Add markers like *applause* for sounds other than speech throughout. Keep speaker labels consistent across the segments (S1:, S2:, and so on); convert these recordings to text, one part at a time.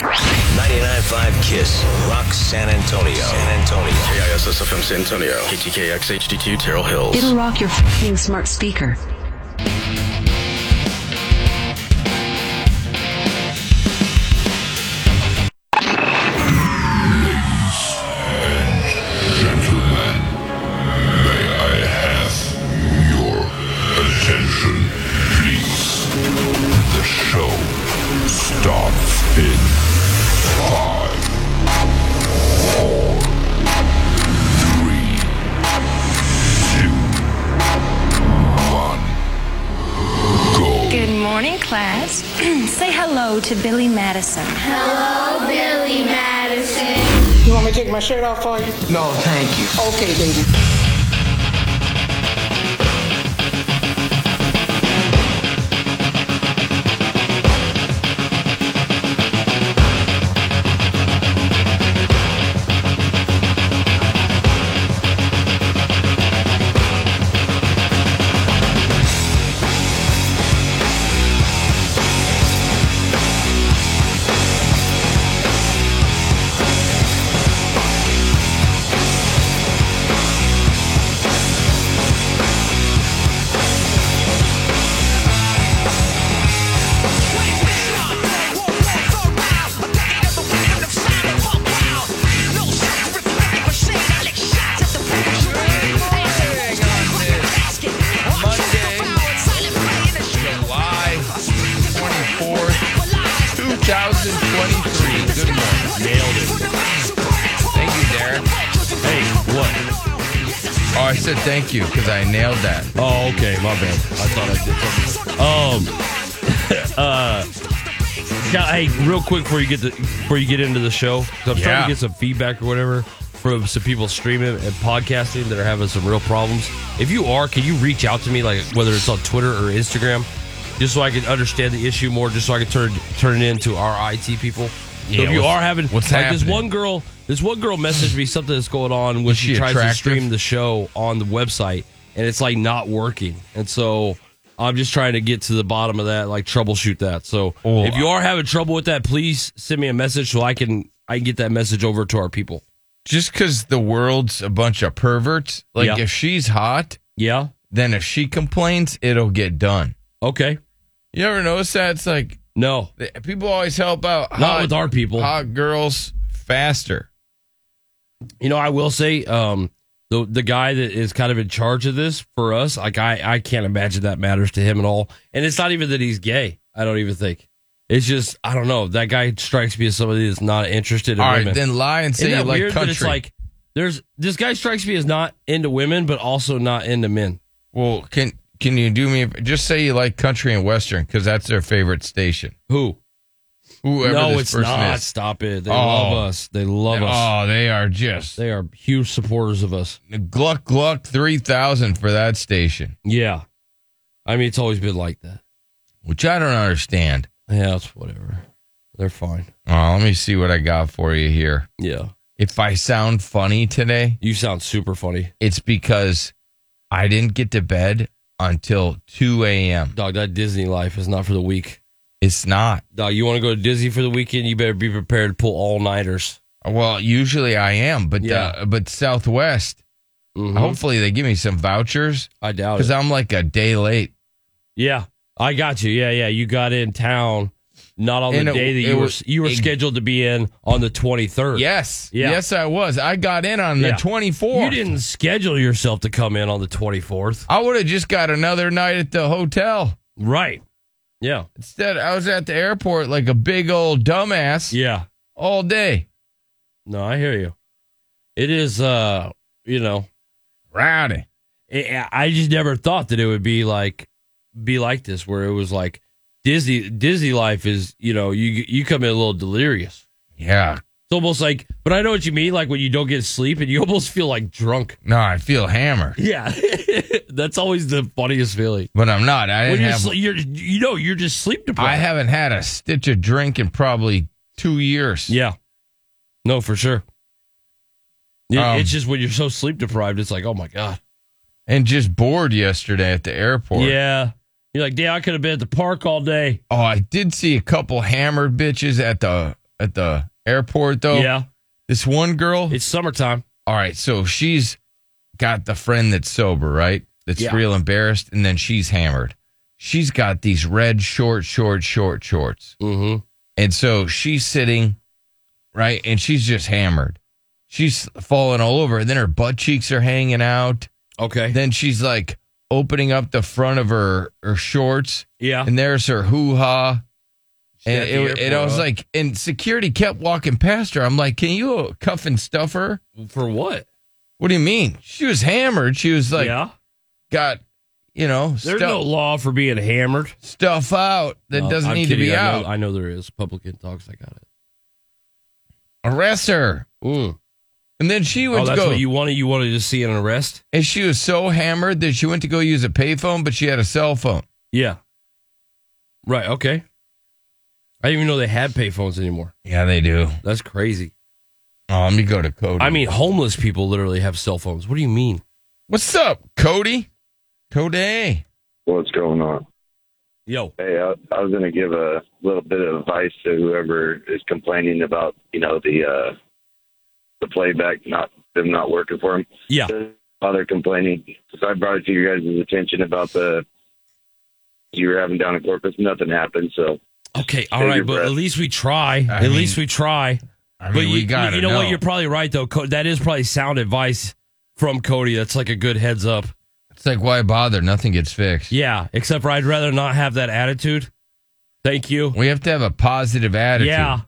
S1: 99.5 Kiss. Rock San Antonio. San Antonio.
S2: KISSFM San Antonio. KTKX HD2 Terrell Hills.
S3: It'll rock your fing smart speaker.
S4: Good morning, class. *clears throat* Say hello to Billy Madison.
S5: Hello, Billy Madison.
S6: You want me to take my shirt off for you?
S7: No, thank you.
S6: Okay, baby.
S7: Monday, July 24th, 2023. Good morning. Nailed it. Thank you, Derek.
S2: Hey, what?
S7: Oh, I said thank you because I nailed that.
S2: Oh, okay. My bad. I thought I did something. Um, *laughs* uh, now, hey, real quick before you get to, before you get into the show, 'cause I'm trying
S7: Yeah.
S2: to get some feedback or whatever from some people streaming and podcasting that are having some real problems. If you are, can you reach out to me, like whether it's on Twitter or Instagram, just so I can understand the issue more, just so I can turn turn it into our IT people. So
S7: Yeah,
S2: if you
S7: what's-
S2: are having,
S7: what's
S2: like this
S7: happening?
S2: one girl, this one girl messaged me something that's going on when
S7: Is
S2: she,
S7: she
S2: tries
S7: attractive?
S2: to stream the show on the website and it's like not working. And so I'm just trying to get to the bottom of that, like troubleshoot that. So
S7: Well,
S2: if you are having trouble with that, please send me a message so I can I can get that message over to our people.
S7: Just because the world's a bunch of perverts, like
S2: Yeah.
S7: if she's hot,
S2: Yeah.
S7: then if she complains, it'll get done.
S2: Okay.
S7: You ever notice that? It's like
S2: No.
S7: the- people always help out.
S2: Not with our people.
S7: Hot girls faster.
S2: You know, I will say, um, the the guy that is kind of in charge of this for us, like I, I can't imagine that matters to him at all. And it's not even that he's gay. I don't even think. It's just I don't know. That guy strikes me as somebody that's not interested in
S7: All right,
S2: women.
S7: then lie and say
S2: Isn't
S7: you
S2: that
S7: like
S2: weird
S7: country.
S2: that it's like there's this guy strikes me as not into women, but also not into men.
S7: well, can can you do me? a- Just say you like country and western because that's their favorite station.
S2: Who?
S7: Whoever
S2: no,
S7: this
S2: it's
S7: person
S2: not.
S7: is.
S2: Stop it. They
S7: Oh.
S2: love us. They love us.
S7: Oh, they are just
S2: They are huge supporters of us.
S7: gluck gluck three thousand for that station,
S2: Yeah. I mean, it's always been like that.
S7: which I don't understand.
S2: Yeah, it's whatever. They're fine.
S7: Oh, let me see what I got for you here.
S2: Yeah.
S7: If I sound funny today,
S2: You sound super funny.
S7: it's because I didn't get to bed until 2 a.m.
S2: Dog, that Disney life is not for the weak.
S7: It's not.
S2: Dog, you want to go to Disney for the weekend? You better be prepared to pull all nighters.
S7: Well, usually I am, but
S2: Yeah.
S7: uh, but Southwest,
S2: I,
S7: hopefully they give me some vouchers
S2: doubt
S7: because
S2: it.
S7: I'm like a day late.
S2: yeah. I got you. Yeah, yeah. You got in town not on
S7: And
S2: the
S7: it-
S2: day that
S7: it
S2: you were
S7: was-
S2: you were
S7: it-
S2: scheduled to be in on the 23rd.
S7: Yes,
S2: Yeah.
S7: yes, I was. I got in on the
S2: Yeah.
S7: 24th.
S2: You didn't schedule yourself to come in on the 24th.
S7: I would have just got another night at the hotel.
S2: Right. Yeah.
S7: Instead, I was at the airport like a big old dumbass Oh,
S2: Yeah.
S7: all day.
S2: No, I hear you. It is uh, you know,
S7: Rowdy.
S2: I I just never thought that it would be like be like this, where it was like Disney Disney life is you know you you come in a little delirious.
S7: Yeah.
S2: It's almost like, but I know what you mean. Like when you don't get sleep and you *laughs* almost feel like drunk.
S7: No, I feel hammered,
S2: Yeah, *laughs* that's always the funniest feeling.
S7: but I'm not. I
S2: When
S7: didn't
S2: you're,
S7: have.
S2: sle- you're, you know, you're just sleep deprived.
S7: I haven't had a stitch of drink in probably two years.
S2: Yeah. No, for sure. It-
S7: Um,
S2: it's just when you're so sleep deprived, it's like, oh my god.
S7: And just bored yesterday at the airport.
S2: Yeah. You're like, damn, I could have been at the park all day.
S7: Oh, I did see a couple hammered bitches at the at the airport though.
S2: Yeah.
S7: This one girl.
S2: It's summertime.
S7: all right, so she's got the friend that's sober, right? That's
S2: Yeah.
S7: real embarrassed, and then she's hammered. She's got these red short, short, short shorts.
S2: Mm-hmm.
S7: And so she's sitting, right? And she's just hammered. She's falling all over. And then her butt cheeks are hanging out.
S2: Okay.
S7: Then she's like opening up the front of her, her shorts.
S2: yeah.
S7: And there's her hoo ha.
S2: at
S7: And
S2: the
S7: it, and I
S2: airport,
S7: was
S2: huh?
S7: like, and security kept walking past her. I'm like, can you cuff and stuff her?
S2: For what?
S7: What do you mean? She was hammered. She was like,
S2: yeah.
S7: got, you know,
S2: There's
S7: stuff,
S2: no law for being hammered.
S7: stuff out that
S2: No,
S7: doesn't
S2: I'm
S7: need
S2: kidding.
S7: to be
S2: I
S7: out.
S2: know, I know there is. Public intox. I got it.
S7: Arrest her.
S2: Mm.
S7: And then she would
S2: Oh, that's
S7: go.
S2: what you wanted. You wanted to see an arrest.
S7: and she was so hammered that she went to go use a payphone, but she had a cell phone.
S2: Yeah. Right. Okay. I didn't even know they had payphones anymore.
S7: Yeah, they do.
S2: That's crazy.
S7: Oh, let me go to Cody.
S2: I mean, homeless people literally have cell phones. What do you mean?
S7: what's up, Cody? Cody.
S4: what's going on.
S2: Yo.
S4: Hey, I, I was going to give a little bit of advice to whoever is complaining about, you know, the uh, the playback not them not working for them.
S2: Yeah.
S4: While they're complaining, because I brought it to your guys' attention about the you were having down in Corpus, nothing happened. So
S2: Okay. All
S4: Take
S2: right.
S4: your
S2: But at
S4: breath.
S2: least we try.
S7: I
S2: at
S7: mean-
S2: least we try.
S7: I mean,
S2: but you,
S7: we got to
S2: you know, what? You're probably right though. Co- that is probably sound advice from Cody. That's like a good heads up.
S7: it's like why bother? Nothing gets fixed.
S2: Yeah. Except for I'd rather not have that attitude. Thank you.
S7: We have to have a positive attitude.
S2: Yeah.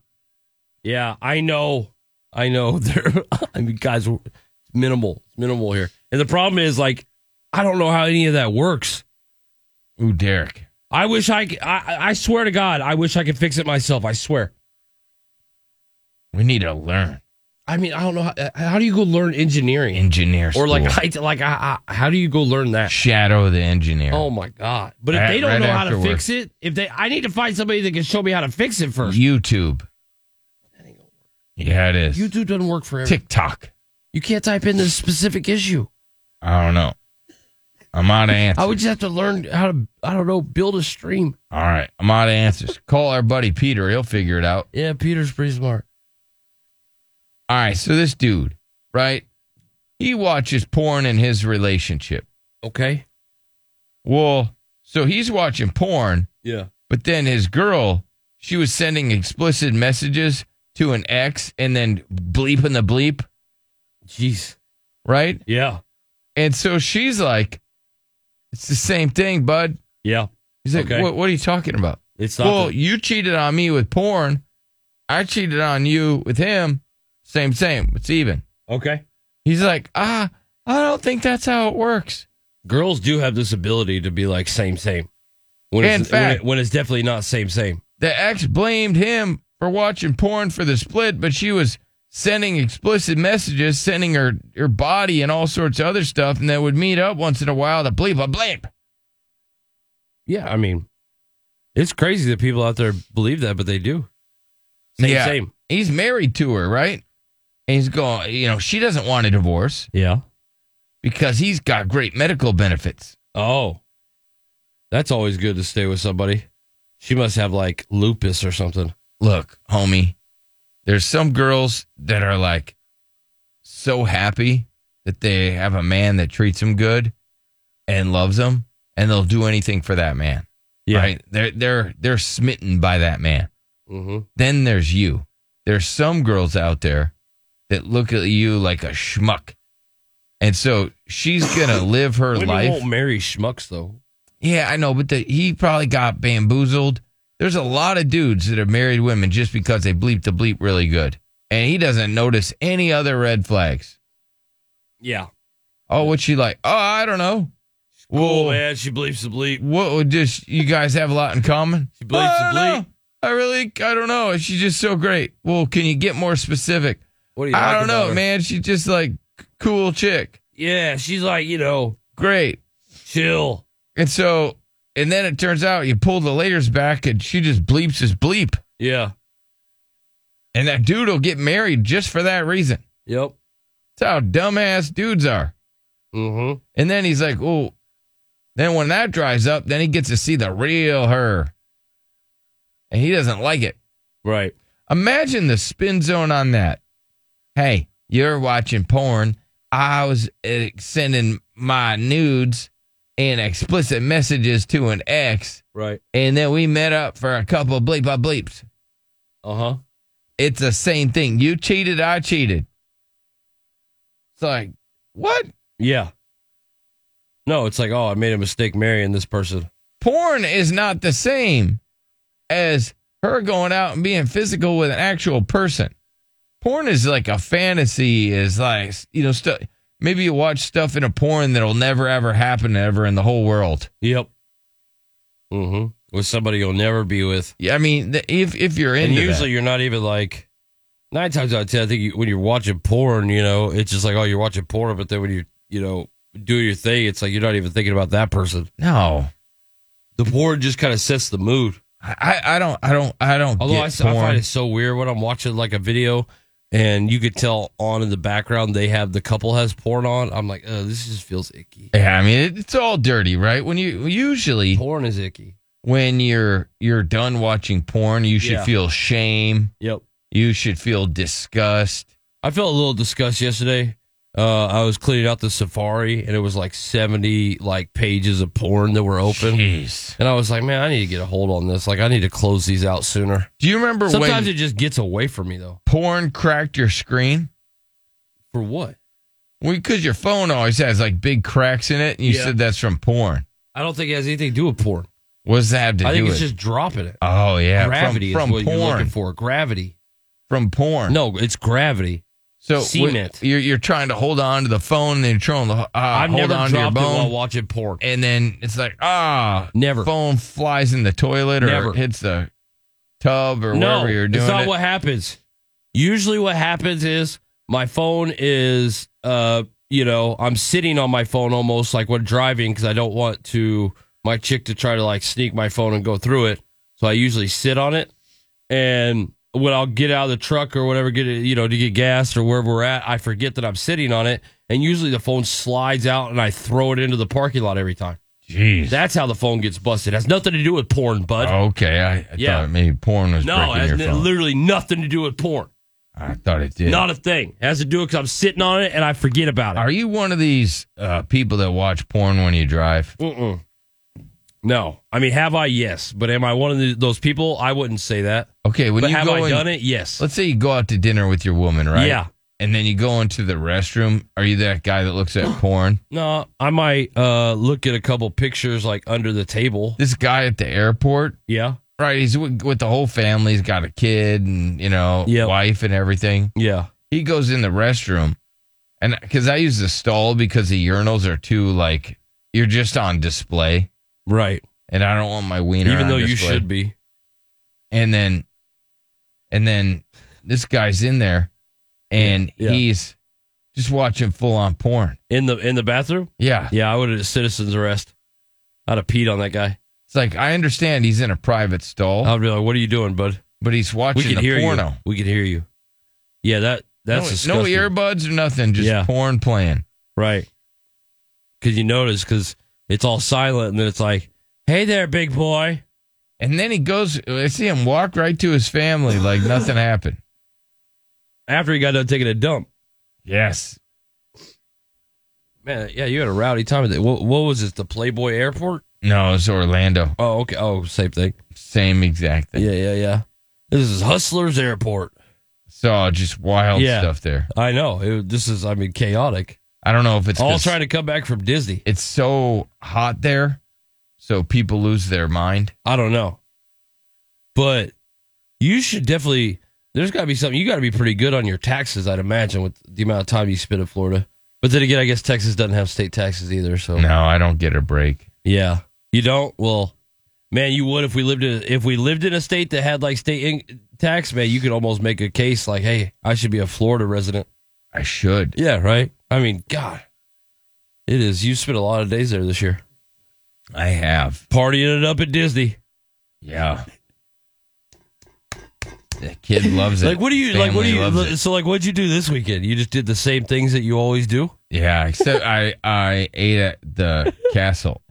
S2: Yeah, I know. I know. *laughs* They're, I mean, guys, it's minimal. It's minimal here. And the problem is, like, I don't know how any of that works.
S7: Ooh, Derek.
S2: I wish I, c- I, I swear to God, I wish I could fix it myself. I swear.
S7: We need to learn
S2: I mean, I don't know. How, how do you go learn engineering?
S7: engineer
S2: or like,
S7: school.
S2: I, like, I, I, how do you go learn that?
S7: shadow the engineer.
S2: Oh my God. But if
S7: Right-
S2: they don't
S7: right
S2: know how to
S7: afterward.
S2: fix it, if they, I need to find somebody that can show me how to fix it first.
S7: YouTube. Yeah, it is.
S2: YouTube doesn't work for everything.
S7: TikTok.
S2: You can't type in this specific issue.
S7: I don't know. I'm out of answers.
S2: *laughs* I would just have to learn how to, I don't know, build a stream.
S7: All right, I'm out of answers. Call our buddy Peter. He'll figure it out.
S2: Yeah, Peter's pretty smart.
S7: All right, so this dude, right? He watches porn in his relationship.
S2: Okay.
S7: Well, so he's watching porn,
S2: Yeah.
S7: but then his girl, she was sending explicit messages to an ex and then bleeping the bleep,
S2: Jeez.
S7: right?
S2: Yeah.
S7: And so she's like, it's the same thing, bud.
S2: Yeah.
S7: He's like,
S2: Okay.
S7: what, what are you talking about?
S2: It's not.
S7: Well,
S2: the-
S7: you cheated on me with porn. I cheated on you with him. Same, same. It's even.
S2: okay.
S7: He's like, ah, I don't think that's how it works.
S2: Girls do have this ability to be like same same. When
S7: In
S2: it's, when,
S7: fact-
S2: it- when it's definitely not same same.
S7: The ex blamed him for watching porn for the split, but she was sending explicit messages, sending her, her body and all sorts of other stuff, and they would meet up once in a while to bleep a bleep.
S2: Yeah, I mean, it's crazy that people out there believe that, but they do. Same
S7: Yeah.
S2: same.
S7: He's married to her, right? And he's going, you know, she doesn't want a divorce
S2: Yeah.
S7: because he's got great medical benefits.
S2: Oh, that's always good to stay with somebody. She must have like lupus or something.
S7: Look, homie, there's some girls that are like so happy that they have a man that treats them good and loves them, and they'll do anything for that man. Right? They're they're they're smitten by that man.
S2: Mm-hmm.
S7: Then there's you. There's some girls out there that look at you like a schmuck. And so she's gonna live her
S2: Women
S7: life.
S2: won't marry schmucks though.
S7: Yeah, I know, but the, he probably got bamboozled. There's a lot of dudes that have married women just because they bleep the bleep really good, and he doesn't notice any other red flags.
S2: Yeah.
S7: Oh, what's she like? Oh, I don't know.
S2: Oh
S7: Well,
S2: man, she bleeps the bleep.
S7: what would just you guys have a lot in common?
S2: She bleeps
S7: I don't
S2: the
S7: know.
S2: bleep.
S7: I really, I don't know. She's just so great. Well, can you get more specific? What do you? I
S2: like
S7: don't
S2: about
S7: know,
S2: her?
S7: man. She's just like cool chick.
S2: Yeah, she's like, you know,
S7: great,
S2: chill.
S7: And so, and then it turns out you pull the layers back, and she just bleeps his bleep.
S2: Yeah.
S7: And that dude will get married just for that reason.
S2: Yep.
S7: That's how dumbass dudes are.
S2: Mm-hmm.
S7: And then he's like, oh. Then when that dries up, then he gets to see the real her. And he doesn't like it.
S2: Right.
S7: Imagine the spin zone on that. Hey, you're watching porn. I was uh, sending my nudes and explicit messages to an ex.
S2: Right.
S7: And then we met up for a couple of bleep up bleeps.
S2: Uh huh.
S7: It's the same thing. You cheated, I cheated. It's like, what?
S2: Yeah. No, it's like, oh, I made a mistake marrying this person.
S7: porn is not the same as her going out and being physical with an actual person. Porn is like a fantasy, is like, you know, stu maybe you watch stuff in a porn that'll never ever happen ever in the whole world.
S2: Yep. Mm-hmm. With somebody you'll never be with.
S7: Yeah, I mean, the- if if you're into
S2: and
S7: that.
S2: usually you're not even like nine times out of ten. I think you, when you're watching porn, you know, it's just like oh, you're watching porn, but then when you you know do your thing, it's like you're not even thinking about that person.
S7: no,
S2: The porn just kind of sets the mood.
S7: I I don't I don't I don't.
S2: Although
S7: get
S2: I, s- I
S7: porn.
S2: find it so weird when I'm watching like a video and you could tell on in the background they have the couple has porn on. I'm like, oh, this just feels icky.
S7: yeah, I mean, it, it's all dirty, right? When you usually
S2: Porn is icky.
S7: when you're you're done watching porn, you should
S2: Yeah.
S7: feel shame.
S2: Yep.
S7: You should feel disgust.
S2: I felt a little disgust yesterday. Uh, I was cleaning out the Safari, and it was like seventy like pages of porn that were open,
S7: Jeez.
S2: and I was like, "Man, I need to get a hold on this. Like, I need to close these out sooner."
S7: Do you remember
S2: Sometimes
S7: when
S2: it just gets away from me, though.
S7: porn cracked your screen?
S2: For what?
S7: Because your phone always has like big cracks in it. And you
S2: Yeah.
S7: said that's from porn.
S2: I don't think it has anything to do with porn.
S7: What does that have to
S2: I
S7: do
S2: think
S7: with
S2: it's just dropping it.
S7: Oh, yeah.
S2: gravity
S7: from, from
S2: is what you're
S7: porn.
S2: looking for. Gravity.
S7: From porn.
S2: No, it's gravity.
S7: so
S2: cement.
S7: wh- You're, you're trying to hold on to the phone and you're trying to uh,
S2: I've
S7: hold
S2: never
S7: on
S2: dropped
S7: to your
S2: it while
S7: bone.
S2: watching porn.
S7: and then it's like, ah,
S2: Never.
S7: Phone flies in the toilet or
S2: Never.
S7: hits the tub or
S2: no,
S7: wherever you're doing
S2: it's not
S7: it.
S2: what happens. Usually, what happens is my phone is, uh, you know, I'm sitting on my phone almost like when driving because I don't want to my chick to try to like sneak my phone and go through it. So I usually sit on it, and when I'll get out of the truck or whatever, get it, you know, to get gas or wherever we're at, I forget that I'm sitting on it, and usually the phone slides out and I throw it into the parking lot every time.
S7: Jeez.
S2: That's how the phone gets busted. It has nothing to do with porn, bud.
S7: okay. I, I
S2: Yeah.
S7: thought maybe porn was
S2: no, it
S7: breaking your
S2: has
S7: phone.
S2: literally nothing to do with porn.
S7: I thought it did.
S2: Not a thing. It has to do because I'm sitting on it and I forget about it.
S7: Are you one of these uh, people that watch porn when you drive?
S2: Mm-mm. No, I mean, have I? Yes, but am I one of the, those people? I wouldn't say that.
S7: Okay, when
S2: but
S7: you
S2: have
S7: go
S2: I
S7: in-
S2: done it? Yes.
S7: Let's say you go out to dinner with your woman, right?
S2: Yeah.
S7: And then you go into the restroom. Are you that guy that
S2: *gasps*
S7: looks at porn?
S2: No, I might uh, look at a couple pictures like under the table.
S7: This guy at the airport,
S2: Yeah,
S7: right? He's with, with the whole family. He's got a kid and you know
S2: Yep.
S7: wife and everything.
S2: yeah,
S7: He goes in the restroom, and because I use the stall because the urinals are too like you're just on display,
S2: right.
S7: and I don't want my wiener.
S2: Even
S7: on
S2: though you
S7: display.
S2: should be.
S7: and then and then this guy's in there and
S2: Yeah.
S7: he's just watching full on porn.
S2: In the in the bathroom?
S7: Yeah.
S2: Yeah, I would have citizen's arrest. I'd have peed on that guy.
S7: It's like I understand he's in a private stall,
S2: I'd be like, "What are you doing, bud?
S7: but he's
S2: We
S7: watching
S2: can
S7: the
S2: hear
S7: porno.
S2: you. We can hear you." Yeah, that that's
S7: no,
S2: disgusting.
S7: no earbuds or nothing, just
S2: Yeah.
S7: porn playing.
S2: Right. Because you notice, because it's all silent, and then it's like, hey there, big boy.
S7: And then he goes I see him walk right to his family like
S2: *laughs*
S7: nothing happened.
S2: After he got done taking a dump.
S7: Yes.
S2: Man, yeah, you had a rowdy time. with it. What, what was this, the Playboy Airport?
S7: No, it's Orlando.
S2: Oh, okay. Oh, same thing.
S7: Mm. Same exact thing.
S2: Yeah, yeah, yeah. This is Hustlers Airport.
S7: So just wild
S2: Yeah.
S7: stuff there.
S2: I know. It, this is, I mean, chaotic.
S7: I don't know if it's
S2: all
S7: 'cause
S2: trying to come back from Disney.
S7: it's so hot there, so people lose their mind.
S2: I don't know. But you should definitely, there's got to be something. You got to be pretty good on your taxes, I'd imagine, with the amount of time you spend in Florida. But then again, I guess Texas doesn't have state taxes either. So,
S7: No, I don't get a break.
S2: Yeah. You don't? Well, Man, you would if we lived in if we lived in a state that had like state in- tax. Man, you could almost make a case like, hey, I should be a Florida resident.
S7: I should.
S2: Yeah, right. I mean, God, it is. You spent a lot of days there this year.
S7: I have.
S2: Partying it up at Disney.
S7: Yeah. The kid
S2: *laughs*
S7: loves it.
S2: Like, what do you like? What do
S7: Family loves
S2: you?
S7: it.
S2: So, like, what'd you do this weekend? You just did the same things that you always do.
S7: Yeah, except I I ate at the
S2: *laughs*
S7: castle.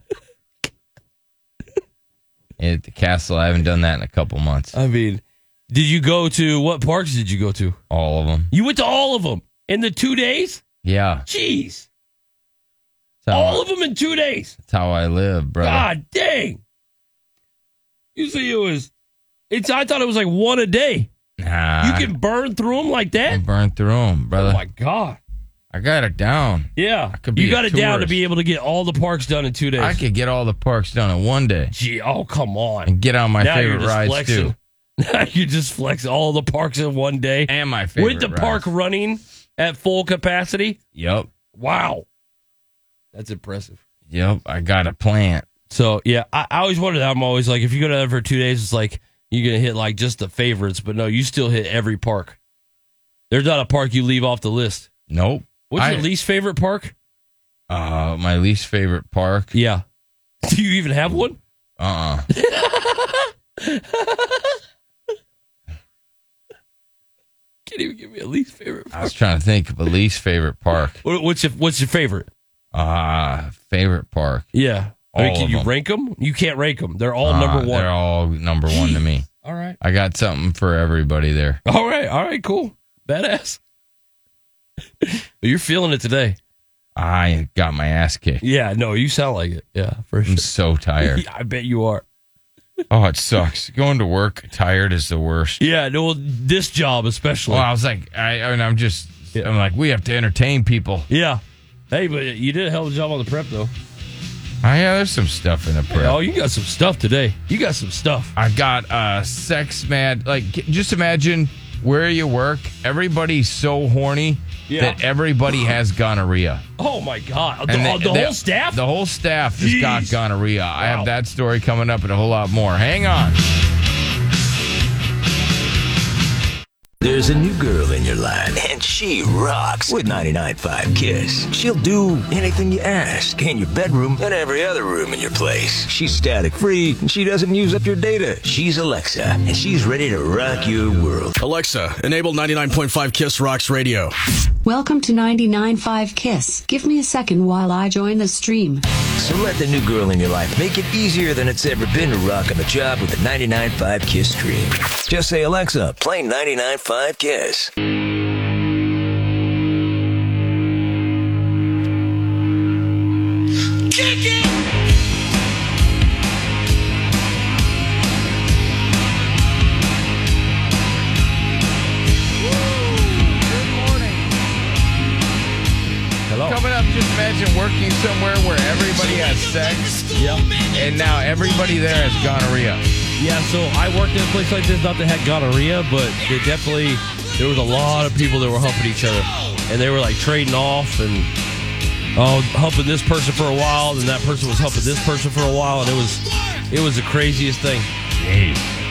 S7: Ate At the castle, I haven't done that in a couple months.
S2: I mean, did you go to what parks did you go to?
S7: All of them.
S2: You went to all of them in the two days.
S7: Yeah,
S2: Jeez,
S7: that's how,
S2: all of them in two days.
S7: that's how I live, brother.
S2: God dang. Usually it was. It's. I thought it was like one a day.
S7: Nah,
S2: You can burn through them like
S7: I
S2: that.
S7: can burn through them, brother.
S2: Oh my god.
S7: I got it down.
S2: Yeah,
S7: I could be
S2: you
S7: a
S2: got it down to
S7: tourist.
S2: be able to get all the parks done in two days.
S7: I could get all the parks done in one day
S2: Gee, oh come on.
S7: and get on my
S2: now you're
S7: favorite
S2: just
S7: rides
S2: flexing.
S7: too,
S2: *laughs* Now you just flex all the parks in one day
S7: and my favorite
S2: with the
S7: rides.
S2: park running at full capacity.
S7: Yep,
S2: Wow, that's impressive.
S7: yep. I got a plant.
S2: So yeah, I, I always wondered. that. I'm always like, if you go to that for two days, it's like you're gonna hit like just the favorites, but no, you still hit every park. There's not a park you leave off the list.
S7: Nope.
S2: What's
S7: I-
S2: your least favorite park?
S7: Uh, my least favorite park.
S2: Yeah. *laughs* Do you even have one? *laughs*
S7: Uh uh
S2: Can't even give me a least favorite.
S7: I was trying to think of a least favorite park.
S2: What, what's your What's your favorite?
S7: Ah, favorite park.
S2: Yeah. I mean,
S7: All
S2: can
S7: of
S2: you
S7: them.
S2: rank them? You can't rank them. They're all
S7: Ah,
S2: number one.
S7: They're all number one to me.
S2: all right.
S7: I got something for everybody there.
S2: *laughs* All right. All right. Cool. Badass. You're feeling it today.
S7: I got my ass kicked.
S2: Yeah. No, you sound like it. Yeah, for sure.
S7: I'm so tired.
S2: *laughs* I bet you are.
S7: Oh, it sucks. Going to work tired is the worst.
S2: Yeah. No, well, this job especially.
S7: Well, I was like, I, I mean, I'm just, I'm like, we have to entertain people.
S2: Yeah. Hey, but you did a hell of a job on the prep though.
S7: Oh, yeah, there's some stuff in the prep.
S2: Oh, you got some stuff today. You got some stuff.
S7: I got uh, sex mad. Like, c- just imagine where you work. Everybody's so horny
S2: Yeah.
S7: that everybody has gonorrhea.
S2: Oh my god. The,
S7: And
S2: uh,
S7: they-
S2: the
S7: they-
S2: whole staff.
S7: The whole staff has got
S2: Jeez.
S7: gonorrhea. I
S2: Wow.
S7: have that story coming up and a whole lot more. Hang on.
S1: There's a new girl in your life, and she rocks with 99.5 Kiss. She'll do anything you ask in your bedroom and every other room in your place. She's static free, and she doesn't use up your data. She's Alexa, and she's ready to rock your world.
S8: Alexa, enable 99.5 Kiss Rocks Radio.
S9: Welcome to 99.5 Kiss. Give me a second while I join the stream.
S1: So let the new girl in your life make it easier than it's ever been to rock on the job with the 99.5 Kiss stream. Just say, Alexa, play 99.5 Kiss.
S2: Hello.
S7: Coming up, just imagine working somewhere where everybody has sex and now everybody there has gonorrhea.
S2: Yeah, so I worked in a place like this, not that had gonorrhea, but it definitely there was a lot of people that were humping each other, and they were like trading off and oh, humping this person for a while, and that person was humping this person for a while, and it was it was the craziest thing.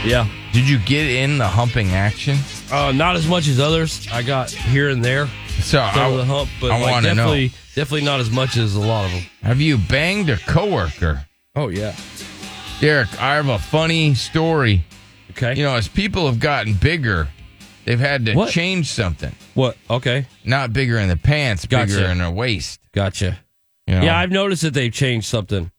S2: Yeah,
S7: Did you get in the humping action?
S2: uh, not as much as others. I got here and there
S7: So
S2: some of the
S7: I,
S2: hump, but
S7: I
S2: like
S7: want to know.
S2: definitely definitely not as much as a lot of them.
S7: Have you banged a coworker?
S2: Oh yeah.
S7: Derek, I have a funny story.
S2: Okay.
S7: You know, as people have gotten bigger, they've had to
S2: What?
S7: change something.
S2: what? Okay.
S7: Not bigger in the pants, bigger
S2: Gotcha.
S7: in the waist.
S2: Gotcha.
S7: you know?
S2: Yeah, I've noticed that they've changed something.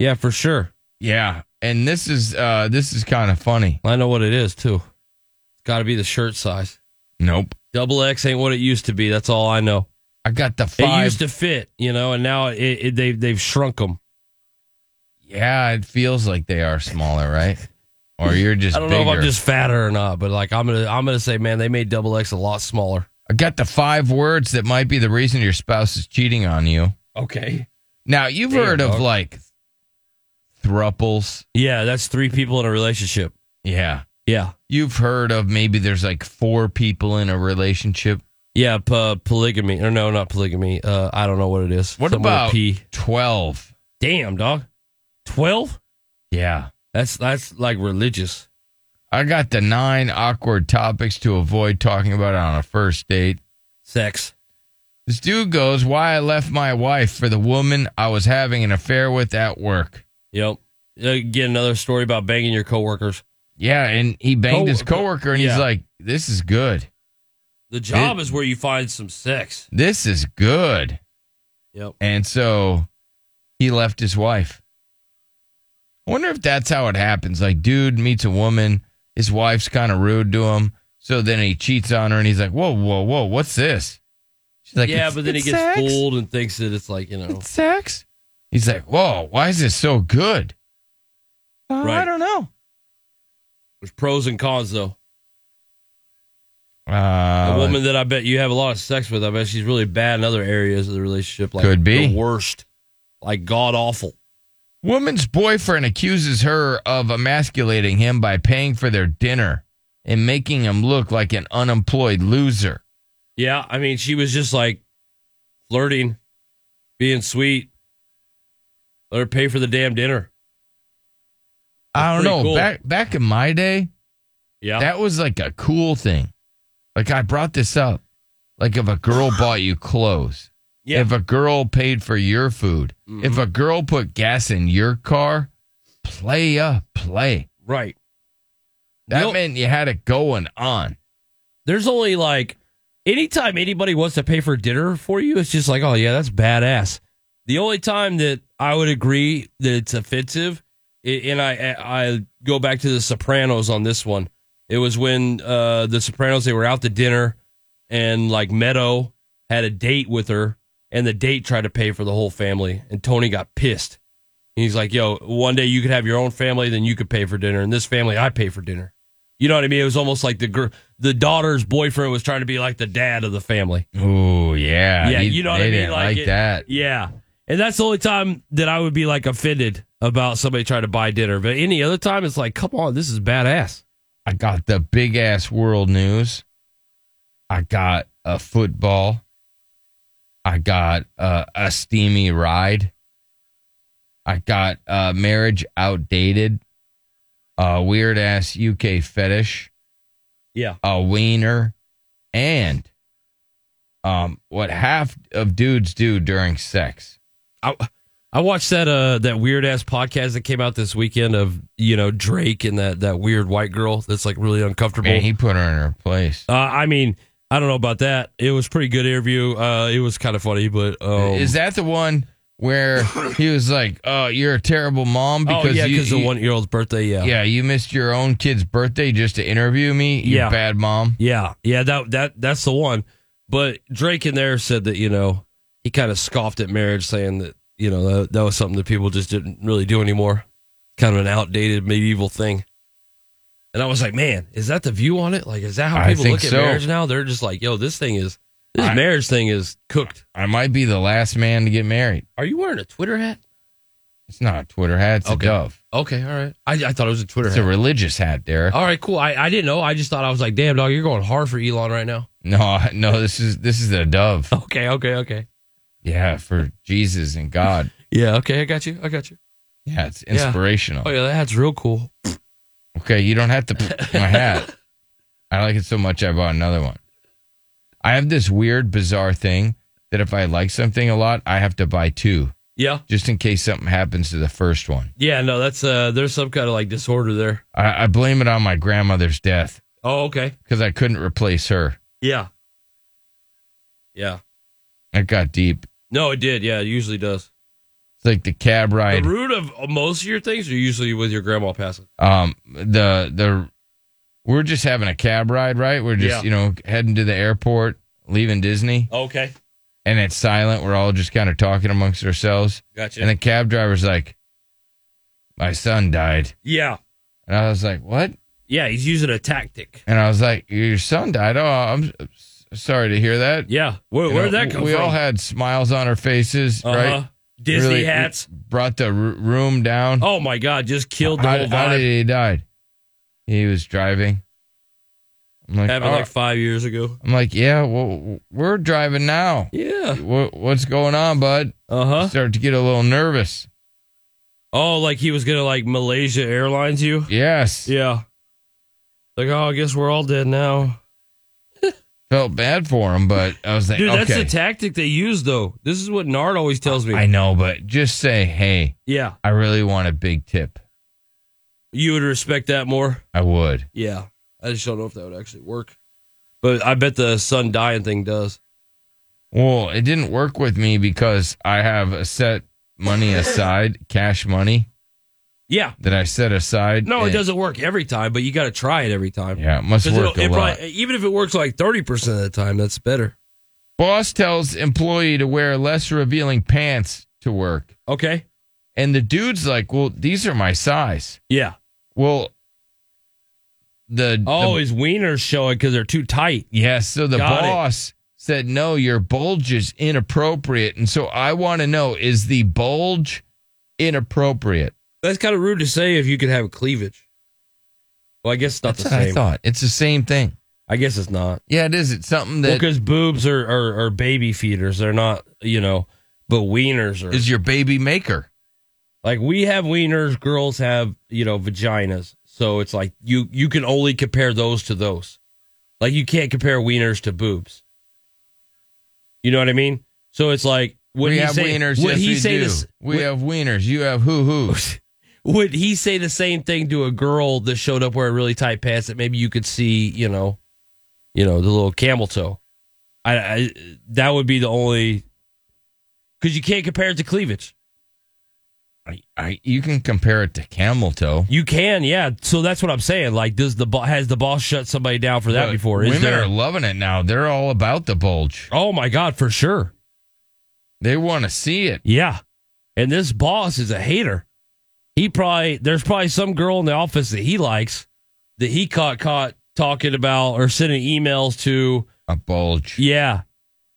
S2: Yeah, for sure.
S7: Yeah, and this is uh this is kind of funny.
S2: I know what it is too. It's got to be the shirt size.
S7: Nope.
S2: Double X ain't what it used to be. That's all I know.
S7: I got the
S2: It
S7: five.
S2: used to fit, you know, and now it, it, they they've shrunk them.
S7: yeah, it feels like they are smaller, right? Or
S2: *laughs*
S7: you're just
S2: I don't know if
S7: bigger.
S2: I'm just fatter or not, but like I'm gonna I'm gonna say, man, they made double X a lot smaller.
S7: I got the five words that might be the reason your spouse is cheating on you.
S2: Okay.
S7: Now you've
S2: Damn,
S7: heard of
S2: dog.
S7: like thruples.
S2: Yeah, that's three people in a relationship.
S7: Yeah.
S2: Yeah,
S7: You've heard of maybe there's like four people in a relationship.
S2: yeah. P- polygamy or no, not polygamy. Uh, I don't know what it is.
S7: What
S2: Something with a
S7: about
S2: P?
S7: twelve?
S2: Damn, dog. Twelve.
S7: Yeah.
S2: That's that's like religious.
S7: I got the nine awkward topics to avoid talking about on a first date.
S2: Sex.
S7: This dude goes, "Why I left my wife for the woman I was having an affair with at work."
S2: Yep. Uh, Get another story about banging your coworkers.
S7: Yeah, and he banged his
S2: Co- co-
S7: coworker, and
S2: yeah.
S7: he's like, "This is good.
S2: The job is where you find some sex.
S7: This is good."
S2: Yep.
S7: And so he left his wife. I wonder if that's how it happens. Like, dude meets a woman, his wife's kind of rude to him. So then he cheats on her and he's like, whoa, whoa, whoa, what's this? She's like,
S2: yeah,
S7: "It's-
S2: but then he
S7: it's
S2: gets
S7: sex."
S2: fooled and thinks that it's like you know
S7: sex. He's like, whoa, why is this so good? "Oh, I don't know.
S2: There's pros and cons though.
S7: Uh,
S2: a woman that I bet you have a lot of sex with, I bet she's really bad in other areas of the relationship. Like
S7: Could be.
S2: the worst, like god awful.
S7: Woman's boyfriend accuses her of emasculating him by paying for their dinner and making him look like an unemployed loser.
S2: Yeah, I mean, she was just like flirting, being sweet. Let her pay for the damn dinner.
S7: I don't
S2: pretty
S7: know.
S2: cool.
S7: Back back in my day,
S2: yeah,
S7: that was like a cool thing. Like I brought this up. Like if a
S2: *gasps*
S7: girl bought you clothes,
S2: Yeah. Mm-hmm.
S7: if a girl paid for your food, if a girl put gas in your car, play up, play.
S2: Right.
S7: That
S2: Nope.
S7: meant you had it going on.
S2: There's only like anytime anybody wants to pay for dinner for you, it's just like, oh yeah, that's badass. The only time that I would agree that it's offensive, i- and I I go back to the Sopranos on this one. It was when uh, the Sopranos they were out to dinner, and like Meadow had a date with her, and the date tried to pay for the whole family, and Tony got pissed. And he's like, "Yo, one day you could have your own family, then you could pay for dinner, and this family I pay for dinner." You know what I mean? It was almost like the gr- the daughter's boyfriend was trying to be like the dad of the family.
S7: Oh yeah,
S2: yeah,
S7: He-
S2: you know what
S7: they
S2: I mean?
S7: didn't like
S2: it-
S7: that.
S2: Yeah, and that's the only time that I would be like offended about somebody trying to buy dinner. But any other time, it's like, come on, this is badass.
S7: I got the big ass world news. I got a football. I got uh, a steamy ride. I got uh, marriage outdated. A weird ass UK fetish.
S2: Yeah.
S7: A wiener, and um, what half of dudes do during sex.
S2: I I watched that uh that weird ass podcast that came out this weekend of you know Drake and that that weird white girl that's like really uncomfortable.
S7: Man, he put her in her place.
S2: Uh, I mean, I don't know about that. It was pretty good interview. Uh, it was kind of funny, but um,
S7: Is that the one where he was like, "Oh, you're a terrible mom
S2: Oh
S7: because
S2: yeah,
S7: you,
S2: because the
S7: you-
S2: one year old's birthday. Yeah,
S7: Yeah, you missed your own kid's birthday just to interview me. You
S2: Yeah.
S7: bad mom.
S2: Yeah, yeah, that that that's the one. But Drake in there said that you know he kind of scoffed at marriage, saying that you know that, that was something that people just didn't really do anymore, kind of an outdated medieval thing. And I was like, man, is that the view on it? Like, is that how
S7: I
S2: people
S7: think
S2: look at
S7: so.
S2: marriage now? They're just like, yo, this thing is this
S7: I-
S2: marriage thing is cooked.
S7: I might be the last man to get married.
S2: Are you wearing a Twitter hat?
S7: It's not a Twitter hat. It's
S2: Okay.
S7: a dove.
S2: Okay, all right. I, I thought it was a Twitter
S7: It's
S2: hat.
S7: a religious hat, Derek.
S2: all right, cool. I, I didn't know. I just thought I was like, damn, dog, you're going hard for Elon right now. *laughs*
S7: No, no, this is this is a dove.
S2: Okay, okay, okay.
S7: Yeah, for Jesus and God.
S2: *laughs* Yeah, okay, I got you. I got you.
S7: Yeah, it's
S2: Yeah.
S7: inspirational.
S2: Oh yeah, that hat's real cool.
S7: Okay, you don't have to put my hat. I like it so much I bought another one. I have this weird bizarre thing that if I like something a lot, I have to buy two
S2: Yeah.
S7: just in case something happens to the first one.
S2: Yeah, no, that's uh there's some kind of like disorder there.
S7: I, I blame it on my grandmother's death
S2: Oh, okay.
S7: because I couldn't replace her.
S2: Yeah. Yeah.
S7: It got deep.
S2: No, it did. Yeah, it usually does.
S7: It's like the cab ride.
S2: The root of most of your things are usually with your grandma passing.
S7: Um, the the we're just having a cab ride, right? We're just
S2: Yeah. Oh,
S7: you know heading to the airport, leaving Disney,
S2: Okay.
S7: and it's silent. We're all just kind of talking amongst ourselves.
S2: Gotcha.
S7: And the cab driver's like, "My son died,"
S2: Yeah.
S7: and I was like, "What?"
S2: Yeah, he's using a tactic.
S7: And I was like, "Your son died? Oh, I'm s- sorry to hear that."
S2: Yeah. Where,
S7: You
S2: where'd
S7: know,
S2: that come
S7: we
S2: from?
S7: all had smiles on our faces,
S2: Uh-huh.
S7: right?
S2: Disney
S7: Really
S2: hats.
S7: Brought the r- room down.
S2: Oh my god, just killed the
S7: how,
S2: whole
S7: how did
S2: vibe.
S7: he died? He was driving. I'm like,
S2: Happened
S7: "Oh."
S2: like five years ago.
S7: I'm like, yeah, well, we're driving now.
S2: Yeah.
S7: Wha- what's going on, bud?
S2: Uh huh.
S7: Start to get a little nervous.
S2: Oh, like he was gonna like Malaysia Airlines you?
S7: Yes.
S2: Yeah. Like, oh, I guess we're all dead now.
S7: Felt bad for him, but I was like,
S2: Dude,
S7: okay.
S2: that's the tactic they use though. This is what Nard always tells me.
S7: I know, but just say, hey,
S2: Yeah.
S7: I really want a big tip.
S2: You would respect that more.
S7: I would.
S2: Yeah. I just don't know if that would actually work. But I bet the sun dying thing does.
S7: Well, it didn't work with me because I have a set money aside, cash money
S2: Yeah.
S7: that I set aside.
S2: No, it
S7: and-
S2: doesn't work every time, but you got to try it every time.
S7: Yeah, it must
S2: 'Cause it'll-
S7: work a
S2: it probably-
S7: lot.
S2: even if it works like 30% of the time, that's better.
S7: Boss tells employee to wear less revealing pants to work.
S2: Okay.
S7: And the dude's like, well, these are my size.
S2: Yeah.
S7: Well, the
S2: Oh,
S7: the-
S2: his wieners showing because they're too tight.
S7: Yes. So the
S2: Got it.
S7: boss said, no, your bulge is inappropriate. And so I want to know is the bulge inappropriate?
S2: That's kind of rude to say if you could have cleavage. Well, I guess it's not
S7: That's
S2: the
S7: what
S2: same.
S7: I thought. It's the same thing.
S2: I guess it's not.
S7: Yeah, it is. It's something that is
S2: because boobs are, are, are baby feeders. They're not, you know, but wieners are.
S7: your baby maker.
S2: like we have wieners, girls have, you know, vaginas. So it's like you you can only compare those to those. Like you can't compare wieners to boobs. You know what I mean? So it's like would
S7: we
S2: he
S7: have
S2: say,
S7: wieners.
S2: Would
S7: yes,
S2: he
S7: we
S2: say
S7: do.
S2: this?
S7: we
S2: would-
S7: have wieners. You have hoo hoos.
S2: *laughs* would he say the same thing to a girl that showed up wearing really tight pants that maybe you could see, you know, you know, the little camel toe? I, I that would be the only because you can't compare it to cleavage.
S7: I, I, you can compare it to camel toe.
S2: You can, yeah. So that's what I'm saying. Like, does the bo- has the boss shut somebody down for that
S7: But
S2: before? Is
S7: women
S2: there?
S7: are loving it now. They're all about the bulge.
S2: oh my god, for sure.
S7: They want to see it.
S2: Yeah. And this boss is a hater. He probably there's probably some girl in the office that he likes that he caught caught talking about or sending emails to
S7: A bulge.
S2: Yeah.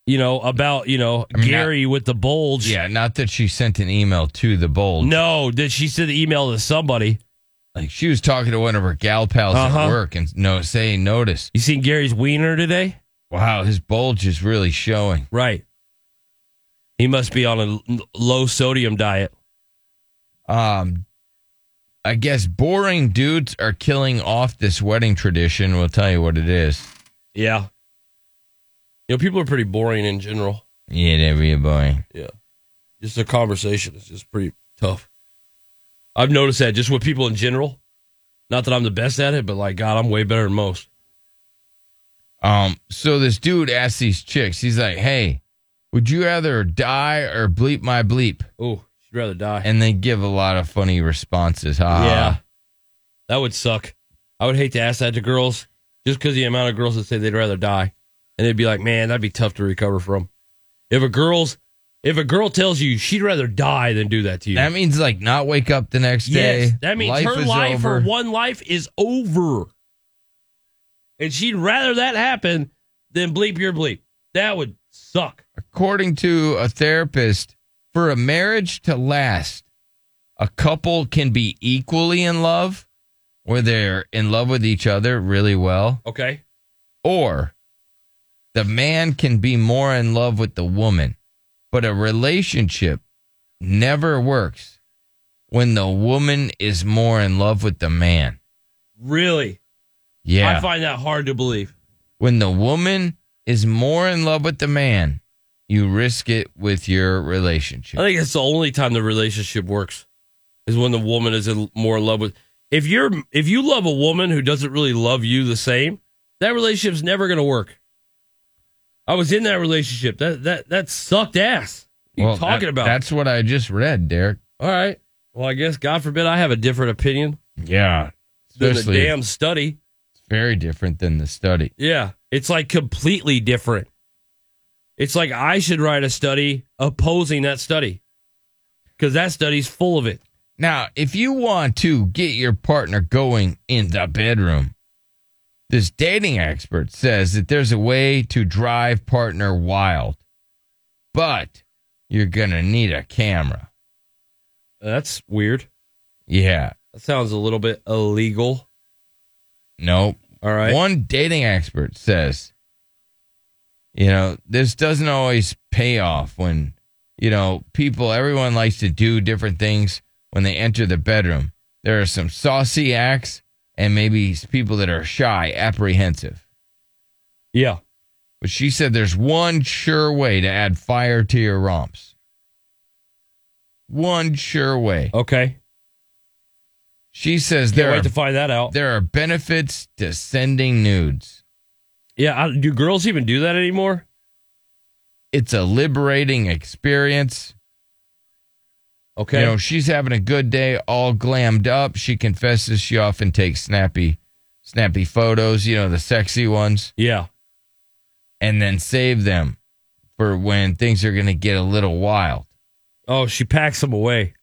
S2: You know, about, you know,
S7: I mean,
S2: Gary with the bulge.
S7: Yeah, not that she sent an email to the bulge.
S2: No, did she send the email to somebody?
S7: Like she was talking to one of her gal pals
S2: Uh-huh.
S7: at work and no saying notice.
S2: You seen Gary's wiener today?
S7: Wow, his bulge is really showing.
S2: Right. He must be on a l- low sodium diet.
S7: Um I guess boring dudes are killing off this wedding tradition. We'll tell you what it is.
S2: Yeah. You know, people are pretty boring in general.
S7: Yeah, there we are, boy.
S2: Yeah. Just the conversation is just pretty tough. I've noticed that just with people in general. Not that I'm the best at it, but like God, I'm way better than most.
S7: Um, so this dude asked these chicks, he's like, Hey, would you rather die or bleep my bleep?
S2: Oh, she'd rather die.
S7: And they give a lot of funny responses. Ha, ha,
S2: yeah.
S7: ha.
S2: That would suck. I would hate to ask that to girls just because the amount of girls that say they'd rather die. And they'd be like, man, that'd be tough to recover from. If a girl's if a girl tells you she'd rather die than do that to you.
S7: That means like not wake up the next day.
S2: Yes, that means her
S7: is
S2: life
S7: over.
S2: or one life is over. And she'd rather that happen than bleep your bleep. That would suck.
S7: According to a therapist, for a marriage to last, a couple can be equally in love, where they're in love with each other really well,
S2: Okay.
S7: or the man can be more in love with the woman. But a relationship never works when the woman is more in love with the man.
S2: Really?
S7: Yeah.
S2: I find that hard to believe.
S7: when the woman is more in love with the man, you risk it with your relationship.
S2: I think it's the only time the relationship works is when the woman is in, more in love with. If you're if you love a woman who doesn't really love you the same, that relationship's never going to work. I was in that relationship. That that that sucked ass. What are
S7: Well,
S2: you talking
S7: that-
S2: about?
S7: That's what I just read, Derek.
S2: All right. Well, I guess God forbid I have a different opinion
S7: Yeah.
S2: than the
S7: Especially
S2: damn study.
S7: very different than the study.
S2: Yeah. It's like completely different. It's like I should write a study opposing that study because that study's full of it.
S7: Now, if you want to get your partner going in the bedroom, this dating expert says that there's a way to drive partner wild, but you're going to need a camera.
S2: That's weird.
S7: Yeah.
S2: That sounds a little bit illegal.
S7: Nope.
S2: All right.
S7: One dating expert says, you know, this doesn't always pay off when, you know, people, everyone likes to do different things. when they enter the bedroom. There are some saucy acts and maybe people that are shy, apprehensive.
S2: Yeah.
S7: But she said there's one sure way to add fire to your romps. One sure way.
S2: Okay.
S7: She says there
S2: wait
S7: are,
S2: to find that out.
S7: There are benefits to sending nudes.
S2: Yeah, I, do girls even do that anymore?
S7: It's a liberating experience.
S2: Okay.
S7: You know, she's having a good day, all glammed up. She confesses she often takes snappy, snappy photos, you know, the sexy ones.
S2: Yeah.
S7: And then save them for when things are going to get a little wild.
S2: Oh, she packs them away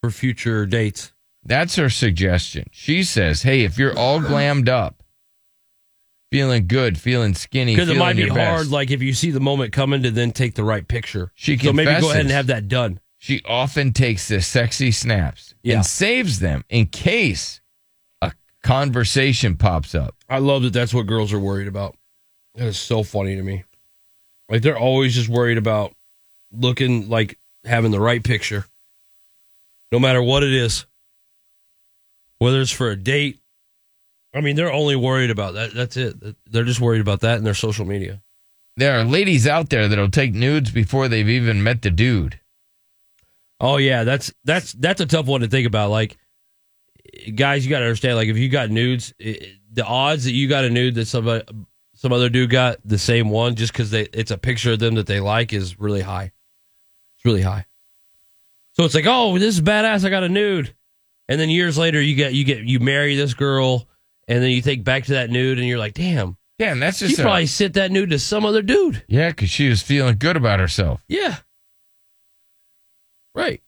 S2: for future dates.
S7: That's her suggestion. She says, hey, if you're all glammed up, feeling good, feeling skinny,
S2: Because
S7: feeling
S2: it might be
S7: your best,
S2: hard, like if you see the moment coming, to then take the right picture.
S7: She
S2: so maybe go
S7: confesses.
S2: ahead and have that done.
S7: She often takes the sexy snaps
S2: Yeah.
S7: and saves them in case a conversation pops up.
S2: I love that. That's what girls are worried about. That is so funny to me. Like they're always just worried about looking like having the right picture, no matter what it is. Whether it's for a date, I mean, they're only worried about that. That's it. They're just worried about that and their social media.
S7: There are ladies out there that'll take nudes before they've even met the dude.
S2: Oh yeah, that's that's that's a tough one to think about. Like, guys, you got to understand. Like, if you got nudes, it, the odds that you got a nude that some uh, some other dude got the same one just because they it's a picture of them that they like is really high. It's really high. So it's like, oh, this is badass. I got a nude, and then years later, you get you get you marry this girl, and then you think back to that nude, and you're like, damn,
S7: Damn, that's
S2: she
S7: just a-
S2: probably sent that nude to some other dude.
S7: Yeah, because she was feeling good about herself.
S2: Yeah, right.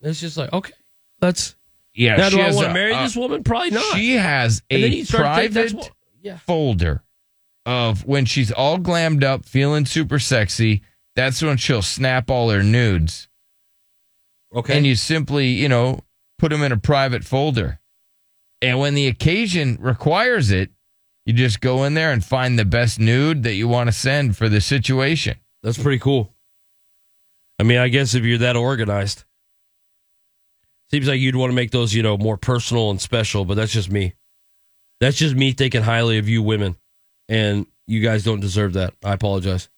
S2: It's just like okay, that's
S7: Yeah,
S2: Now, do
S7: she
S2: I
S7: has
S2: want
S7: a- uh,
S2: to marry
S7: a-
S2: this woman? Probably not.
S7: She has
S2: And then
S7: a
S2: you start to think that's
S7: private
S2: what- yeah.
S7: folder of when she's all glammed up, feeling super sexy. That's when she'll snap all her nudes.
S2: Okay.
S7: And you simply, you know, put them in a private folder. And when the occasion requires it, you just go in there and find the best nude that you want to send for the situation.
S2: That's pretty cool. I mean, I guess if you're that organized, seems like you'd want to make those, you know, more personal and special. But that's just me. That's just me thinking highly of you women, and you guys don't deserve that. I apologize.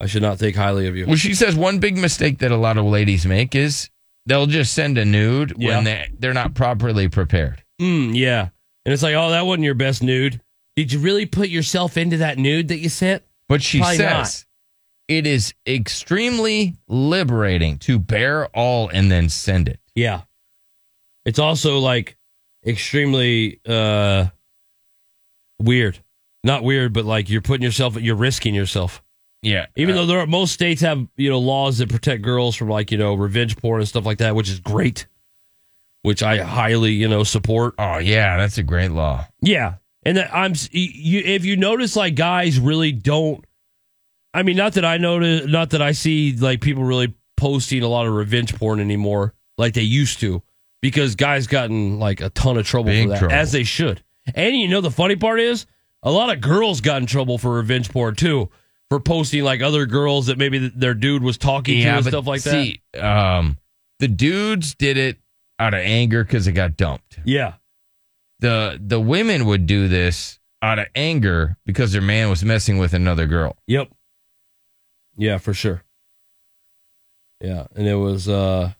S2: I should not think highly of you.
S7: Well, she says one big mistake that a lot of ladies make is they'll just send a nude
S2: Yeah.
S7: when they, they're not properly prepared.
S2: Mm, yeah, and it's like, oh, that wasn't your best nude. Did you really put yourself into that nude that you sent?
S7: But she
S2: Probably
S7: says
S2: not.
S7: it is extremely liberating to bear all and then send it.
S2: Yeah. It's also like extremely uh weird. Not weird, but like you're putting yourself you're risking yourself.
S7: Yeah. Uh,
S2: Even though there are most states have, you know, laws that protect girls from like, you know, revenge porn and stuff like that, which is great. Which I highly, you know, support.
S7: Oh yeah, that's a great law.
S2: Yeah, and that I'm s- y- you. If you notice, like guys really don't. I mean, not that I notice, not that I see like people really posting a lot of revenge porn anymore, like they used to, because guys gotten like a ton of trouble
S7: Big
S2: for that,
S7: trouble.
S2: as they should. And you know, the funny part is, a lot of girls got in trouble for revenge porn too, for posting like other girls that maybe th- their dude was talking to and stuff like
S7: see, Um, the dudes did it out of anger because it got dumped.
S2: Yeah.
S7: The the women would do this out of anger because their man was messing with another girl.
S2: that. Yep. Yeah, for sure. Yeah, and it was uh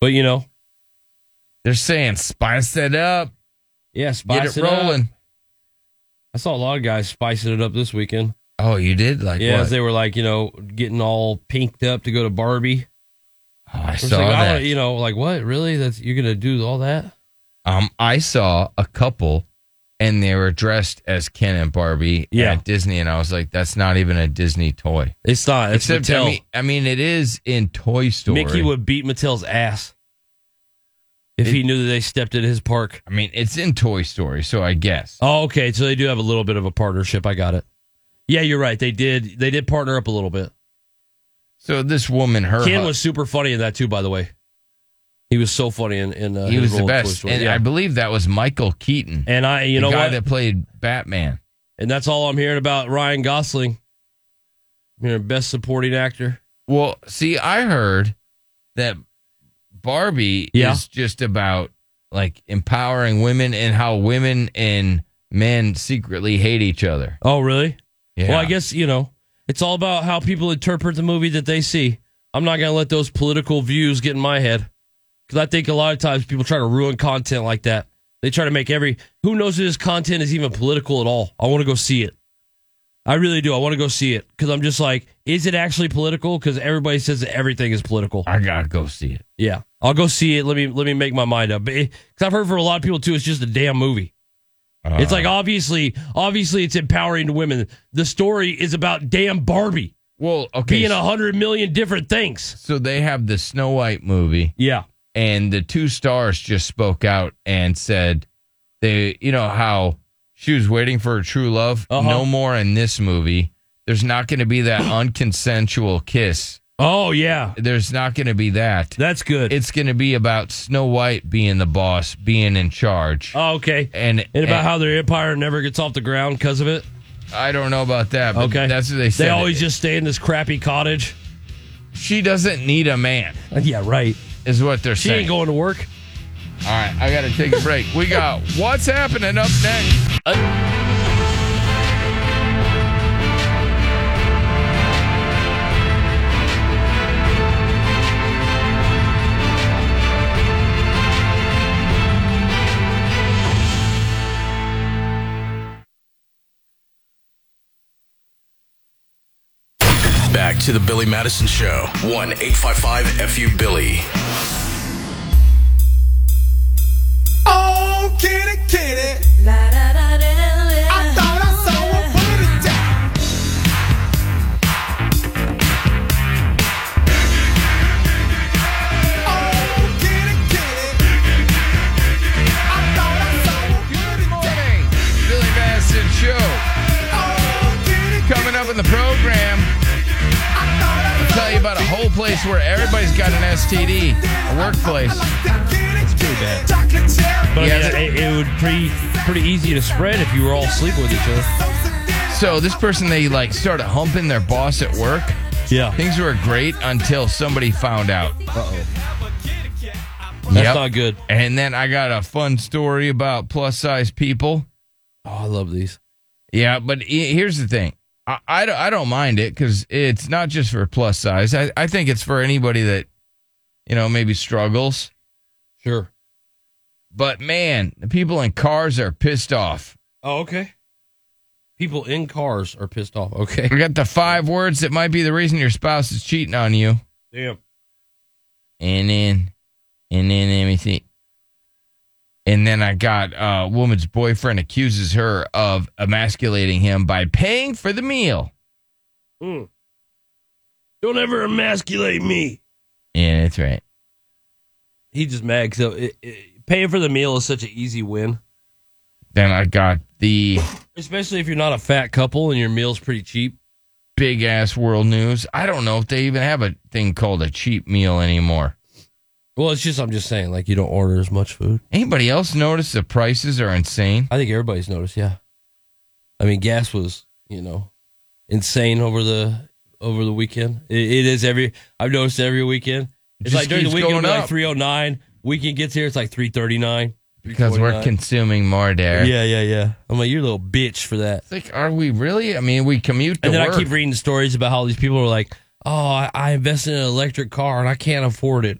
S2: but you know.
S7: They're saying spice it up.
S2: Yeah,
S7: Get
S2: spice it
S7: it
S2: up.
S7: rolling.
S2: I saw a lot of guys spicing it up this weekend.
S7: Oh, you did? Like
S2: yeah,
S7: what?
S2: as they were like, you know, getting all pinked up to go to Barbie.
S7: Oh, I
S2: was
S7: saw
S2: like, I
S7: that.
S2: wanna- you know, like what? Really? That's you're gonna do all that?
S7: Um, I saw a couple and they were dressed as Ken and Barbie
S2: Yeah.
S7: at Disney, and I was like, that's not even a Disney toy.
S2: It's not. It's
S7: Except,
S2: Mattel.
S7: I mean, I mean, it is in Toy Story.
S2: Mickey would beat Mattel's ass if he knew that they stepped in his park.
S7: I mean, it's in Toy Story, so I guess.
S2: Oh, okay. So they do have a little bit of a partnership. I got it. Yeah, you're right. They did. They did partner up a little bit.
S7: So this woman, her
S2: Ken
S7: hu-
S2: was super funny in that too. By the way, he was so funny in. in uh,
S7: he
S2: his
S7: was the
S2: role in Toy
S7: best,
S2: Story.
S7: and
S2: Yeah.
S7: I believe that was Michael Keaton,
S2: and I, you
S7: the
S2: know
S7: guy
S2: what?
S7: that played Batman.
S2: And that's all I'm hearing about Ryan Gosling. You know, best supporting actor.
S7: Well, see, I heard that Barbie
S2: Yeah.
S7: is just about like empowering women and how women and men secretly hate each other.
S2: Oh, really?
S7: Yeah.
S2: Well, I guess, you know, it's all about how people interpret the movie that they see. I'm not going to let those political views get in my head because I think a lot of times people try to ruin content like that. They try to make every, who knows if this content is even political at all? I want to go see it. I really do. I want to go see it because I'm just like, is it actually political? Because everybody says that everything is political.
S7: I gotta go see it.
S2: Yeah, I'll go see it. Let me let me make my mind up. Because I've heard from a lot of people too, it's just a damn movie.
S7: Uh.
S2: it's like obviously, obviously, it's empowering to women. The story is about damn Barbie.
S7: Well, okay,
S2: being
S7: so-
S2: a hundred million different things.
S7: So they have the Snow White movie.
S2: Yeah.
S7: And the two stars just spoke out and said they, you know, how she was waiting for her true love.
S2: Uh-huh.
S7: No more in this movie. There's not going to be
S2: *coughs*
S7: that unconsensual kiss.
S2: Oh, yeah.
S7: There's not going to be that.
S2: That's good.
S7: It's going to be about Snow White being the boss, being in charge.
S2: Oh, okay.
S7: And,
S2: And about
S7: and-
S2: how their empire never gets off the ground because of it.
S7: I don't know about that. But
S2: Okay.
S7: That's what they said.
S2: They always just stay in this crappy cottage. Uh,
S7: She doesn't need a man.
S2: Yeah, right.
S7: Is what they're
S2: She
S7: saying.
S2: ain't going to work.
S7: All right, I got to take a break. We got what's happening up next.
S10: Oh,
S7: Uh,
S8: Back to the Billy Madison Show. 1 855 FU Billy.
S10: Oh, kitty, kitty. I thought I saw a pretty cat. Oh, kitty, kitty. I thought I saw a pretty
S7: cat. Billy Madison Show.
S10: Oh,
S7: Coming up in the program, I'll tell you about a whole place where everybody's got an STD, a workplace. It's pretty bad.
S10: Chocolate cherry.
S2: But
S7: Yeah,
S2: I mean,
S7: that-
S2: it, it would pretty pretty easy to spread if you were all sleeping with each other.
S7: So this person, they like started humping their boss at work.
S2: Yeah.
S7: Things were great until somebody found out.
S2: Uh-oh. That's not good.
S7: And then I got a fun story about plus size people.
S2: Oh, I love these.
S7: Yeah, but i- here's the thing. I, I, don't- I don't mind it because it's not just for plus size. I, I think it's for anybody that, you know, maybe struggles.
S2: Sure.
S7: But man, the people in cars are pissed off.
S2: Oh, okay. People in cars are pissed off. Okay.
S7: We got the five words that might be the reason your spouse is cheating on you.
S2: Damn.
S7: and then and then let me see. And then I got a woman's boyfriend accuses her of emasculating him by paying for the meal.
S2: Mm. Don't ever emasculate me.
S7: Yeah, that's right.
S2: He just mad. So it, it- paying for the meal is such an easy win,
S7: Then I got the
S2: especially if you're not a fat couple and your meal's pretty cheap.
S7: big ass world news. I don't know if they even have a thing called a cheap meal anymore.
S2: Well, it's just I'm just saying, like you don't order as much food.
S7: Anybody else notice the prices are insane?
S2: I think everybody's noticed. Yeah. I mean, gas was you know insane over the over the weekend. It, it is every I've noticed every weekend. It's
S7: Just
S2: like during the
S7: keeps
S2: weekend it'll
S7: going
S2: be like
S7: up.
S2: 309. Weekend gets here, it's like 339.
S7: Because we're
S2: 349.
S7: consuming more there.
S2: Yeah, yeah, yeah. I'm like, you're a little bitch for that.
S7: It's like, are we really? I mean, we commute to
S2: And then
S7: work.
S2: I keep reading stories about how these people are like, "Oh, I, I invested in an electric car and I can't afford it.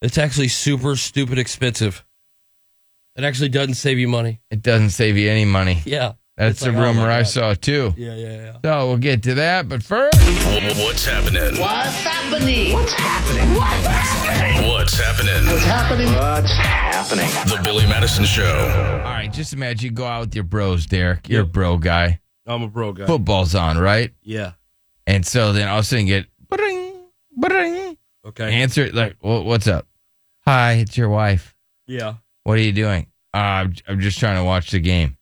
S2: It's actually super stupid expensive. It actually doesn't save you money."
S7: it doesn't save you any money.
S2: Yeah,
S7: That's
S2: It's
S7: a
S2: like, oh
S7: rumor
S2: my
S7: I
S2: God.
S7: saw too.
S2: Yeah, yeah, yeah.
S7: So we'll get to that, but first,
S8: What's happening?
S10: What's happening? What's happening? What's happening?
S8: What's happening?
S10: happening? What's happening?
S8: The Billy Madison Show.
S7: all right, just imagine you go out with your bros, Derek. You're a bro guy.
S2: I'm a bro guy.
S7: Football's on, right?
S2: Yeah.
S7: And so then all of a sudden you get bring, bring.
S2: Okay.
S7: Answer it like, "Wha- what's up? Hi, it's your wife.
S2: Yeah.
S7: What are you doing? Uh, I'm, I'm just trying to watch the game.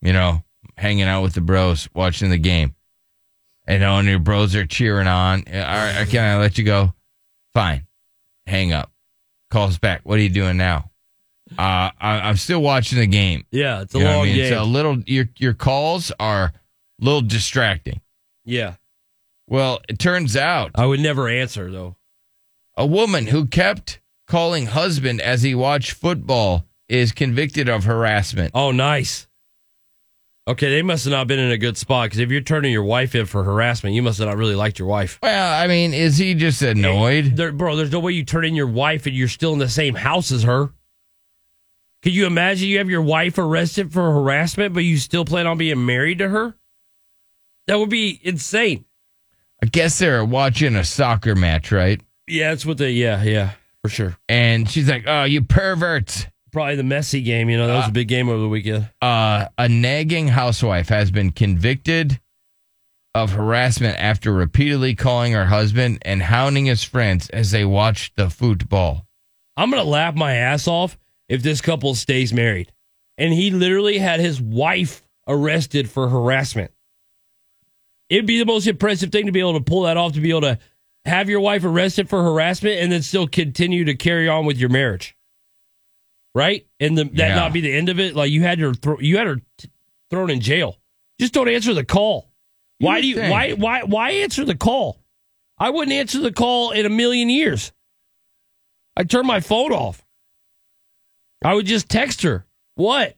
S7: You know, hanging out with the bros, watching the game. And all your bros are cheering on. All right, can I let you go? Fine. Hang up. Calls back. What are you doing now? Uh, I, I'm still watching the game.
S2: Yeah, Uh, it's a
S7: You know what
S2: long
S7: I mean?
S2: game.
S7: It's a little. Your your calls are a little distracting.
S2: yeah.
S7: Well, it turns out
S2: I would never answer though.
S7: a woman who kept calling husband as he watched football is convicted of harassment.
S2: Oh, nice. Okay, they must have not been in a good spot because if you're turning your wife in for harassment, you must have not really liked your wife.
S7: Well, I mean, is he just annoyed?
S2: There, bro, there's no way you turn in your wife and you're still in the same house as her. Could you imagine you have your wife arrested for harassment, but you still plan on being married to her? That would be insane.
S7: I guess they're watching a soccer match, right?
S2: Yeah, that's what they, yeah, yeah, for sure.
S7: And she's like, "Oh, you perverts!"
S2: Probably the messy game. You know, that was a big game over the weekend.
S7: Uh, a nagging housewife has been convicted of harassment after repeatedly calling her husband and hounding his friends as they watched the football.
S2: I'm gonna laugh my ass off if this couple stays married. And he literally had his wife arrested for harassment. It'd be the most impressive thing to be able to pull that off, to be able to have your wife arrested for harassment and then still continue to carry on with your marriage. Right? And the, that
S7: Yeah.
S2: not be the end of it. Like you had her thro- you had her t- thrown in jail. Just don't answer the call.
S7: You
S2: Why
S7: would
S2: do you
S7: think.
S2: why why why answer the call? I wouldn't answer the call in a million years. I'd turn my phone off. I would just text her. What?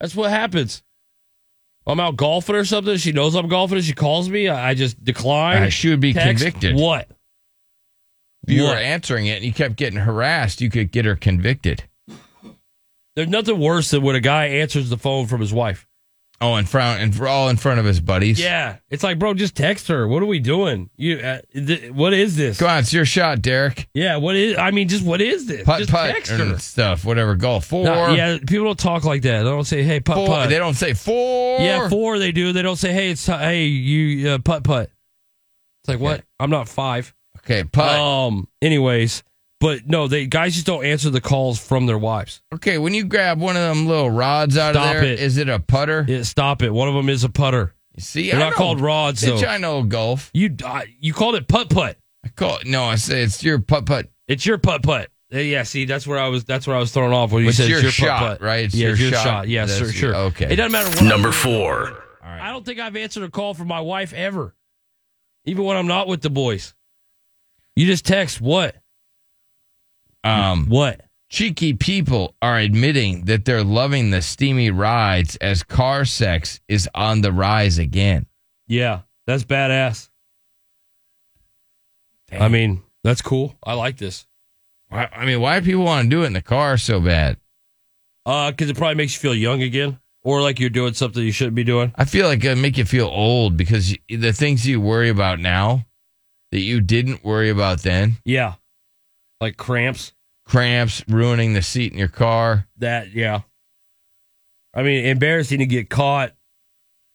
S2: That's what happens. I'm out golfing or something. She knows I'm golfing. and She calls me. I I just decline.
S7: Uh, she would be
S2: Text.
S7: convicted.
S2: What?
S7: If you were
S2: What?
S7: answering it and you kept getting harassed, you could get her convicted.
S2: There's nothing worse than when a guy answers the phone from his wife.
S7: Oh, in front and for all in front of his buddies.
S2: Yeah, it's like, bro, just text her. What are we doing? You, uh, th- what is this?
S7: Come on, it's your shot, Derek.
S2: Yeah, what is? I mean, just what is this?
S7: Putt
S2: just
S7: putt
S2: text her.
S7: and stuff, whatever. Golf four.
S2: Nah, yeah, people don't talk like that. They don't say, "Hey, putt
S7: four.
S2: putt."
S7: They don't say four.
S2: Yeah, four they do. They don't say, "Hey, it's ti hey you uh, putt putt." It's like what? I'm not five.
S7: Okay, putt.
S2: Um. Anyways, but no, they guys just don't answer the calls from their wives.
S7: Okay, when you grab one of them little rods out
S2: Stop
S7: of there,
S2: it.
S7: is it a putter?
S2: Yeah, stop it. One of them is a putter.
S7: See,
S2: They're
S7: I
S2: not
S7: know-
S2: called rods though.
S7: Bitch, I know golf.
S2: You I- you called it putt putt.
S7: I call no. I say it's your putt putt.
S2: It's your putt putt. Uh, Yeah, see, that's where I was. That's where I was thrown off when you
S7: It's
S2: said
S7: your
S2: it's your
S7: shot,
S2: putt putt.
S7: right? It's
S2: yeah,
S7: your
S2: it's your
S7: shot.
S2: shot. Yeah,
S7: That's
S2: sure,
S7: your-
S2: sure.
S7: okay.
S2: It doesn't matter what.
S8: Number four.
S2: I don't think I've answered a call from my wife ever, even when I'm not with the boys. You just text what?
S7: Um,
S2: What?
S7: cheeky people are admitting that they're loving the steamy rides as car sex is on the rise again.
S2: Yeah, that's badass. I mean, that's cool. I like this
S7: Why, I mean, why do people want to do it in the car so bad?
S2: because Uh, it probably makes you feel young again, or like you're doing something you shouldn't be doing.
S7: I feel like it make you feel old because y- the things you worry about now that you didn't worry about then,
S2: Yeah, like cramps.
S7: cramps, ruining the seat in your car.
S2: That yeah. I mean, embarrassing to get caught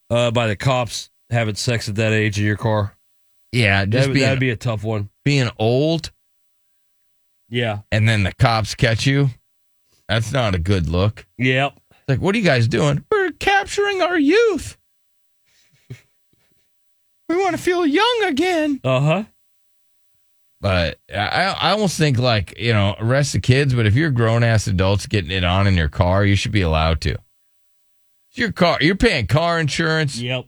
S2: uh, by the cops having sex at that age in your car.
S7: Yeah, just
S2: That,
S7: being,
S2: that'd be a tough one.
S7: being old
S2: Yeah.
S7: and then the cops catch you. That's not a good look.
S2: Yep.
S7: It's like, what are you guys doing? We're capturing our youth. We want to feel young again.
S2: Uh huh.
S7: But I, I almost think like you know arrest the kids, but if you're grown ass adults getting it on in your car, you should be allowed to. It's your car, you're paying car insurance.
S2: Yep.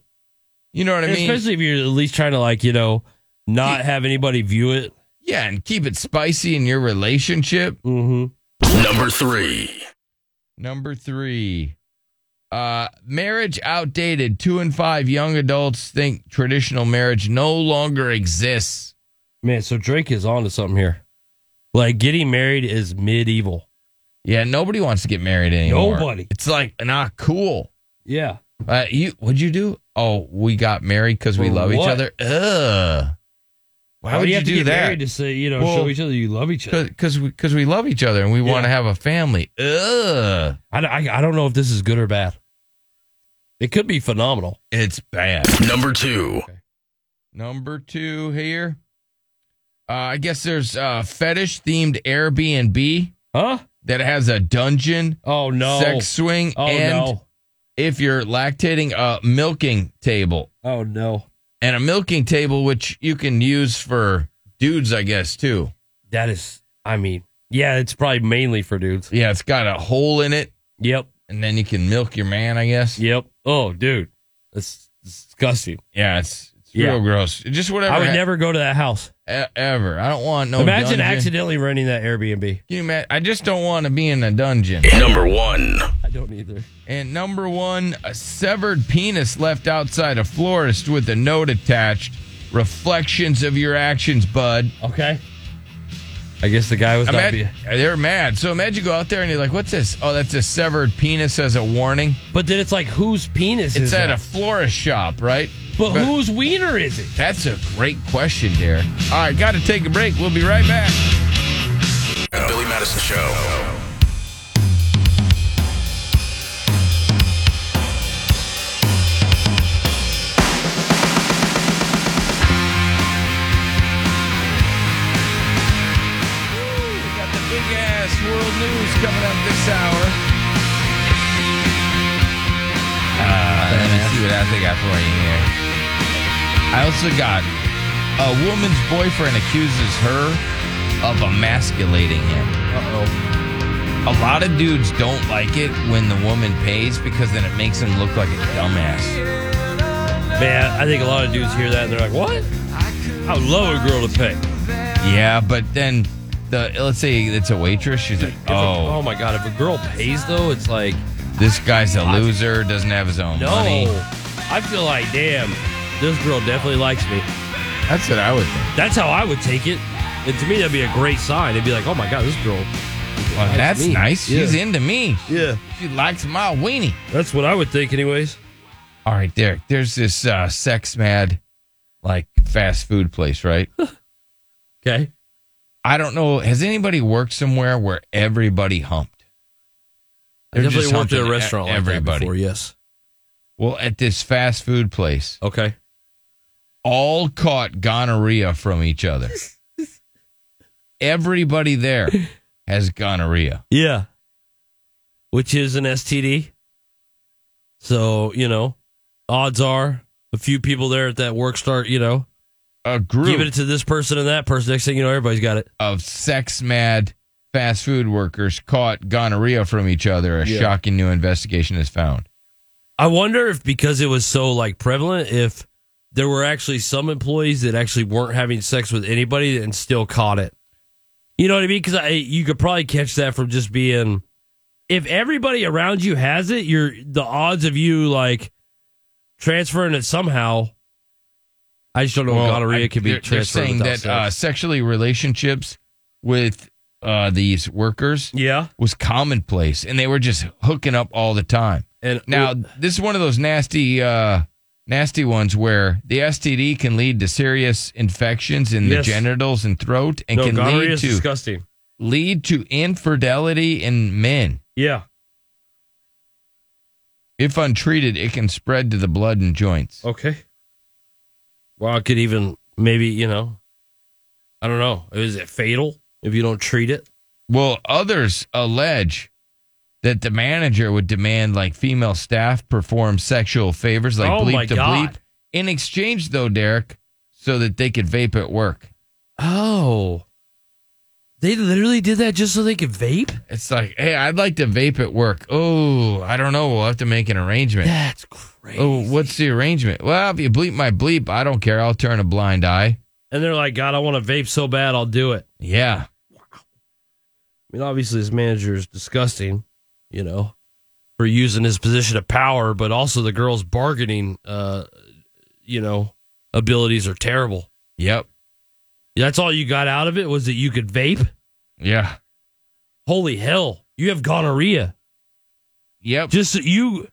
S7: You know what I mean?
S2: Especially if you're at least trying to like you know not have anybody view it.
S7: yeah, and keep it spicy in your relationship.
S2: Mm-hmm.
S8: Number three.
S7: Number three, uh, marriage outdated. Two in five young adults think traditional marriage no longer exists.
S2: Man, so Drake is onto something here. Like getting married is medieval.
S7: Yeah, nobody wants to get married anymore.
S2: Nobody.
S7: It's like not cool.
S2: Yeah.
S7: Uh, you what'd you do? Oh, we got married because we
S2: For
S7: love each
S2: what?
S7: other. Ugh. Why would you,
S2: have to
S7: do
S2: get married
S7: that?
S2: to say you know
S7: Well,
S2: show each other you love each other?
S7: Because we because we love each other and we
S2: Yeah.
S7: want to have a family. Ugh.
S2: I, I I don't know if this is good or bad. It could be phenomenal.
S7: It's bad.
S8: Number two.
S7: Number two here. Uh, I guess there's a fetish themed Airbnb
S2: Huh?
S7: that has a dungeon,
S2: Oh no.
S7: sex swing,
S2: Oh
S7: and
S2: no.
S7: if you're lactating, a milking table.
S2: Oh no.
S7: And a milking table, which you can use for dudes, I guess, too.
S2: That is. I mean, yeah, it's probably mainly for dudes.
S7: Yeah, it's got a hole in it,
S2: Yep.
S7: and then you can milk your man, I guess.
S2: Yep. Oh, dude, that's disgusting.
S7: Yeah, it's it's Real gross. Just whatever.
S2: I would
S7: hap-
S2: never go to that house
S7: e- ever. I don't want no.
S2: Imagine
S7: dungeon.
S2: accidentally renting that Airbnb.
S7: Can you ma- I just don't want to be in a dungeon.
S8: Number one.
S2: I don't either.
S7: And number one, a severed penis left outside a florist with a note attached. Reflections of your actions, bud.
S2: Okay. I guess the guy was not
S7: Imagine, they're mad. So imagine you go out there and you're like, "What's this? Oh, that's a severed penis as a warning."
S2: But then it's like, whose penis?
S7: It's
S2: is
S7: at a
S2: that?
S7: florist shop, right?
S2: But, whose wiener is it?
S7: That's a great question, Derek. All right, got to take a break. We'll be right back.
S8: The Billy Madison Show.
S7: Got the big ass world news coming up this hour. Uh, let me see what else I got for you here. I also got a woman's boyfriend accuses her of emasculating him. Uh oh. A lot of dudes don't like it when the woman pays because then it makes them look like a dumbass.
S2: Man, I think a lot of dudes hear that and they're like, what? I would love a girl to pay.
S7: Yeah, but then the let's say it's a waitress. She's like,
S2: If a-
S7: oh.
S2: oh my god! If a girl pays though, it's like
S7: This guy's a loser, doesn't have his own
S2: no.
S7: money.
S2: I feel like damn, this girl definitely likes me.
S7: That's what I would think.
S2: That's how I would take it. And to me, that'd be a great sign. It'd be like, oh my god, this girl.
S7: Well,
S2: likes
S7: that's
S2: me.
S7: nice.
S2: Yeah.
S7: She's into me.
S2: Yeah.
S7: She likes my weenie.
S2: That's what I would think, anyways.
S7: All right, Derek. There's this uh, sex mad, like fast food place, right?
S2: *laughs* okay.
S7: I don't know. Has anybody worked somewhere where everybody humped?
S2: I definitely worked at a
S7: humping e-
S2: restaurant like that before, yes.
S7: Well, at this fast food place.
S2: Okay.
S7: All caught gonorrhea from each
S2: *laughs*
S7: other. everybody there has gonorrhea.
S2: Yeah. Which is an STD. So, you know, odds are a few people there at that work start, you know,
S7: a group.
S2: Giving it to this person and that person. Next thing you know, everybody's got it.
S7: of sex mad fast food workers caught gonorrhea from each other. A
S2: Yeah.
S7: shocking new investigation has found.
S2: I wonder if because it was so like prevalent, if there were actually some employees that actually weren't having sex with anybody and still caught it. You know what I mean? Because you could probably catch that from just being. If everybody around you has it, you're the odds of you like transferring it somehow. I just don't know. if gonorrhea
S7: I-
S2: can be
S7: they're, they're
S2: transferred
S7: saying
S2: without
S7: that uh, sexually relationships with uh, these workers,
S2: yeah,
S7: was commonplace, and they were just hooking up all the time.
S2: And
S7: now this is one of those nasty, uh, nasty ones where the STD can lead to serious infections in
S2: Yes.
S7: the genitals and throat, uh, and
S2: No,
S7: can
S2: gonorrhea
S7: lead
S2: is
S7: to
S2: disgusting.
S7: lead to infidelity in men.
S2: Yeah.
S7: If untreated, it can spread to the blood and joints.
S2: Okay. Well, it could even maybe you know, I don't know. Is it fatal if you don't treat it?
S7: Well, others allege that the manager would demand like female staff perform sexual favors like
S2: Oh, my
S7: bleep to bleep
S2: God.
S7: in exchange though, Derek, so that they could vape at work.
S2: Oh. They literally did that just so they could vape?
S7: It's like, hey, I'd like to vape at work. Oh, I don't know. We'll have to make an arrangement.
S2: That's
S7: crazy. Oh, what's the arrangement? Well, if you bleep my bleep, I don't care. I'll turn a blind eye.
S2: And they're like, God, I want to vape so bad, I'll do it.
S7: Yeah.
S2: I mean, obviously, his manager is disgusting, you know, for using his position of power, but also the girl's bargaining, uh, you know, abilities are terrible.
S7: Yep.
S2: That's all you got out of it was that you could vape?
S7: Yeah.
S2: Holy hell. You have gonorrhea.
S7: Yep.
S2: Just that you,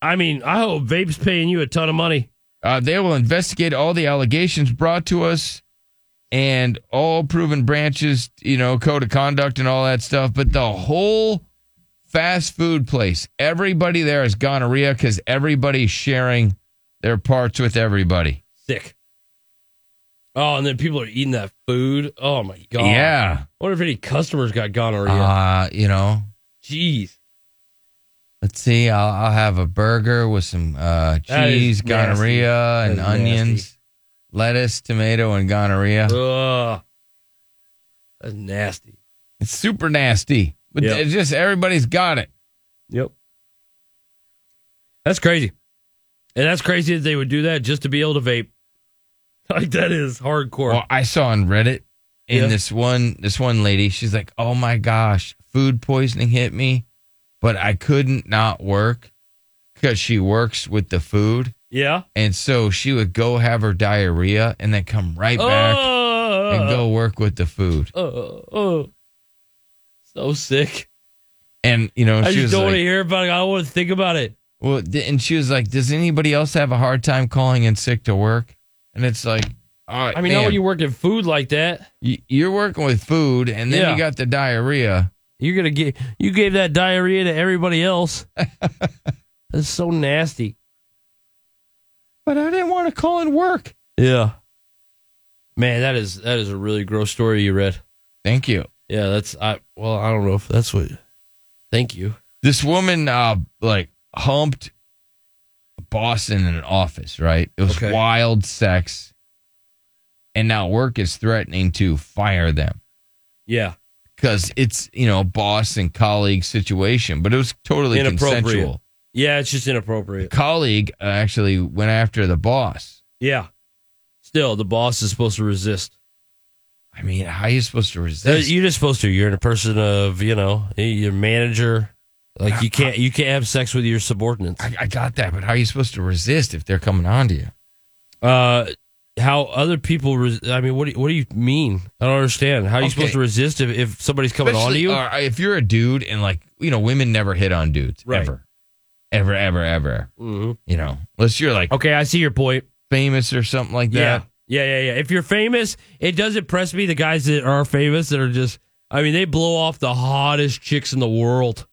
S2: I mean, I hope vape's paying you a ton of money.
S7: Uh, they will investigate all the allegations brought to us and all proven branches, you know, code of conduct and all that stuff. But the whole fast food place, everybody there is gonorrhea because everybody's sharing their parts with everybody.
S2: Sick. Oh, and then people are eating that food. Oh my god.
S7: Yeah.
S2: I wonder if any customers got gonorrhea.
S7: Uh, you know,
S2: Jeez.
S7: let's see. I'll, I'll have a burger with some uh,
S2: That is
S7: cheese, gonorrhea,
S2: nasty.
S7: and
S2: That is
S7: onions,
S2: nasty.
S7: lettuce, tomato, and gonorrhea.
S2: Ugh. That's nasty.
S7: It's super nasty. But
S2: Yep.
S7: it's just everybody's got it.
S2: Yep. That's crazy. And that's crazy that they would do that just to be able to vape. *laughs* Like that is hardcore.
S7: Well, I saw on Reddit in
S2: Yeah.
S7: this one this one lady, she's like, "Oh my gosh, food poisoning hit me, but I couldn't not work because she works with the food."
S2: Yeah.
S7: And so she would go have her diarrhea and then come right back and go work with the food.
S2: Oh, oh. So sick.
S7: And you know,
S2: I
S7: she
S2: just
S7: was
S2: don't want to
S7: like,
S2: hear about it. I don't want to think about it.
S7: "Well," th- and she was like, "Does anybody else have a hard time calling in sick to work?" And it's like, "All right,
S2: I mean, how
S7: ma'am,
S2: when you work in food like that,
S7: y- you're working with food, and then
S2: Yeah.
S7: you got the diarrhea."
S2: you're gonna get you gave that diarrhea to everybody
S7: *laughs*
S2: else. That's so nasty.
S7: But I didn't want to call in work.
S2: Yeah. Man, that is that is a really gross story you read.
S7: Thank you.
S2: Yeah, that's I well, I don't know if that's what Thank you.
S7: This woman uh like humped a boss in an office, right? It was
S2: Okay.
S7: wild sex. And now work is threatening to fire them.
S2: Yeah.
S7: Because it's, you know, boss and colleague situation, but it was totally
S2: inappropriate.
S7: consensual.
S2: Yeah, it's just inappropriate.
S7: Colleague uh, actually went after the boss.
S2: Yeah. Still, the boss is supposed to resist.
S7: I mean, how are you supposed to resist?
S2: Uh, You're just supposed to. You're in a person of, you know, your manager. Like you can't you can't have sex with your subordinates.
S7: I, I got that, but how are you supposed to resist if they're coming on to you?
S2: Uh, how other people? Res- I mean, what do you, what do you mean? I don't understand. How are you supposed
S7: Okay.
S2: to resist if, if somebody's coming on to
S7: Especially-
S2: you?
S7: or if you're a dude and like you know, women never hit on dudes
S2: Right. Mm-hmm.
S7: ever, ever, ever, ever. You know, unless you're like
S2: okay, I see your point.
S7: Famous or something like
S2: yeah,
S7: that.
S2: yeah, yeah, yeah. If you're famous, it does impress me. The guys that are famous that are just, I mean, they blow off the hottest chicks in the world.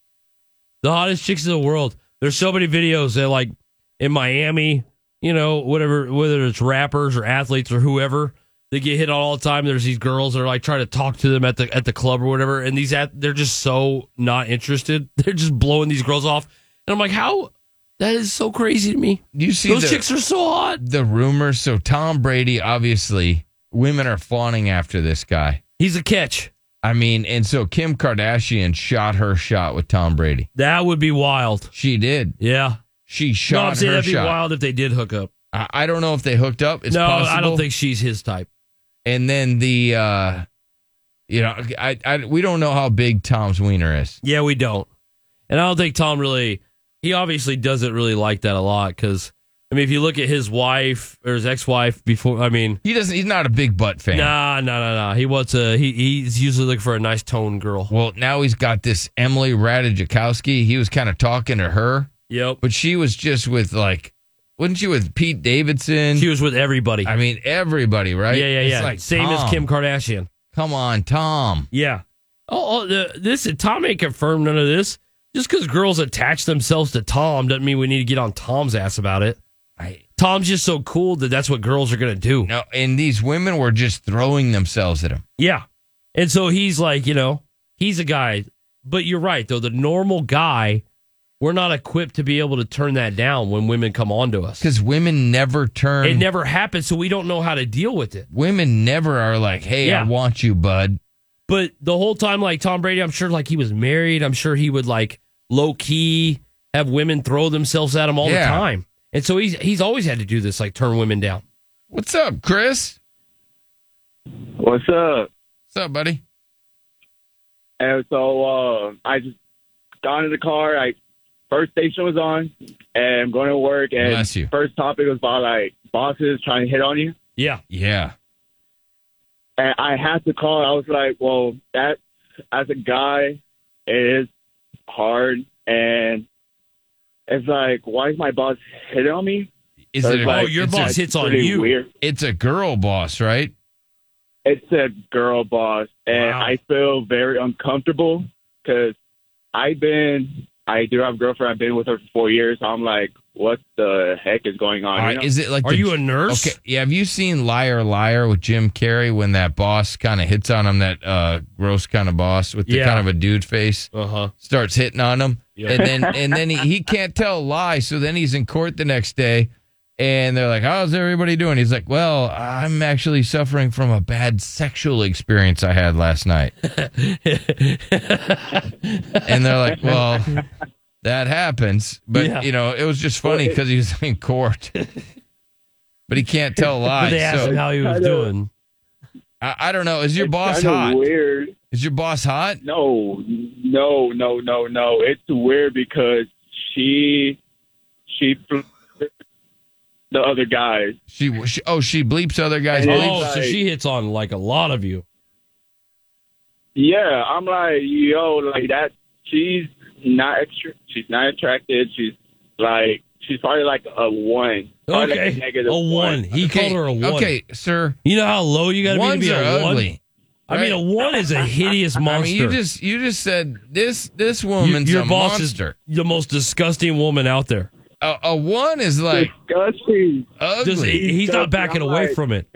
S2: The hottest chicks in the world. There's so many videos that like in Miami, you know, whatever, whether it's rappers or athletes or whoever, they get hit on all the time. There's these girls that are like trying to talk to them at the at the club or whatever, and these at they're just so not interested. *laughs* They're just blowing these girls off, and I'm like, how? That is so crazy to me.
S7: You see,
S2: those
S7: the-
S2: chicks are so hot.
S7: The rumors. So Tom Brady, obviously, women are fawning after this guy.
S2: He's a catch.
S7: I mean, and so Kim Kardashian shot her shot with Tom Brady.
S2: That would be wild.
S7: She did.
S2: Yeah.
S7: She
S2: no,
S7: shot
S2: I'm saying
S7: her
S2: that'd
S7: shot.
S2: be wild if they did hook up.
S7: I, I don't know if they hooked up. It's
S2: no, I
S7: possible.
S2: don't think she's his type.
S7: And then the, uh you know, I, I we don't know how big Tom's wiener is.
S2: Yeah, we don't. And I don't think Tom really. He obviously doesn't really like that a lot because I mean, if you look at his wife or his ex-wife before, I mean,
S7: He doesn't. He's not a big butt fan.
S2: nah, nah, nah, nah. He wants a. He he's usually looking for a nice tone girl.
S7: Well, now he's got this Emily Ratajkowski. He was kind of talking to her.
S2: Yep.
S7: But she was just with like, wasn't she with Pete Davidson?
S2: She was with everybody.
S7: I mean, everybody, right?
S2: Yeah, yeah,
S7: It's
S2: yeah.
S7: like,
S2: Same as
S7: Tom,
S2: Kim Kardashian.
S7: Come on, Tom.
S2: Yeah. Oh, oh the, this Tom ain't confirmed none of this. Just because girls attach themselves to Tom doesn't mean we need to get on Tom's ass about it.
S7: I-
S2: Tom's just so cool that that's what girls are gonna do.
S7: No, and these women were just throwing themselves at him.
S2: Yeah. And so he's like, you know, he's a guy. But you're right, though. The normal guy, we're not equipped to be able to turn that down when women come on to us.
S7: Because women never turn.
S2: It never happens, so we don't know how to deal with it.
S7: women never are like, hey,
S2: Yeah.
S7: I want you, bud.
S2: But the whole time, like Tom Brady, I'm sure like he was married. I'm sure he would like low key have women throw themselves at him all
S7: Yeah.
S2: the time. And so he's he's always had to do this, like turn women down.
S7: What's up, Chris?
S4: What's up?
S7: What's up, buddy?
S4: And so uh, I just got in the car. I first station was on, and I'm going to work. And
S7: Bless you.
S4: first topic was about like bosses trying to hit on you.
S2: Yeah.
S7: Yeah.
S4: And I had to call. I was like, well, that as a guy, it is hard, and it's like, why is my boss hitting on me?
S7: Is
S4: That's
S7: it? A,
S4: like-
S2: oh, your
S7: it's a-
S2: boss hits on
S4: pretty
S2: you.
S4: Weird.
S7: It's a girl boss, right?
S4: It's a girl boss, and
S2: Wow.
S4: I feel very uncomfortable because I've been, I do have a girlfriend. I've been with her for four years. So I'm like, what the heck is going on?
S7: All
S4: you
S7: right,
S4: know?
S7: Is it like?
S2: Are
S7: the-
S2: you a nurse?
S7: Okay. Yeah. Have you seen Liar Liar with Jim Carrey when that boss kind of hits on him, that uh, gross kind of boss with the
S2: Yeah.
S7: kind of a dude face
S2: Uh huh.
S7: starts hitting on him,
S2: Yeah.
S7: and then
S2: *laughs*
S7: and then he, he can't tell a lie, so then he's in court the next day, and they're like, "How's everybody doing?" He's like, "Well, I'm actually suffering from a bad sexual experience I had last night,"
S2: *laughs*
S7: and they're like, "Well." That happens, but
S2: Yeah.
S7: you know it was just funny because he was in court. but he can't tell lies.
S2: They asked
S7: so-
S2: him how he was doing.
S7: I, I don't know. Is your
S4: It's
S7: boss
S4: kinda
S7: hot?
S4: Weird.
S7: Is your boss hot?
S4: No, no, no, no, no. It's weird because she she fl- the other guys.
S7: She, she oh she bleeps other guys.
S4: And it's
S2: Oh, so
S4: like-
S2: she hits on like a lot of you.
S4: Yeah, I'm like yo, like that. She's not extra. She's not attracted. She's like she's probably like a one. Probably like
S2: Okay, a one. He
S7: Okay,
S2: called her a one.
S7: okay, sir.
S2: You know how low you got to be
S7: Ones
S2: to be
S7: are
S2: a one.
S7: ugly,
S2: I mean,
S7: right?
S2: a one is a hideous monster.
S7: *laughs* I mean, you just you just said this this
S2: You-
S7: woman's
S2: your
S7: a
S2: boss
S7: monster.
S2: is the most disgusting woman out there.
S7: a, a one is like
S4: disgusting.
S7: ugly.
S2: Just, he- he's not backing away from it.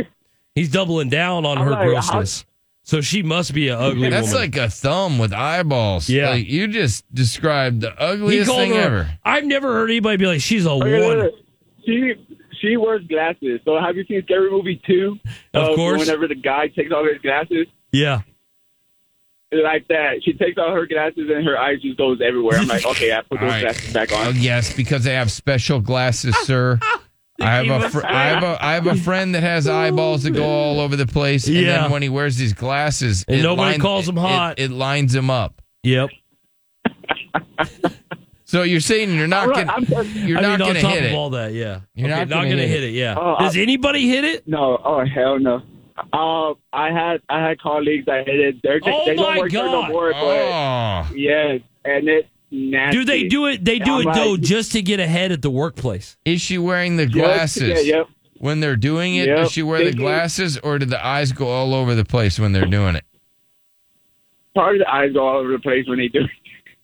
S2: He's doubling down on
S7: I'm
S2: her
S7: like, how-
S2: grossness. So she must be an ugly
S7: That's
S2: woman.
S7: like a thumb with eyeballs.
S2: Yeah.
S7: Like, you just described the ugliest thing
S2: her.
S7: ever.
S2: I've never heard anybody be like, she's a
S4: Okay, look,
S2: one.
S4: look. She she wears glasses. So have you seen Scary Movie two?
S2: Of course.
S4: Whenever the guy takes off his glasses.
S2: Yeah.
S4: Like that, she takes off her glasses and her eyes just goes everywhere.
S2: *laughs*
S4: I'm like, okay, I put
S7: All
S4: those
S7: right.
S4: glasses back on.
S7: Oh, yes, because they have special
S2: *laughs*
S7: glasses, sir. I have
S4: gave
S7: a
S4: us
S7: fr-
S4: that.
S7: I have a I have a friend that has eyeballs that go all over the place. And
S2: Yeah.
S7: then when he wears these glasses,
S2: And
S7: it
S2: nobody
S7: line-
S2: calls him
S7: it-
S2: hot.
S7: It, it lines him up.
S2: Yep.
S7: So you're saying you're not
S4: Right,
S7: gonna
S4: I'm just-
S7: you're
S2: I
S7: not
S2: mean, on
S7: gonna
S2: top
S7: hit
S2: of
S7: it.
S2: all that, yeah.
S7: You're
S2: Okay,
S7: not gonna
S2: gonna
S7: hit
S2: hit
S7: it.
S2: it, yeah.
S4: Oh, I-
S2: Does anybody hit it?
S4: No, oh hell no. Uh, I had I had colleagues that hit it. They're,
S2: Oh,
S4: they
S2: my
S4: don't work there
S2: God.
S4: no more.
S7: Oh.
S4: But yes, and it's nasty.
S2: Do they do it? They
S4: And
S2: do
S4: I'm
S2: it
S4: like,
S2: though, just to get ahead at the workplace.
S7: Is she wearing the
S4: yeah,
S7: glasses?
S4: Yeah, yep.
S7: When they're doing it,
S4: Yep.
S7: does she wear the
S4: They do.
S7: glasses or do the eyes go all over the place when they're doing it?
S4: Probably the eyes go all over the place when they do.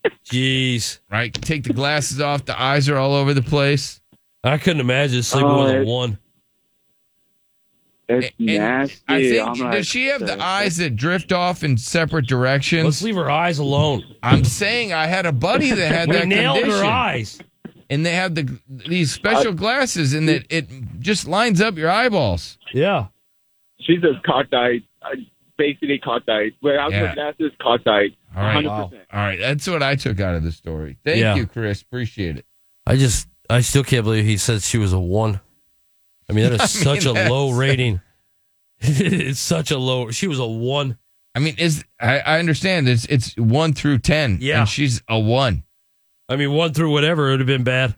S4: it. *laughs*
S2: Jeez,
S7: Right? Take the glasses off, the eyes are all over the place.
S2: I couldn't imagine sleeping
S4: Oh,
S2: with a
S4: it-
S2: one.
S4: It's
S7: And
S4: nasty.
S7: I think
S4: I'm like,
S7: does she have the
S4: uh,
S7: eyes that drift off in separate directions?
S2: Let's leave her eyes alone.
S7: I'm saying I had a buddy that had
S2: *laughs* we
S7: that
S2: nailed
S7: condition,
S2: her eyes.
S7: and they have the these special glasses, and that it just lines up your eyeballs.
S2: Yeah.
S4: She's just cockeyed, uh, basically cockeyed. Without
S7: Yeah.
S4: yeah. the glasses, cockeyed.
S7: All right,
S4: 100%.
S7: all right. That's what I took out of the story. Thank
S2: Yeah.
S7: you, Chris. Appreciate it.
S2: I just, I still can't believe he said she was a one. I mean, that is
S7: *laughs* I mean,
S2: such a low
S7: that's-
S2: rating. *laughs* it's such a low. She was a one.
S7: I mean, is I, I understand it's it's one through ten,
S2: Yeah.
S7: and she's a one.
S2: I mean, one through whatever it would have been bad.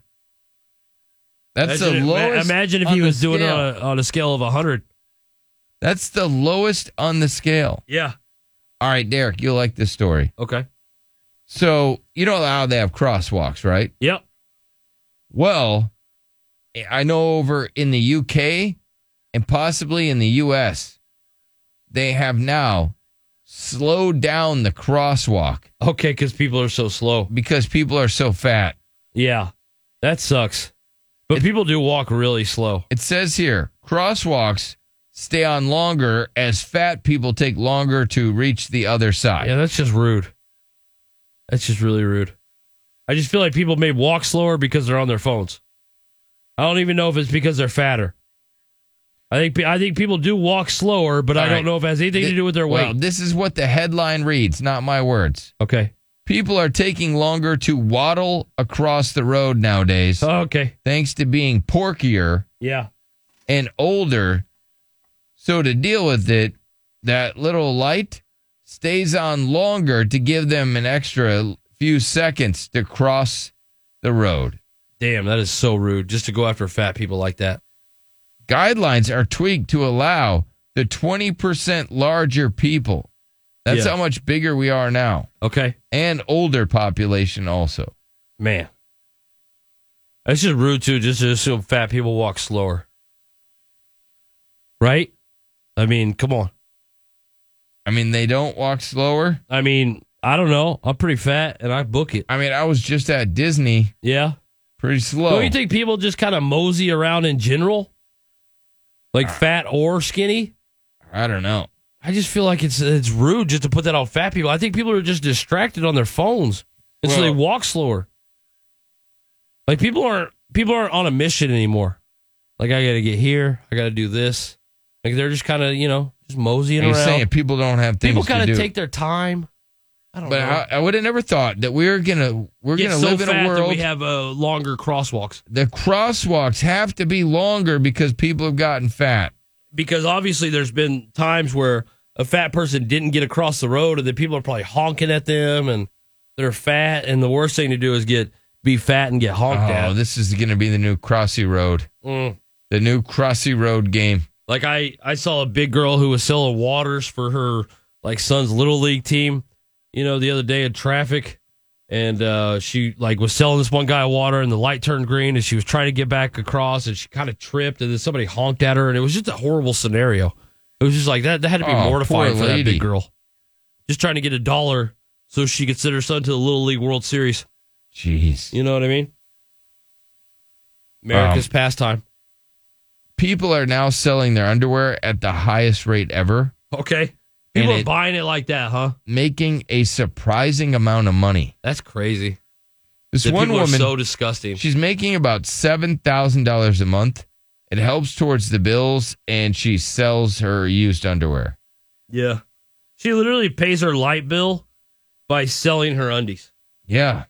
S7: That's
S2: imagine,
S7: the
S2: ima-
S7: lowest.
S2: Imagine if
S7: on
S2: he
S7: the
S2: was doing it
S7: scale.
S2: on a, on a scale of hundred.
S7: That's the lowest on the scale.
S2: Yeah.
S7: All right, Derek, you'll like this story.
S2: Okay.
S7: So you know how they have crosswalks, right?
S2: Yep.
S7: Well, I know over in the UK and possibly in the US, they have now slowed down the crosswalk
S2: Okay, because people are so slow.
S7: because people are so fat.
S2: Yeah, that sucks. But people do walk really slow.
S7: It says here crosswalks stay on longer as fat people take longer to reach the other side.
S2: Yeah, that's just rude. That's just really rude. I just feel like people may walk slower because they're on their phones. I don't even know if it's because they're fatter. I think pe- I think people do walk slower, but I
S7: All
S2: don't
S7: right.
S2: know if it has anything to do with their
S7: Well,
S2: weight.
S7: this is what the headline reads, not my words.
S2: Okay.
S7: People are taking longer to waddle across the road nowadays,
S2: Oh, Okay.
S7: thanks to being porkier
S2: Yeah.
S7: and older. So to deal with it, that little light stays on longer to give them an extra few seconds to cross the road.
S2: Damn, that is so rude. Just to go after fat people like that.
S7: Guidelines are tweaked to allow the 20% larger people. That's
S2: Yeah.
S7: how much bigger we are now.
S2: Okay.
S7: And older population also.
S2: Man. That's just rude too, just to assume fat people walk slower. Right? I mean, come on.
S7: I mean, they don't walk slower.
S2: I mean, I don't know. I'm pretty fat and I book it.
S7: I mean, I was just at Disney,
S2: Yeah.
S7: pretty slow.
S2: Don't you think people just kind of mosey around in general? Like fat or skinny?
S7: I don't know.
S2: I just feel like it's it's rude just to put that on fat people. I think people are just distracted on their phones. And so they
S7: Well-
S2: walk slower. Like people aren't people aren't on a mission anymore. Like I gotta get here, I gotta do this. Like they're just kinda, you know, just moseying
S7: You're
S2: around.
S7: saying people don't have things
S2: people
S7: to
S2: kinda
S7: do.
S2: take their time. I don't
S7: But
S2: know.
S7: I, I would have never thought that we are gonna we're
S2: Get
S7: gonna
S2: so
S7: live in
S2: fat
S7: a
S2: that
S7: world
S2: we have uh, longer crosswalks
S7: the crosswalks have to be longer because people have gotten fat.
S2: because obviously there's been times where a fat person didn't get across the road, and the people are probably honking at them, and they're fat. And the worst thing to do is get be fat and get honked
S7: Oh,
S2: at.
S7: this is gonna be the new Crossy Road,
S2: Mm.
S7: the new Crossy Road game.
S2: Like I, I saw a big girl who was selling waters for her like son's little league team. You know, the other day in traffic, and uh, she like was selling this one guy water, and the light turned green, and she was trying to get back across, and she kind of tripped, and then somebody honked at her, and it was just a horrible scenario. It was just like that. That had to be
S7: Oh, poor
S2: mortifying for that
S7: lady.
S2: big girl, just trying to get a dollar so she could send her son to the little league World Series.
S7: Jeez,
S2: you know what I mean? America's
S7: Um,
S2: pastime.
S7: People are now selling their underwear at the highest rate ever,
S2: Okay, people
S7: And
S2: are
S7: it-
S2: buying it like that, huh?
S7: making a surprising amount of money.
S2: That's crazy.
S7: This
S2: That
S7: one
S2: people
S7: woman
S2: are so disgusting.
S7: She's making about seven thousand dollars a month. It helps towards the bills, and she sells her used underwear.
S2: Yeah, she literally pays her light bill by selling her undies.
S7: Yeah.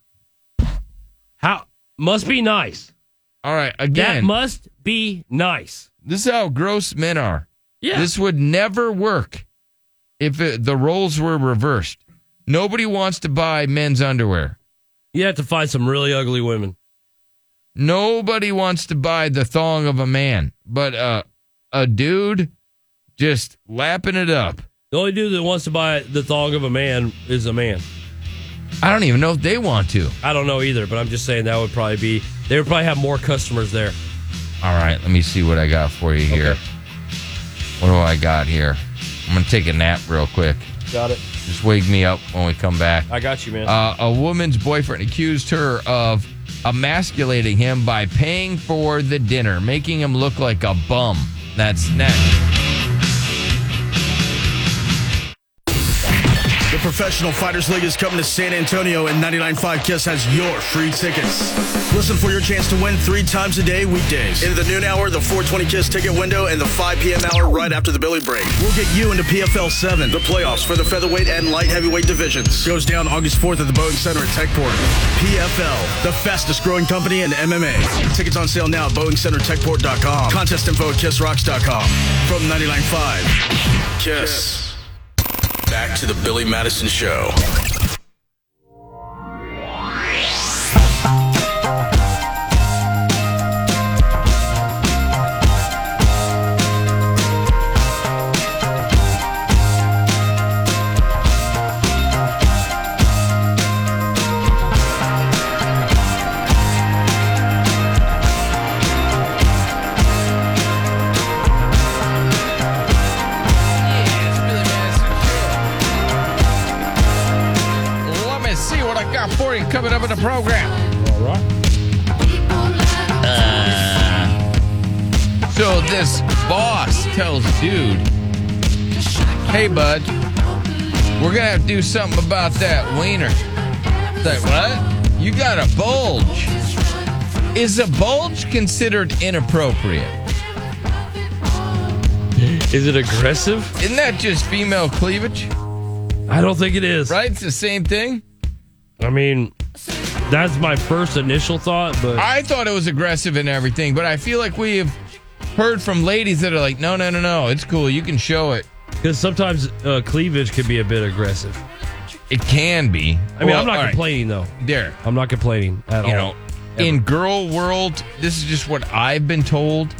S2: How must be nice.
S7: All right. Again,
S2: that must be nice.
S7: this is how gross men are.
S2: Yeah.
S7: This would never work if it, the roles were reversed. Nobody wants to buy men's underwear.
S2: You have to find some really ugly women.
S7: Nobody wants to buy the thong of a man, but uh, a dude just lapping it up.
S2: The only dude that wants to buy the thong of a man is a man.
S7: I don't even know if they want to.
S2: I don't know either, but I'm just saying that would probably be. They would probably have more customers there.
S7: All right, let me see what I got for you here. What do I got here? I'm going to take a nap real quick.
S2: Got it.
S7: Just wake me up when we come back.
S2: I got you, man.
S7: Uh, a woman's boyfriend accused her of emasculating him by paying for the dinner, making him look like a bum. That's next.
S8: The Professional Fighters League is coming to San Antonio, and 99.5 KISS has your free tickets. Listen for your chance to win three times a day, weekdays. In the noon hour, the 420 KISS ticket window, and the 5 p.m. hour right after the Billy break. We'll get you into PFL 7, the playoffs for the featherweight and light heavyweight divisions. Goes down August 4th at the Boeing Center at Techport. PFL, the fastest growing company in MMA. Tickets on sale now at BoeingCenterTechport.com. Contest info at KissRocks.com. From 99.5 KISS.
S11: Back to the Billy Madison Show.
S7: Let me see what I got for you coming up in the program.
S2: All right.
S7: Uh, So this boss tells dude, "Hey bud, we're gonna have to do something about that wiener." It's like what? You got a bulge? Is a bulge considered inappropriate?
S2: Is it aggressive?
S7: Isn't that just female cleavage?
S2: I don't think it is.
S7: Right? It's the same thing.
S2: I mean, that's my first initial thought, but
S7: I thought it was aggressive and everything, but I feel like we have heard from ladies that are like, "No, no, no, no, it's cool. You can show it."
S2: because sometimes uh, cleavage can be a bit aggressive.
S7: It can be.
S2: I mean,
S7: Well,
S2: I'm not
S7: all right.
S2: complaining though.
S7: There.
S2: I'm not complaining at
S7: you
S2: all.
S7: know, in girl world, this is just what I've been told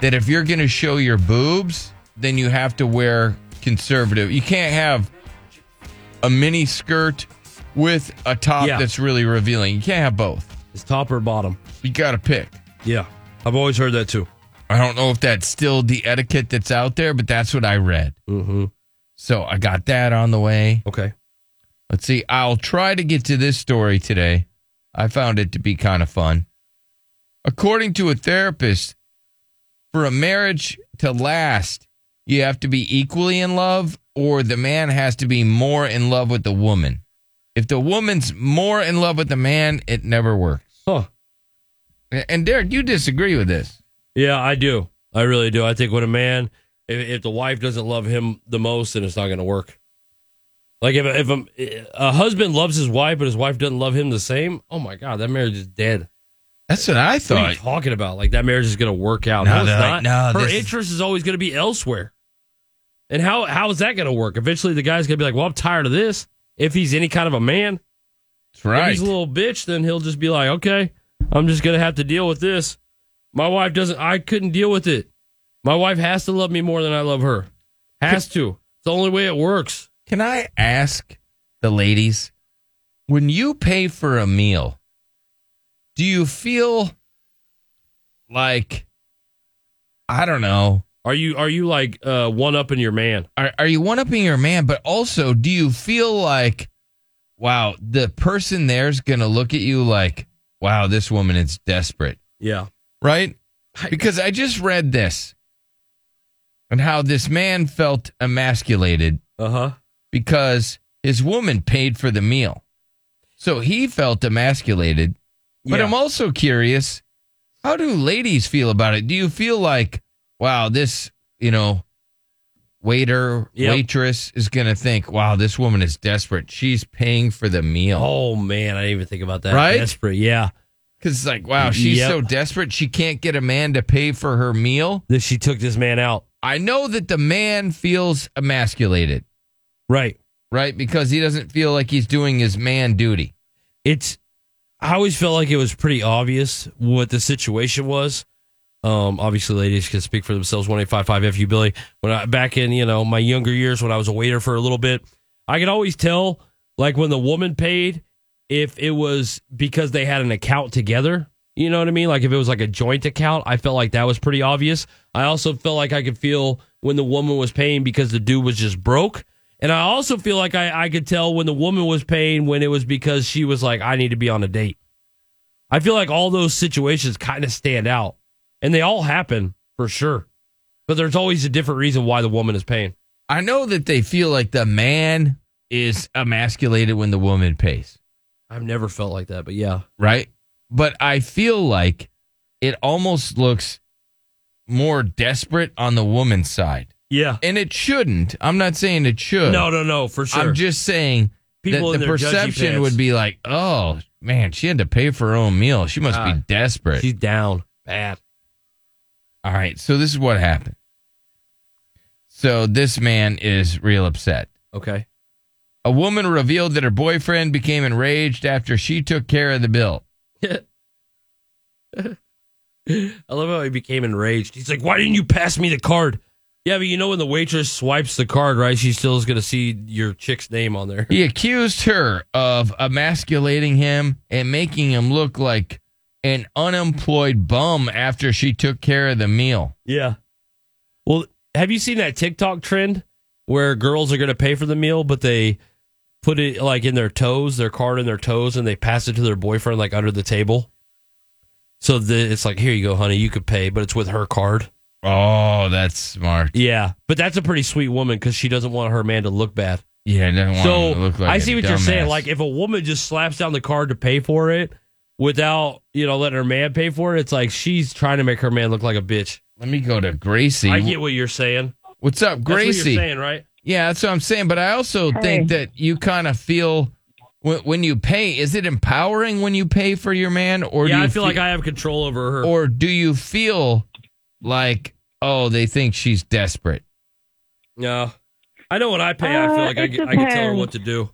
S7: that if you're going to show your boobs, then you have to wear conservative. You can't have a mini skirt with a top
S2: Yeah.
S7: that's really revealing. You can't have both.
S2: it's top or bottom.
S7: You got to pick.
S2: Yeah, I've always heard that too.
S7: I don't know if that's still the etiquette that's out there, but that's what I read.
S2: Mm-hmm.
S7: So I got that on the way.
S2: Okay.
S7: Let's see. I'll try to get to this story today. I found it to be kind of fun. According to a therapist, for a marriage to last, you have to be equally in love, or the man has to be more in love with the woman. If the woman's more in love with the man, it never works.
S2: Huh.
S7: A- And Derek, you disagree with this.
S2: Yeah, I do. I really do. I think when a man, if, if the wife doesn't love him the most, then it's not going to work. Like if if I'm- a husband loves his wife, but his wife doesn't love him the same. Oh my god, that marriage is dead.
S7: That's what I
S2: What are
S7: thought.
S2: you talking about? Like that marriage is going to work out?
S7: No,
S2: No, it's
S7: they're
S2: not.
S7: like, no,
S2: Her
S7: this is-
S2: interest is always going to be elsewhere. And how how is that going to work? Eventually, the guy's going to be like, "Well, I'm tired of this." If he's any kind of a man,
S7: that's right.
S2: If he's a little bitch, then he'll just be like, "Okay, I'm just going to have to deal with this." My wife doesn't. I couldn't deal with it. My wife has to love me more than I love her. Has to. It's the only way it works.
S7: Can I ask the ladies when you pay for a meal, do you feel like I don't know?
S2: Are you are you like uh, one upping your man?
S7: Are are you one upping your man? But also, do you feel like wow, the person there's gonna look at you like wow, this woman is desperate,
S2: Yeah.
S7: right? Because I just read this and how this man felt emasculated.
S2: Uh huh.
S7: Because his woman paid for the meal. So he felt emasculated. But I'm also curious how do ladies feel about it? Do you feel like, wow, this, you know, waiter,
S2: Yep.
S7: waitress is going to think, wow, this woman is desperate. She's paying for the meal.
S2: Oh, man. I didn't even think about that.
S7: Right?
S2: Desperate. Yeah.
S7: Because it's like, wow, she's
S2: Yep.
S7: so desperate. She can't get a man to pay for her meal.
S2: That she took this man out.
S7: I know that the man feels emasculated.
S2: Right.
S7: Right. Because he doesn't feel like he's doing his man duty.
S2: It's I always felt like it was pretty obvious what the situation was. Um, obviously, ladies can speak for themselves. One eight five five FU Billy. When I back in, you know, my younger years when I was a waiter for a little bit, I could always tell like when the woman paid if it was because they had an account together. You know what I mean? Like if it was like a joint account, I felt like that was pretty obvious. I also felt like I could feel when the woman was paying because the dude was just broke. And I also feel like I, I could tell when the woman was paying when it was because she was like, I need to be on a date. I feel like all those situations kind of stand out and they all happen for sure. But there's always a different reason why the woman is paying.
S7: I know that they feel like the man is emasculated when the woman pays,
S2: I've never felt like that, but yeah.
S7: right? But I feel like it almost looks more desperate on the woman's side.
S2: Yeah.
S7: And it shouldn't. I'm not saying it should.
S2: No, no, no, for sure.
S7: I'm just saying
S2: People
S7: that
S2: in
S7: the
S2: their judgy
S7: perception
S2: pants.
S7: would be like, oh, man, she had to pay for her own meal. She must be
S2: God.
S7: desperate.
S2: Ah, She's down bad.
S7: All right. So this is what happened. So this man is real upset.
S2: Okay.
S7: A woman revealed that her boyfriend became enraged after she took care of the bill.
S2: I love how he became enraged. He's like, Why didn't you pass me the card? Yeah, but you know when the waitress swipes the card, right? She still is going to see your chick's name on there.
S7: He accused her of emasculating him and making him look like an unemployed bum after she took care of the meal.
S2: Yeah. Well, have you seen that TikTok trend where girls are going to pay for the meal, but they put it like in their toes, their card in their toes, and they pass it to their boyfriend like under the table? So the, it's like, here you go, honey, you could pay, but it's with her card.
S7: Oh, that's smart.
S2: Yeah, but that's a pretty sweet woman because she doesn't want her man to look bad.
S7: Yeah, I don't want
S2: So
S7: him to look like
S2: I
S7: a
S2: see what you're saying.
S7: dumbass.
S2: Like if a woman just slaps down the card to pay for it without you know letting her man pay for it, it's like she's trying to make her man look like a bitch.
S7: Let me go to Gracie.
S2: I get what you're saying.
S7: What's up,
S2: That's what you're
S7: Gracie?
S2: saying, right?
S7: Yeah, that's what I'm saying. But I also think that you kind of feel when, when you pay, is it empowering when you pay for your man? Or
S2: yeah,
S7: do you
S2: I feel like I have control over her.
S7: Or do you feel like, oh, they think she's desperate?
S2: no, I know when I pay, I feel
S12: Uh,
S2: like I,
S12: it
S2: get- I can tell her
S12: depends.
S2: what to do.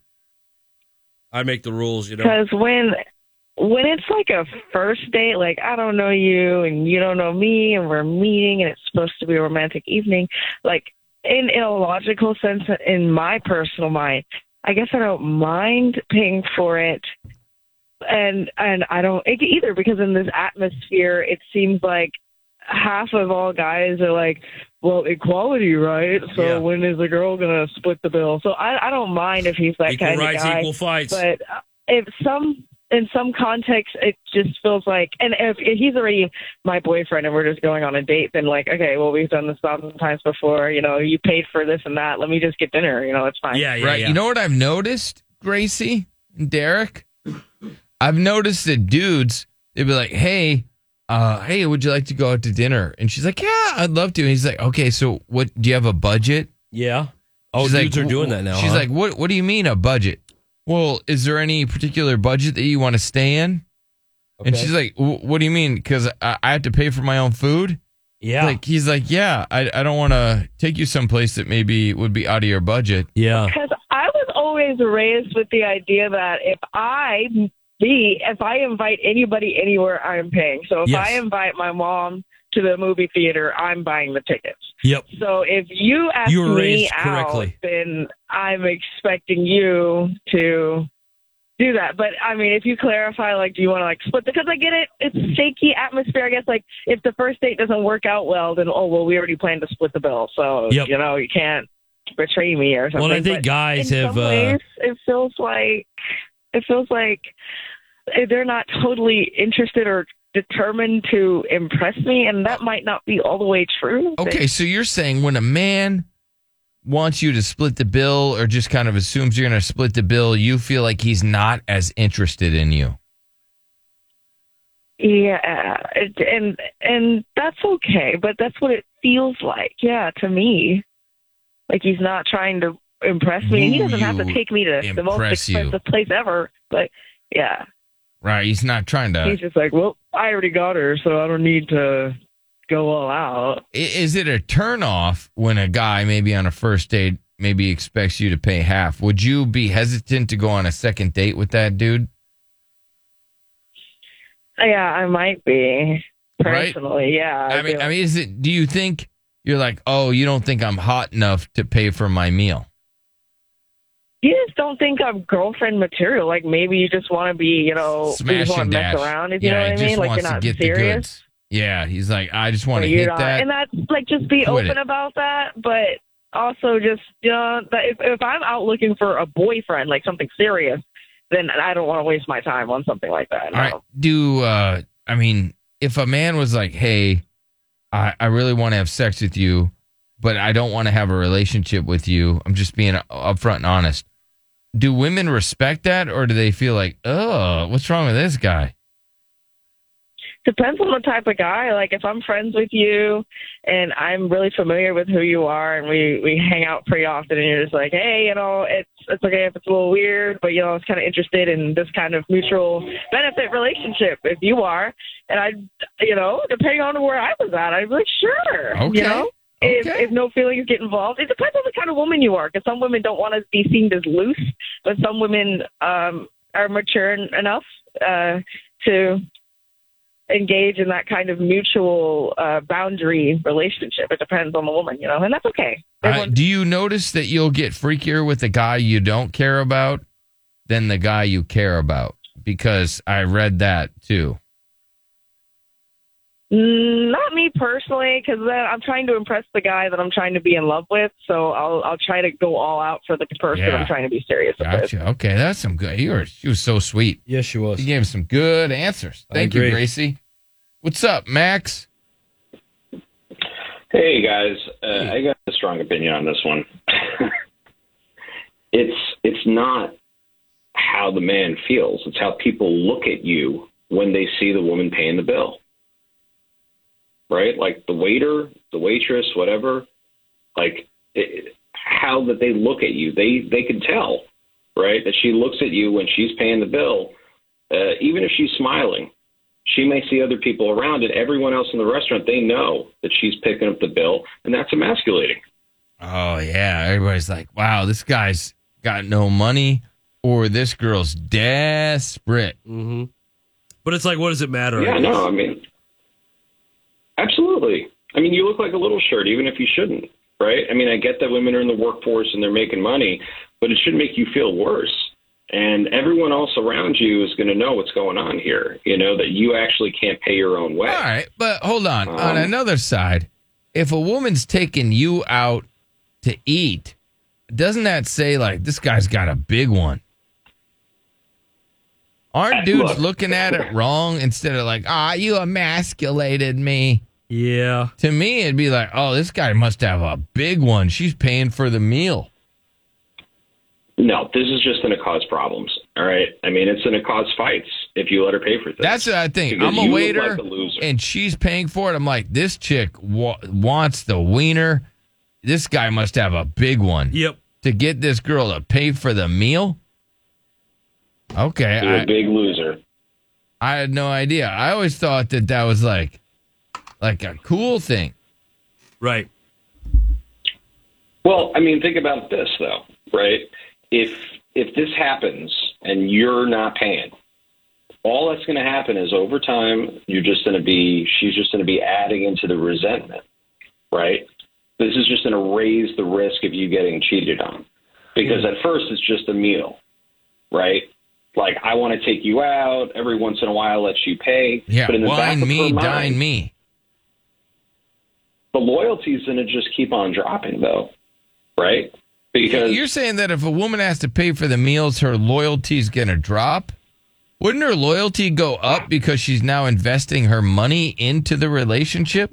S2: I make the rules, you know.
S12: Because when when it's like a first date, like I don't know you and you don't know me, and we're meeting, and it's supposed to be a romantic evening, like in in a logical sense, in my personal mind, I guess I don't mind paying for it, and and I don't it, either because in this atmosphere, it seems like half of all guys are like. Well, equality, right? So
S13: Yeah.
S12: when is the girl gonna split the bill? So I, I don't mind if he's that
S13: Equal
S12: kind
S13: rights,
S12: of guy.
S13: equal fights.
S12: But if some in some context it just feels like and if, if he's already my boyfriend and we're just going on a date then like okay well we've done this thousand times before you know you paid for this and that let me just get dinner you know it's fine
S7: right. You know what I've noticed, Gracie and Derek? I've noticed that dudes, they'd be like, hey, uh, hey, would you like to go out to dinner? And she's like, yeah, I'd love to. And he's like, okay, so what? Do you have a budget?
S2: Yeah. Oh,
S7: She's
S2: dudes
S7: like,
S2: are doing
S7: "Wh-
S2: that now.
S7: She's
S2: huh?
S7: like, what? What do you mean a budget? Well, is there any particular budget that you want to stay in? And
S2: Okay.
S7: she's like, "Wh- what do you mean? Because I, I have to pay for my own food.
S2: Yeah.
S7: Like he's like, yeah, I, I don't want to take you someplace that maybe would be out of your budget.
S2: Yeah.
S12: Because I was always raised with the idea that if I be if I invite anybody anywhere, I'm paying. So if
S10: Yes.
S12: I invite my mom to the movie theater, I'm buying the tickets.
S2: Yep.
S12: So if you ask
S10: You were
S12: me
S10: raised
S12: out,
S10: correctly.
S12: then I'm expecting you to do that. But I mean, if you clarify, like, do you want to like split? Because I get it, it's shaky atmosphere. I guess like if the first date doesn't work out well, then oh well, we already planned to split the bill, so
S2: Yep.
S12: you know you can't betray me or
S2: Well,
S12: something.
S2: and I think
S12: But
S2: guys
S12: in
S2: have,
S12: some
S2: uh,
S12: ways, it feels like it feels like they're not totally interested or determined to impress me, and that might not be all the way true.
S7: Okay, so you're saying when a man wants you to split the bill or just kind of assumes you're going to split the bill, you feel like he's not as interested in you.
S12: Yeah, it, and and that's okay, but that's what it feels like. Yeah, to me, like he's not trying to impress me. and he
S7: Woo
S12: doesn't have to
S7: you,
S12: take me to the most
S7: impress you.
S12: expensive place ever. But yeah,
S7: Right? He's not trying to.
S12: he's just like, well, I already got her, so I don't need to go all out.
S7: I- Is it a turnoff when a guy maybe on a first date maybe expects you to pay half? Would you be hesitant to go on a second date with that dude?
S12: Yeah, I might be personally. Yeah,
S7: I mean, I mean, is it? Do you think you're like, oh, you don't think I'm hot enough to pay for my meal?
S12: you just don't think I'm girlfriend material. Like maybe you just want to be, you know, you
S7: Smash
S12: just
S7: and
S12: want to mess
S7: dash.
S12: around. If
S7: yeah,
S12: you know
S7: he
S12: what I
S7: just
S12: mean? Like
S7: wants
S12: you're not
S7: to get the
S12: serious.
S7: goods. Yeah, he's like, I just want to
S12: Or you're
S7: hit
S12: not-
S7: that.
S12: And that's like just be
S7: Quit
S12: open
S7: it.
S12: about that, but also just you know, that if, if I'm out looking for a boyfriend, like something serious, then I don't want to waste my time on something like that.
S7: All right. Do uh I mean, if a man was like, "Hey, I I really want to have sex with you, but I don't want to have a relationship with you. I'm just being upfront and honest." Do women respect that or do they feel like, "Oh, what's wrong with this guy?"
S12: Depends on the type of guy. Like if I'm friends with you and I'm really familiar with who you are and we we hang out pretty often and you're just like, hey, you know, it's it's okay if it's a little weird, but you know, I was kind of interested in this kind of mutual benefit relationship if you are. And I, you know, depending on where I was at, I'd be like, sure,
S10: Okay.
S12: you know. If, if no feelings get involved, it depends on the kind of woman you are. Because some women don't want to be seen as loose, but some women um, are mature en- enough uh, to engage in that kind of mutual uh, boundary relationship. It depends on the woman, you know, and that's okay.
S7: I, do you notice that you'll get freakier with the guy you don't care about than the guy you care about? Because I read that too.
S12: Mm, Not me personally, because then I'm trying to impress the guy that I'm trying to be in love with. So I'll I'll try to go all out for the person
S7: Yeah.
S12: I'm trying to be serious with.
S7: Gotcha. Okay, that's some good. You were, she was so sweet.
S2: Yes, she was.
S7: She gave some good answers.
S13: I
S7: Thank you,
S13: agree.
S7: Gracie. What's up, Max?
S13: Hey guys, uh, I got a strong opinion on this one. it's it's not how the man feels; it's how people look at you when they see the woman paying the bill. Right, like the waiter, the waitress, whatever. Like it, how that they look at you, they they can tell, right? That she looks at you when she's paying the bill, uh, even if she's smiling she may see other people around and everyone else in the restaurant they know that she's picking up the bill and that's emasculating
S7: Oh yeah, everybody's like, "Wow, this guy's got no money," or "This girl's desperate."
S2: Mm-hmm. But it's like, what does it matter?
S13: yeah no i mean absolutely i mean you look like a little shirt even if you shouldn't right i mean i get that women are in the workforce and they're making money but it should make you feel worse and everyone else around you is going to know what's going on here you know that you actually can't pay your own way Um,
S7: All right, but hold on. on another side, if a woman's taking you out to eat, doesn't that say like this guy's got a big one? Aren't dudes
S13: Look.
S7: looking at it wrong instead of like, ah, you emasculated me?
S2: Yeah.
S7: To me, it'd be like, oh, this guy must have a big one. She's paying for the meal.
S13: no this is just going to cause problems all right i mean it's going to cause fights if you let her pay for things
S7: That's what I think.
S13: Because
S7: I'm
S13: you
S7: a
S13: look
S7: waiter,
S13: like a loser.
S7: and she's paying for it. I'm like, this chick wa- wants the wiener. this guy must have a big one.
S2: Yep.
S7: To get this girl to pay for the meal? Okay.
S13: You're a
S7: I-
S13: big loser.
S7: I had no idea. I always thought that that was like, like a cool thing.
S2: Right.
S13: Well, I mean, think about this though, right? If if this happens and you're not paying, all that's going to happen is over time you're just going to be she's just going to be adding into the resentment, right? This is just going to raise the risk of you getting cheated on because at first it's just a meal, right? Like I want to take you out every once in a while, let you pay.
S7: Yeah.
S13: but in the back
S7: Wine
S13: of
S7: me,
S13: her mind,
S7: dine me.
S13: The loyalty is going to just keep on dropping though, right? Because
S7: You're saying that if a woman has to pay for the meals, her loyalty's going to drop? Wouldn't her loyalty go up because she's now investing her money into the relationship?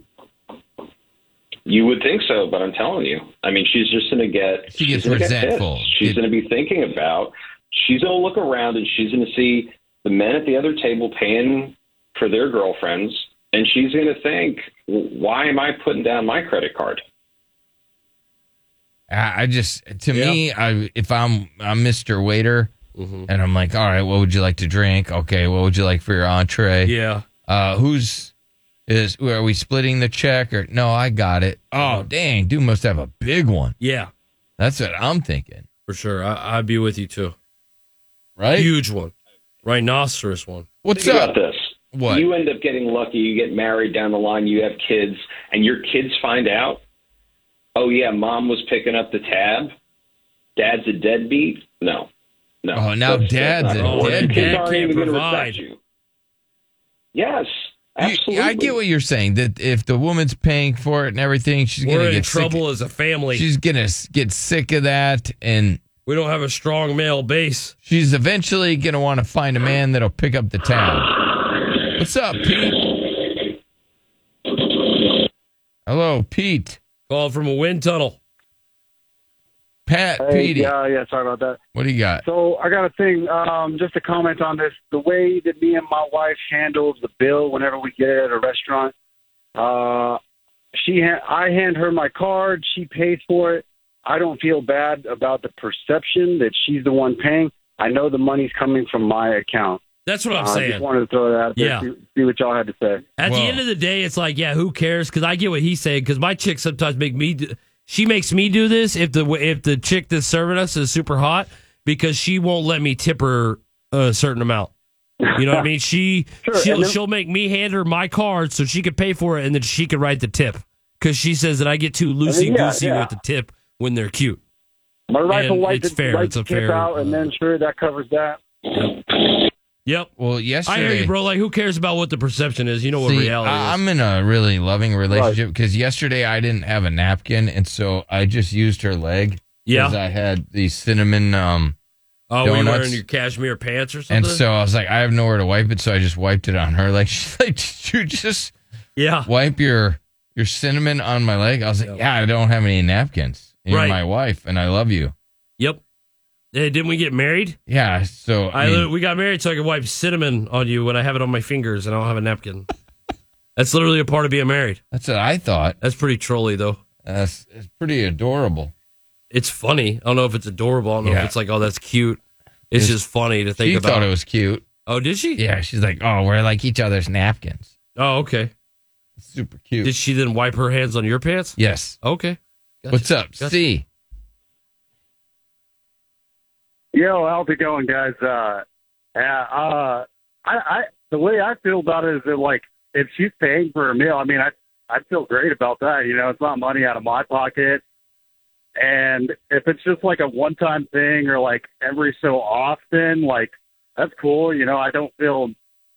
S13: You would think so, but I'm telling you, I mean, she's just going to get
S7: She gets
S13: she's gonna get
S7: resentful.
S13: pissed. she's going to be thinking about. She's going to look around and she's going to see the men at the other table paying for their girlfriends, and she's going to think, "W- "Why am I putting down my credit card?"
S7: I I just to me, I if I'm I'm Mr. Waiter
S2: Mm-hmm.
S7: and I'm like, all right, what would you like to drink? Okay, what would you like for your entree?
S2: Yeah.
S7: Uh who's is are we splitting the check or no, I got it. Oh dang, dude must have a big one.
S2: Yeah.
S7: That's what I'm thinking.
S2: For sure. I, I'd be with you too.
S7: Right?
S2: Huge one. Rhinoceros one.
S7: What's
S13: Think about this?
S2: What?
S13: You end up getting lucky. You get married down the line. You have kids, and your kids find out. Oh yeah, mom was picking up the tab. Dad's a deadbeat. No, no.
S7: Oh now
S13: That's- that's
S7: dad's a
S13: not gonna work.
S7: deadbeat.
S13: Kids aren't even going to respect you. Yes,
S7: absolutely. I get what you're saying. That if the woman's paying for it and everything, she's
S2: We're
S7: gonna
S2: in
S7: get
S2: trouble
S7: Sick.
S2: as a family.
S7: She's gonna s- get sick of that, and
S2: we don't have a strong male base.
S7: She's eventually gonna want to find a man that'll pick up the tab. What's up, Pete? Hello, Pete.
S2: Called from a wind tunnel.
S7: Pat,
S6: Hey,
S7: Petey.
S6: yeah, yeah, sorry about that.
S7: What do you got?
S6: So I got a thing, um, just to comment on this. The way that me and my wife handles the bill whenever we get it at a restaurant, uh, she ha- I hand her my card, she pays for it. I don't feel bad about the perception that she's the one paying. I know the money's coming from my account.
S2: That's what I'm
S6: Uh, I
S2: saying.
S6: just wanted to throw that out there.
S2: Yeah.
S6: See, see what y'all had to say.
S2: At the end of the day, it's like, yeah, who cares? Because I get what he's saying. Because my chick sometimes make me. Do, she makes me do this if the if the chick that's serving us is super hot because she won't let me tip her a certain amount. You know what I mean? She
S6: *laughs* Sure,
S2: she'll
S6: and then-
S2: she'll make me hand her my card so she could pay for it and then she could write the tip because she says that I get too loosey
S6: yeah,
S2: goosey
S6: yeah.
S2: with the tip when they're cute.
S6: But right
S2: And
S6: to wipe
S2: it's
S6: the,
S2: fair.
S6: wipe
S2: It's
S6: the
S2: a
S6: tip
S2: fair, uh,
S6: out, and then sure that covers that.
S2: Yep.
S7: Well,
S2: I hear
S7: yesterday-
S2: you, bro. Like, who cares about what the perception is? You know what
S7: See,
S2: reality
S7: I-
S2: is.
S7: I'm in a really loving relationship because yesterday I didn't have a napkin, and so I just used her leg.
S2: Yeah.
S7: 'cause I had the cinnamon um,
S2: Oh, were you
S7: donuts,
S2: wearing your cashmere pants or something?
S7: and so I was like, I have nowhere to wipe it, so I just wiped it on her. *laughs* Like she's like, Did you just
S2: yeah
S7: wipe your your cinnamon on my leg? I was like, Yeah, I don't have any napkins. You're
S2: Right.
S7: my wife, and I love you.
S2: Yep. Hey, didn't we get married?
S7: Yeah, so
S2: I,
S7: I, mean,
S2: lit- we got married so I could wipe cinnamon on you when I have it on my fingers and I don't have a napkin. That's literally a part of being married.
S7: That's what I thought.
S2: That's pretty trolly though.
S7: That's it's pretty adorable.
S2: It's funny. I don't know if it's adorable. I don't know
S7: Yeah.
S2: if it's like, oh, that's cute. It's
S7: It's-
S2: just funny to think
S7: she
S2: about.
S7: thought it was cute.
S2: Oh, did she?
S7: Yeah, she's like, oh, we're like each other's napkins.
S2: Oh, okay.
S7: Super cute.
S2: Did she then wipe her hands on your pants?
S7: Yes.
S2: Okay.
S7: What's up, C?
S6: Yo, how's it going, guys? Uh, yeah, uh, I, I, the way I feel about it is that like if she's paying for a meal, I mean, I, I feel great about that. You know, it's not money out of my pocket. And if it's just like a one-time thing or like every so often, like that's cool. You know, I don't feel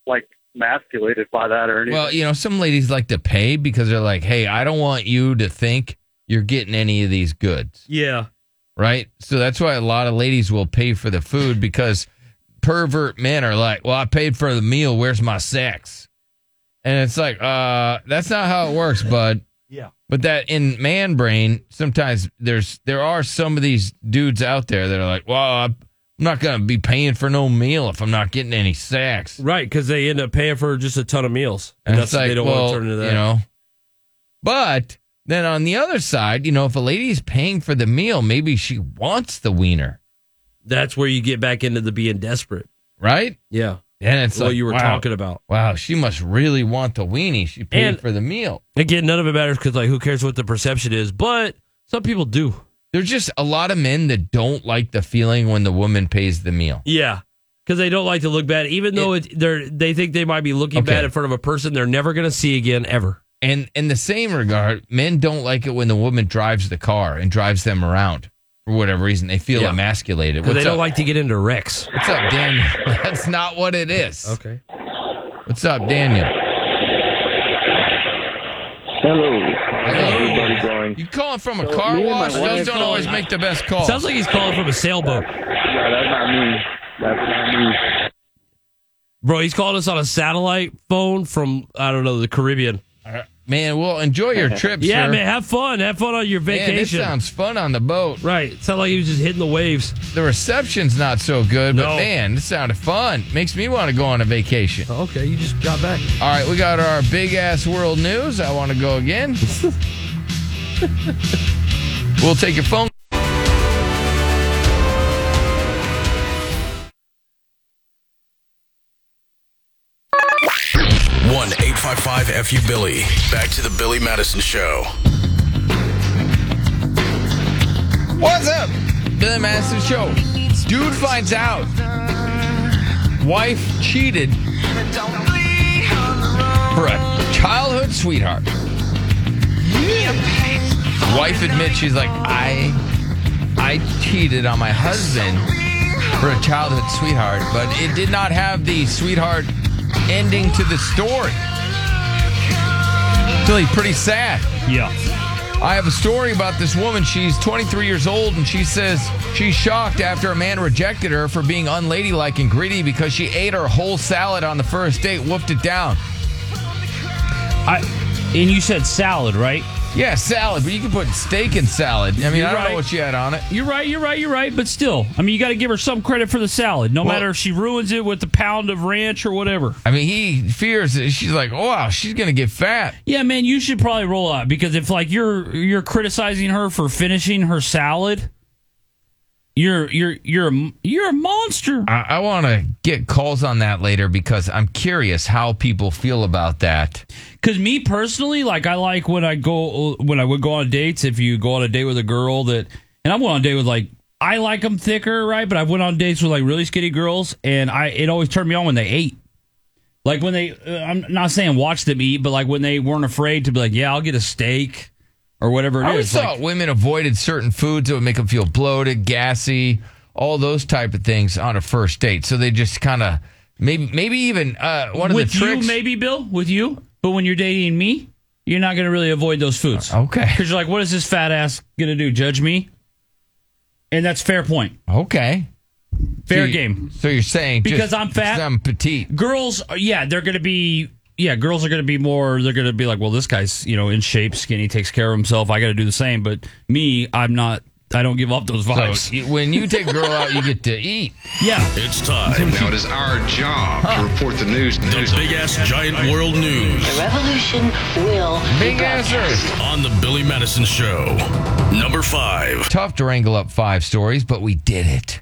S6: like masculated by that or anything.
S7: Well, you know, some ladies like to pay because they're like, hey, I don't want you to think you're getting any of these goods,
S2: Yeah.
S7: right? So that's why a lot of ladies will pay for the food because pervert men are like, well, I paid for the meal. Where's my sex? And it's like, uh, that's not how it works, bud.
S2: Yeah.
S7: But that in man brain, sometimes there's there are some of these dudes out there that are like, well, I'm not gonna be paying for no meal if I'm not getting any sex.
S2: Right, because they end up paying for just a ton of meals. And,
S7: And
S2: that's
S7: it's like,
S2: they don't
S7: well,
S2: want to turn into that.
S7: you know. But Then on the other side, you know, if a lady is paying for the meal, maybe she wants the wiener.
S14: That's where you get back into the being desperate,
S7: right?
S14: Yeah.
S7: And it's
S14: what
S7: like,
S14: you were
S7: wow.
S14: talking about.
S7: Wow, she must really want the weenie. She paid
S14: And-
S7: for the meal.
S14: Again, none of it matters because like who cares what the perception is, but some people do.
S7: There's just a lot of men that don't like the feeling when the woman pays the meal.
S14: Yeah, because they don't like to look bad, even though it, they're they think they might be looking
S7: Okay.
S14: bad in front of a person they're never going to see again ever.
S7: And in the same regard, men don't like it when the woman drives the car and drives them around for whatever reason. They feel
S14: Yeah.
S7: emasculated.
S14: 'Cause
S7: What's
S14: they don't
S7: up?
S14: like to get into wrecks.
S7: What's up, Daniel? *laughs* That's not what it is.
S14: Okay.
S7: What's up, Daniel?
S15: Hello. How's everybody going?
S7: You calling from
S15: So
S7: a car
S15: me and my
S7: wash? Those
S15: wife-
S7: don't always make the best call.
S14: Sounds like he's calling from a sailboat,
S15: Yeah, that's not me. That's not me.
S14: bro. He's calling us on a satellite phone from I don't know the Caribbean.
S7: Man, well, enjoy your trip,
S14: Yeah,
S7: sir.
S14: man, have fun. Have fun on your
S7: Man,
S14: vacation.
S7: this sounds fun on the boat.
S14: Right. It sounded like he was just hitting the waves.
S7: The reception's not so good,
S14: No.
S7: but man, this sounded fun. Makes me want to go on a vacation.
S14: Okay, you just got back.
S7: All right, we got our big ass world news. I want to go again. *laughs* we'll take your phone.
S11: One eight five five fu Billy. Back to the Billy Madison Show.
S7: What's up? Billy Madison Show. Dude finds out wife cheated for a childhood sweetheart. Wife admits she's like, I I cheated on my husband for a childhood sweetheart, but it did not have the sweetheart ending to the story. Really pretty sad.
S14: Yeah.
S7: I have a story about this woman. She's 23 years old and she says she's shocked after a man rejected her for being unladylike and greedy because she ate her whole salad on the first date, woofed it down.
S2: I and you said salad, right?
S7: Yeah, salad, but you can put steak in salad. I mean,
S2: You're
S7: I don't
S2: right.
S7: know what she had on it.
S2: You're right, you're right, you're right, but still, I mean, you got to give her some credit for the salad, no
S7: Well-
S2: matter if she ruins it with a pound of ranch or whatever.
S7: I mean, he fears that she's like, oh, wow, she's going to get fat.
S2: Yeah, man, you should probably roll out because if like you're you're criticizing her for finishing her salad, you're you're you're a, you're a monster.
S7: I, I want to get calls on that later because I'm curious how people feel about that.
S2: Because me personally, like I like when I go when I would go on dates. If you go on a date with a girl that, and I went on a date with like I like them thicker, right? But I went on dates with like really skinny girls, and I it always turned me on when they ate. Like when they, uh, I'm not saying watch them eat, but like when they weren't afraid to be like, yeah, I'll get a steak or whatever it is.
S7: I always
S2: Like,
S7: thought women avoided certain foods that would make them feel bloated, gassy, all those type of things on a first date. So they just kind of maybe maybe even uh, one of
S2: with
S7: the tricks.
S2: you maybe bill with you but when you're dating me you're not going to really avoid those foods
S7: Uh, okay
S2: because you're like what is this fat ass going to do judge me and that's fair point
S7: okay
S2: fair
S7: So you-
S2: game
S7: So you're saying just-
S2: because i'm fat
S7: just I'm petite
S2: girls are- yeah they're going to be yeah girls are going to be more they're going to be like well this guy's you know in shape skinny takes care of himself i got to do the same but me i'm not i don't give up those vibes
S7: So you- when you take a girl out, you get to eat.
S2: Yeah.
S11: It's time.
S3: Now it is our job to report the news.
S11: The big ass giant world news.
S3: The revolution will
S7: Big answers.
S11: On the Billy Madison Show. Number five.
S7: Tough to wrangle up five stories, but we did it.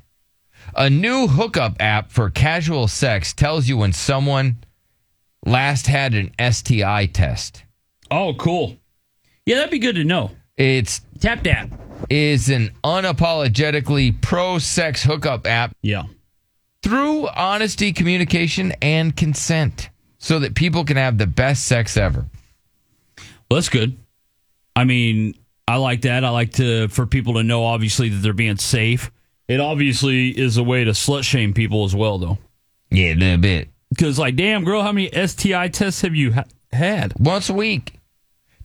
S7: A new hookup app for casual sex tells you when someone last had an STI test.
S2: Oh, cool. Yeah, that'd be good to know.
S7: It's
S2: Tap Dap
S7: is an unapologetically pro sex hookup app.
S2: Yeah.
S7: Through honesty, communication, and consent so that people can have the best sex ever.
S2: Well, that's good. I mean, I like that. I like to for people to know, obviously, that they're being safe. It obviously is a way to slut shame people as well, though.
S7: Yeah, a little bit.
S2: Because, like, damn, girl, how many STI tests have you ha- had?
S7: Once a week.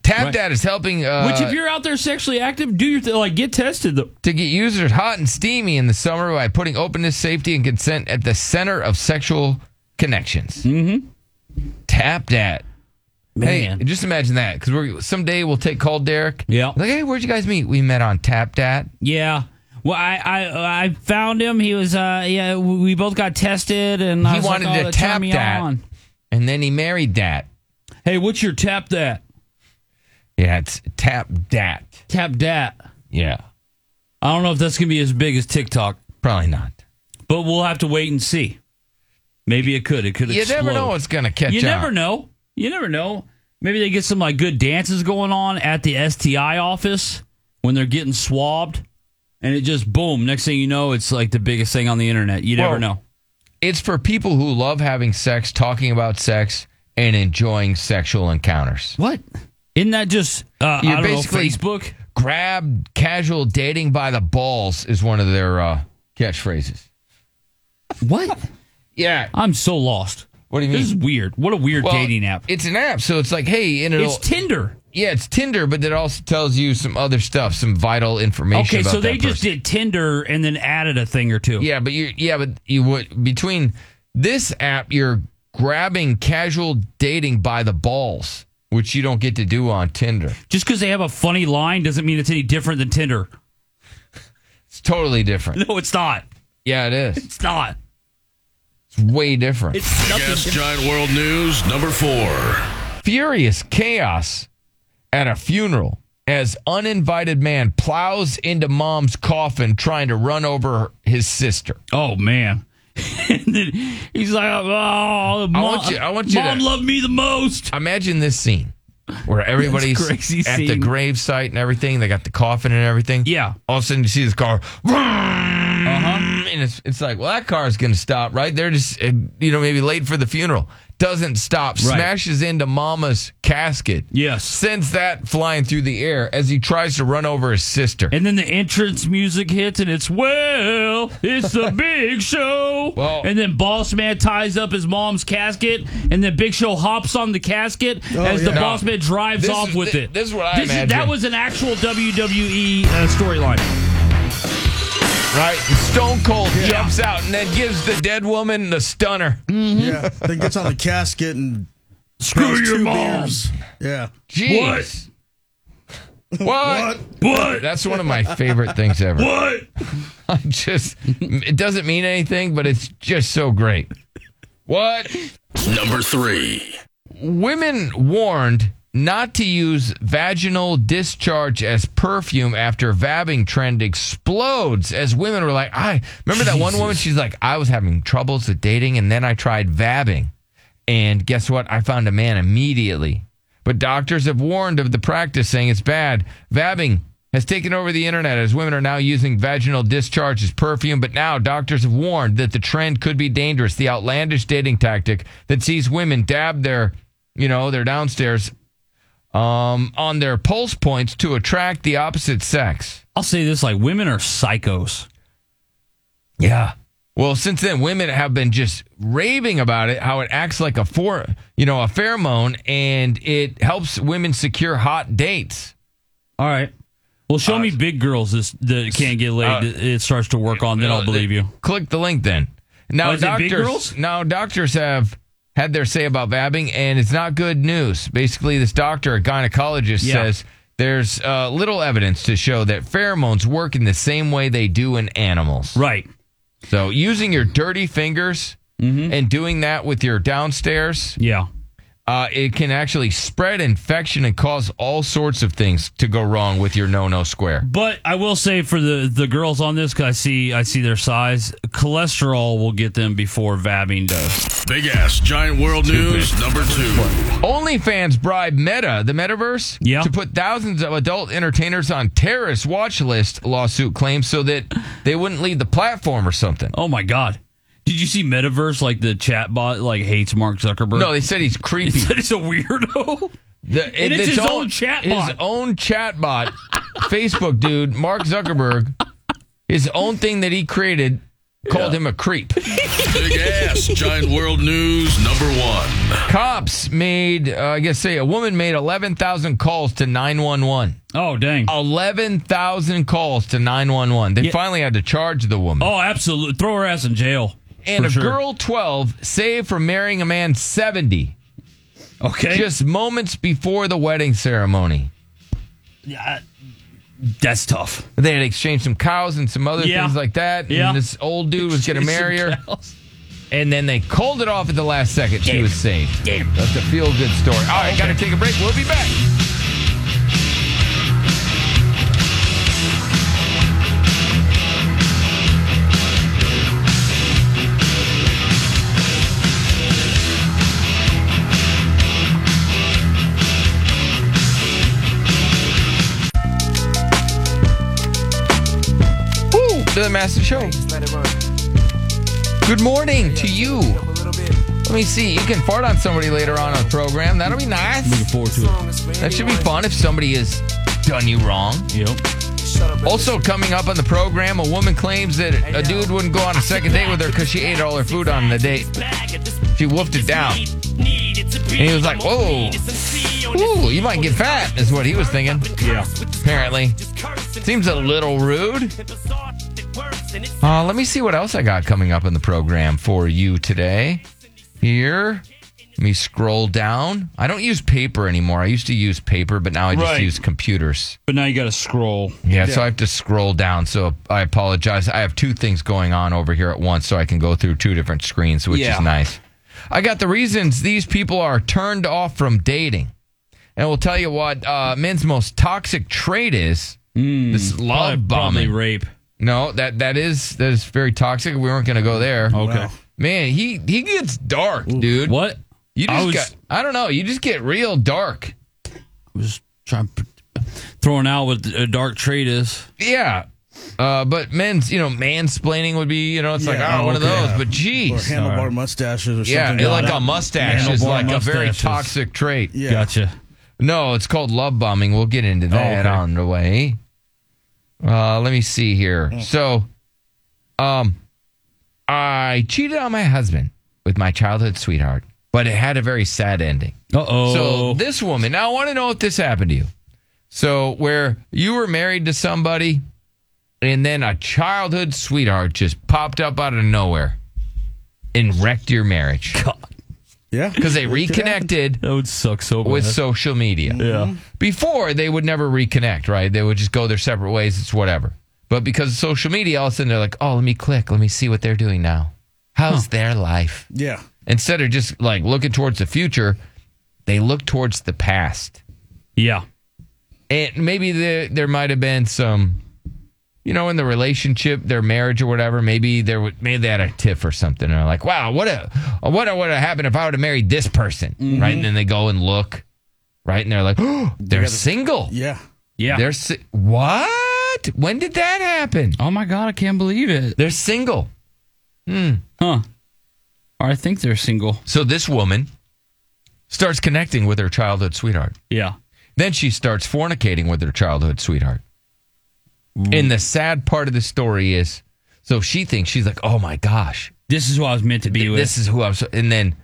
S7: Tap that is helping. Uh,
S2: Which, if you're out there sexually active, do your thing. Like, get tested. Though.
S7: to get users hot and steamy in the summer by putting openness, safety, and consent at the center of sexual connections.
S2: Mm-hmm.
S7: Tap that.
S2: Man.
S7: Hey, just imagine that because we're someday we'll take call Derek.
S2: Yeah.
S7: Like, hey, where'd you guys meet? We met on Tap Dat.
S2: Yeah. Well, I, I I found him. He was uh yeah. We both got tested, and I
S7: he
S2: was like,
S7: wanted
S2: oh,
S7: to
S2: that turned
S7: tap
S2: me
S7: that,
S2: on.
S7: and then he married that.
S2: Hey, what's your tap that?
S7: Yeah, it's tap dat.
S2: Tap dat.
S7: Yeah.
S2: I don't know if that's going to be as big as TikTok.
S7: Probably not.
S2: But we'll have to wait and see. Maybe it could. It could.
S7: You never
S2: explode.
S7: know what's gonna catch
S2: You
S7: on.
S2: never know. You never know. Maybe they get some like good dances going on at the STI office when they're getting swabbed, and it just boom. Next thing you know, it's like the biggest thing on the internet. You never
S7: Well,
S2: know.
S7: It's for people who love having sex, talking about sex, and enjoying sexual encounters.
S2: What? Isn't that just uh, I
S7: you
S2: don't know,
S7: basically
S2: Facebook?
S7: grab casual dating by the balls is one of their uh, catchphrases.
S2: What?
S7: yeah,
S2: I'm so lost.
S7: What do you mean?
S2: This is weird. What a weird
S7: Well,
S2: dating app.
S7: It's an app, so it's like, hey, and it'll,
S2: It's Tinder.
S7: Yeah, it's Tinder, but it also tells you some other stuff, some vital information.
S2: Okay,
S7: about
S2: so they
S7: that
S2: just did Tinder and then added a thing or two.
S7: Yeah, but you yeah, but you would between this app you're grabbing casual dating by the balls, which you don't get to do on Tinder.
S2: Just because they have a funny line doesn't mean it's any different than Tinder.
S7: It's totally different.
S2: No, it's not.
S7: Yeah, it is.
S2: It's not.
S7: It's way different.
S2: It's
S11: Gas Giant World News number four.
S7: Furious chaos at a funeral as uninvited man plows into mom's coffin trying to run over his sister.
S2: Oh man. and then he's like, oh, mom,
S7: I want you. I want you.
S2: mom
S7: to,
S2: loved me the most.
S7: Imagine this scene where everybody's
S2: crazy
S7: at the
S2: scene.
S7: grave site and everything. They got the coffin and everything.
S2: Yeah. Uh-huh.
S7: All of a sudden, you see this car. And it's it's like, well, that car's going to stop, right? They're just uh, you know maybe late for the funeral. Doesn't stop.
S2: Right.
S7: Smashes into Mama's casket.
S2: Yes.
S7: Sends that flying through the air as he tries to run over his sister.
S2: And then the entrance music hits, and it's well, it's the Big Show.
S7: Well-
S2: and then Boss Man ties up his mom's casket, and then Big Show hops on the casket
S7: Oh,
S2: as the
S7: yeah.
S2: Boss Man drives
S7: This
S2: off
S7: is-
S2: with
S7: thi-
S2: it.
S7: this is what I
S2: is- That
S7: imagine.
S2: was an actual WWE uh, storyline.
S7: right. And Stone Cold jumps out and then gives the dead woman the stunner.
S8: Yeah. *laughs* Then gets on the casket and
S2: Screw
S8: drinks
S2: your
S8: two
S2: mom.
S8: beers. Yeah.
S7: *laughs* Jeez. What? What? That's one of my favorite things ever.
S2: What?
S7: *laughs* I just, it doesn't mean anything, but it's just so great. What?
S11: Number three.
S7: Women warned not to use vaginal discharge as perfume after vabbing trend explodes as women were like, I remember that one woman, she's like, I was having troubles with dating and then I tried vabbing. And guess what? I found a man immediately. But doctors have warned of the practice, saying it's bad. Vabbing has taken over the internet as women are now using vaginal discharge as perfume. But now doctors have warned that the trend could be dangerous. The outlandish dating tactic that sees women dab their, you know, their downstairs um, on their pulse points to attract the opposite sex.
S2: I'll say this: like women are psychos.
S7: Yeah. Well, since then, women have been just raving about it, how it acts like a for, you know, a pheromone, and it helps women secure hot dates.
S2: All right. Well, show me big girls this that can't get laid.
S7: uh,
S2: it starts to work on, then I'll believe you.
S7: Click the link then. Now
S2: Oh, is it
S7: doctors,
S2: big girls?
S7: now doctors have had their say about vabbing, and it's not good news. Basically, this doctor, a gynecologist,
S2: Yeah.
S7: says there's uh, little evidence to show that pheromones work in the same way they do in animals.
S2: Right.
S7: So using your dirty fingers and doing that with your downstairs,
S2: Mm-hmm. Yeah.
S7: uh, it can actually spread infection and cause all sorts of things to go wrong with your no-no square.
S2: But I will say for the the girls on this, because I see I see their size, cholesterol will get them before vabbing does.
S11: Big Ass Giant World News number two.
S7: OnlyFans bribe Meta, the metaverse,
S2: Yeah.
S7: to put thousands of adult entertainers on terrorist watch list lawsuit claims so that they wouldn't leave the platform or something.
S2: Oh my god! Did you see Metaverse? Like the chat bot like hates Mark Zuckerberg.
S7: No, they said he's creepy.
S2: it's a weirdo.
S7: The-
S2: And it's his own chat
S7: His
S2: bot.
S7: own chatbot, Facebook dude, Mark Zuckerberg, his own thing that he created, called him a creep.
S11: Big Ass Giant World News number one.
S7: Cops made, uh, I guess, say a woman made 11,000 calls to 911.
S2: Oh dang!
S7: 11,000 calls to 911. They finally had to charge the woman.
S2: Oh, absolutely! Throw her ass in jail.
S7: and
S2: for
S7: a
S2: sure.
S7: girl 12 saved from marrying a man 70
S2: Okay.
S7: just moments before the wedding ceremony.
S2: Yeah, that's tough.
S7: They had exchanged some cows and some other
S2: Yeah.
S7: things like that. And
S2: Yeah.
S7: this old dude was going to marry her. And then they called it off at the last second. She
S2: Damn.
S7: was saved.
S2: Damn.
S7: That's a feel good story. All right, got to take a break. We'll be back. to the Master Show. Good morning to you. Let me see. You can fart on somebody later on on the program. That'll be nice.
S2: Looking forward to it.
S7: That should be fun if somebody has done you wrong.
S2: Yep.
S7: Also, coming up on the program, a woman claims that a dude wouldn't go on a second date with her because she ate all her food on the date. She wolfed it down. And he was like, whoa. Ooh, you might get fat, is what he was thinking.
S2: Yeah.
S7: Apparently. Seems a little rude. Uh, let me see what else I got coming up in the program for you today. Here, let me scroll down. I don't use paper anymore. I used to use paper, but now I just
S2: Right.
S7: use computers.
S2: But now you got to scroll.
S7: Yeah, so I have to scroll down. So I apologize. I have two things going on over here at once, so I can go through two different screens, which
S2: Yeah.
S7: is nice. I got the reasons these people are turned off from dating. And we'll tell you what uh, men's most toxic trait is this love
S2: Hmm. probably
S7: bombing.
S2: rape.
S7: No, that, that is that is very toxic. We weren't going to go there. Okay.
S2: Wow.
S7: Man, he, he gets dark, dude.
S2: What?
S7: You just
S2: I was-
S7: got, I don't know. You just get real dark.
S2: Trying throwing out what a dark trait is.
S7: Yeah. Uh, but men's, you know, mansplaining would be, you know, it's like, oh,
S2: Yeah,
S7: one of
S2: okay.
S7: those. But geez.
S2: Or handlebar
S7: All right.
S8: mustaches or
S7: Yeah,
S8: something.
S7: like
S8: Yeah.
S7: a mustache is
S8: Handlebar
S7: like a very
S8: mustaches.
S7: toxic trait.
S8: Yeah. Gotcha.
S7: No, it's called love bombing. We'll get into that
S8: okay.
S7: on the way. Uh, let me see here.
S8: Mm.
S7: So, um, I cheated on my husband with my childhood sweetheart, but it had a very sad ending.
S2: Uh oh.
S7: So this woman, now I want to know if this happened to you. So where you were married to somebody, and then a childhood sweetheart just popped up out of nowhere and wrecked your marriage.
S8: Yeah,
S7: because they reconnected.
S2: That would suck so
S7: with
S2: bad.
S7: social media.
S2: Yeah.
S7: Before they would never reconnect, right? They would just go their separate ways. It's whatever. But because of social media, all of a sudden they're like, "Oh, let me click. Let me see what they're doing now. How's their life?"
S8: Yeah.
S7: Instead of just like looking towards the future, they look towards the past.
S2: Yeah.
S7: And maybe there there might have been some you know, in the relationship, their marriage or whatever, maybe there would maybe they had a tiff or something. And they're like, wow, what a what would have happened if I would have married this person, right? And then they go and look, right? And they're like, oh, they're
S8: gotta-
S7: single.
S8: Yeah.
S2: Yeah.
S7: They're si- what? When did that happen?
S2: Oh my god, I can't believe it.
S7: They're single. Hmm.
S2: Huh. Or I think they're single.
S7: So this woman starts connecting with her childhood sweetheart.
S2: Yeah.
S7: Then she starts fornicating with her childhood sweetheart. And the sad part of the story is so she thinks she's like, oh my gosh,
S2: This is who I was meant to be with.
S7: this is who I was. And then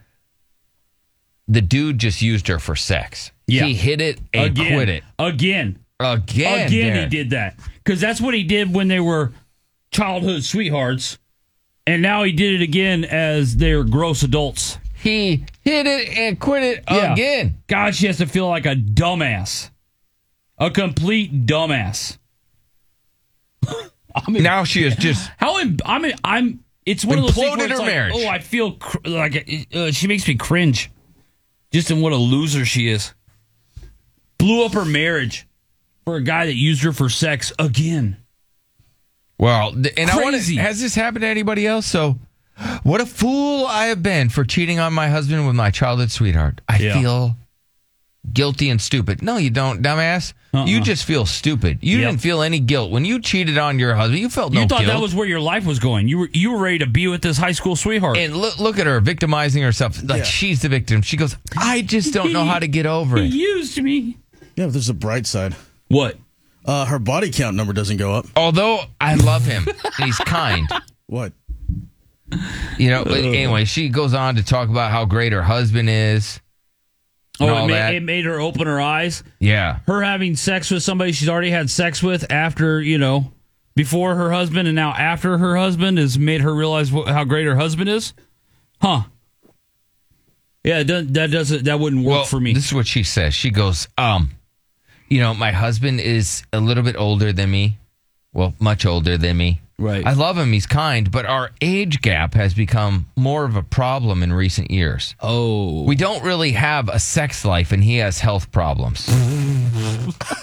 S7: the dude just used her for sex.
S2: Yeah.
S7: He hit it and
S2: Again.
S7: quit it.
S2: Again.
S7: Again.
S2: Again, he
S7: Darren.
S2: did that because that's what he did when they were childhood sweethearts, and now he did it again as they're gross adults.
S7: He hit it and quit it
S2: Yeah.
S7: again.
S2: God, she has to feel like a dumbass, a complete dumbass. *laughs* I mean,
S7: Now she is just
S2: how im- I mean, I'm. It's one of those things
S7: Imploded
S2: where it's
S7: her
S2: like,
S7: marriage.
S2: oh, I feel cr- like uh, she makes me cringe, just in what a loser she is. Blew up her marriage for a guy that used her for sex again.
S7: Well, th- and I want
S2: Crazy.
S7: to. Has this happened to anybody else? So, what a fool I have been for cheating on my husband with my childhood sweetheart. I
S2: Yeah.
S7: feel guilty and stupid. No, you don't, dumbass. You just feel stupid. You
S2: Uh-uh. Yep.
S7: didn't feel any guilt when you cheated on your husband. You felt no
S2: you thought
S7: guilt.
S2: that was where your life was going. You were you were ready to be with this high school sweetheart.
S7: and look, look at her victimizing herself. Like
S8: Yeah.
S7: she's the victim. She goes, "I just don't know how to get over it."
S2: used me.
S8: Yeah, but there's a bright side.
S2: What?
S8: Uh, her body count number doesn't go up.
S7: Although I
S8: *laughs*
S7: love him, and he's kind.
S8: What?
S7: You know.
S2: *laughs*
S7: But anyway, she goes on to talk about how great her husband is. and
S2: Oh,
S7: all
S2: it
S7: that.
S2: made, it made her open her eyes.
S7: yeah.
S2: Her having sex with somebody she's already had sex with after you know, before her husband, and now after her husband has made her realize wh- how great her husband is. Huh? Yeah, it doesn't, that doesn't that wouldn't work
S7: Well,
S2: for me.
S7: This is what she says. She goes, um, you know, my husband is a little bit older than me. Well, much older than me.
S2: Right.
S7: I love him. He's kind, but our age gap has become more of a problem in recent years.
S2: oh,
S7: We don't really have a sex life, and he has health problems.
S2: *laughs*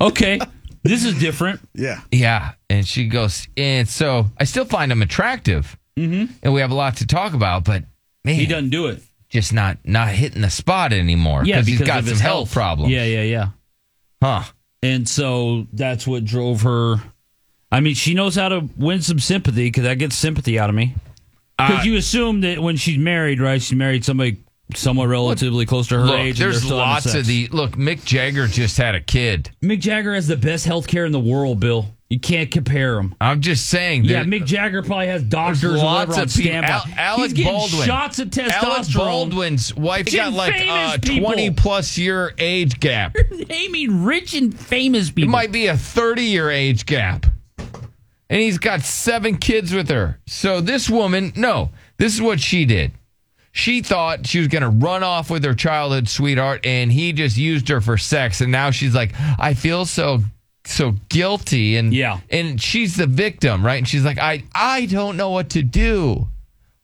S2: okay. this is different.
S8: Yeah.
S7: yeah. And she goes, and so I still find him attractive, mm-hmm. and we have a lot to talk about, but man,
S2: He doesn't do it.
S7: just not not hitting the spot anymore
S2: Yeah,
S7: he's
S2: because
S7: got
S2: of
S7: some
S2: his
S7: health, problems.
S2: Yeah, yeah, yeah.
S7: Huh.
S2: And so that's what drove her.
S16: I mean, she knows how to win some sympathy because that gets sympathy out of me. Because you assume that when she's married, right? She married somebody somewhat relatively close to her
S7: Look,
S16: age. and they're
S7: there's
S16: still having
S7: lots of
S16: sex.
S7: the look. Mick Jagger just had a kid.
S16: Mick Jagger has the best health care in the world, Bill. You can't compare him.
S7: I'm just saying.
S16: Yeah,
S7: there-
S16: Mick Jagger probably has doctors
S7: There's
S16: and
S7: lots
S16: whatever on
S7: of people.
S16: standby.
S7: Al- Alex
S16: He's getting
S7: Baldwin.
S16: shots of testosterone.
S7: Alex Baldwin's wife
S16: It's
S7: got
S16: in
S7: like
S16: famous
S7: a
S16: people.
S7: 20 plus year age gap.
S16: Naming rich and famous people.
S7: It might be a 30 year age gap. And he's got seven kids with her. So this woman, no, this is what she did. She thought she was going to run off with her childhood sweetheart and he just used her for sex and now she's like, "I feel so so guilty." And yeah. and she's the victim, right? And she's like, "I I don't know what to do."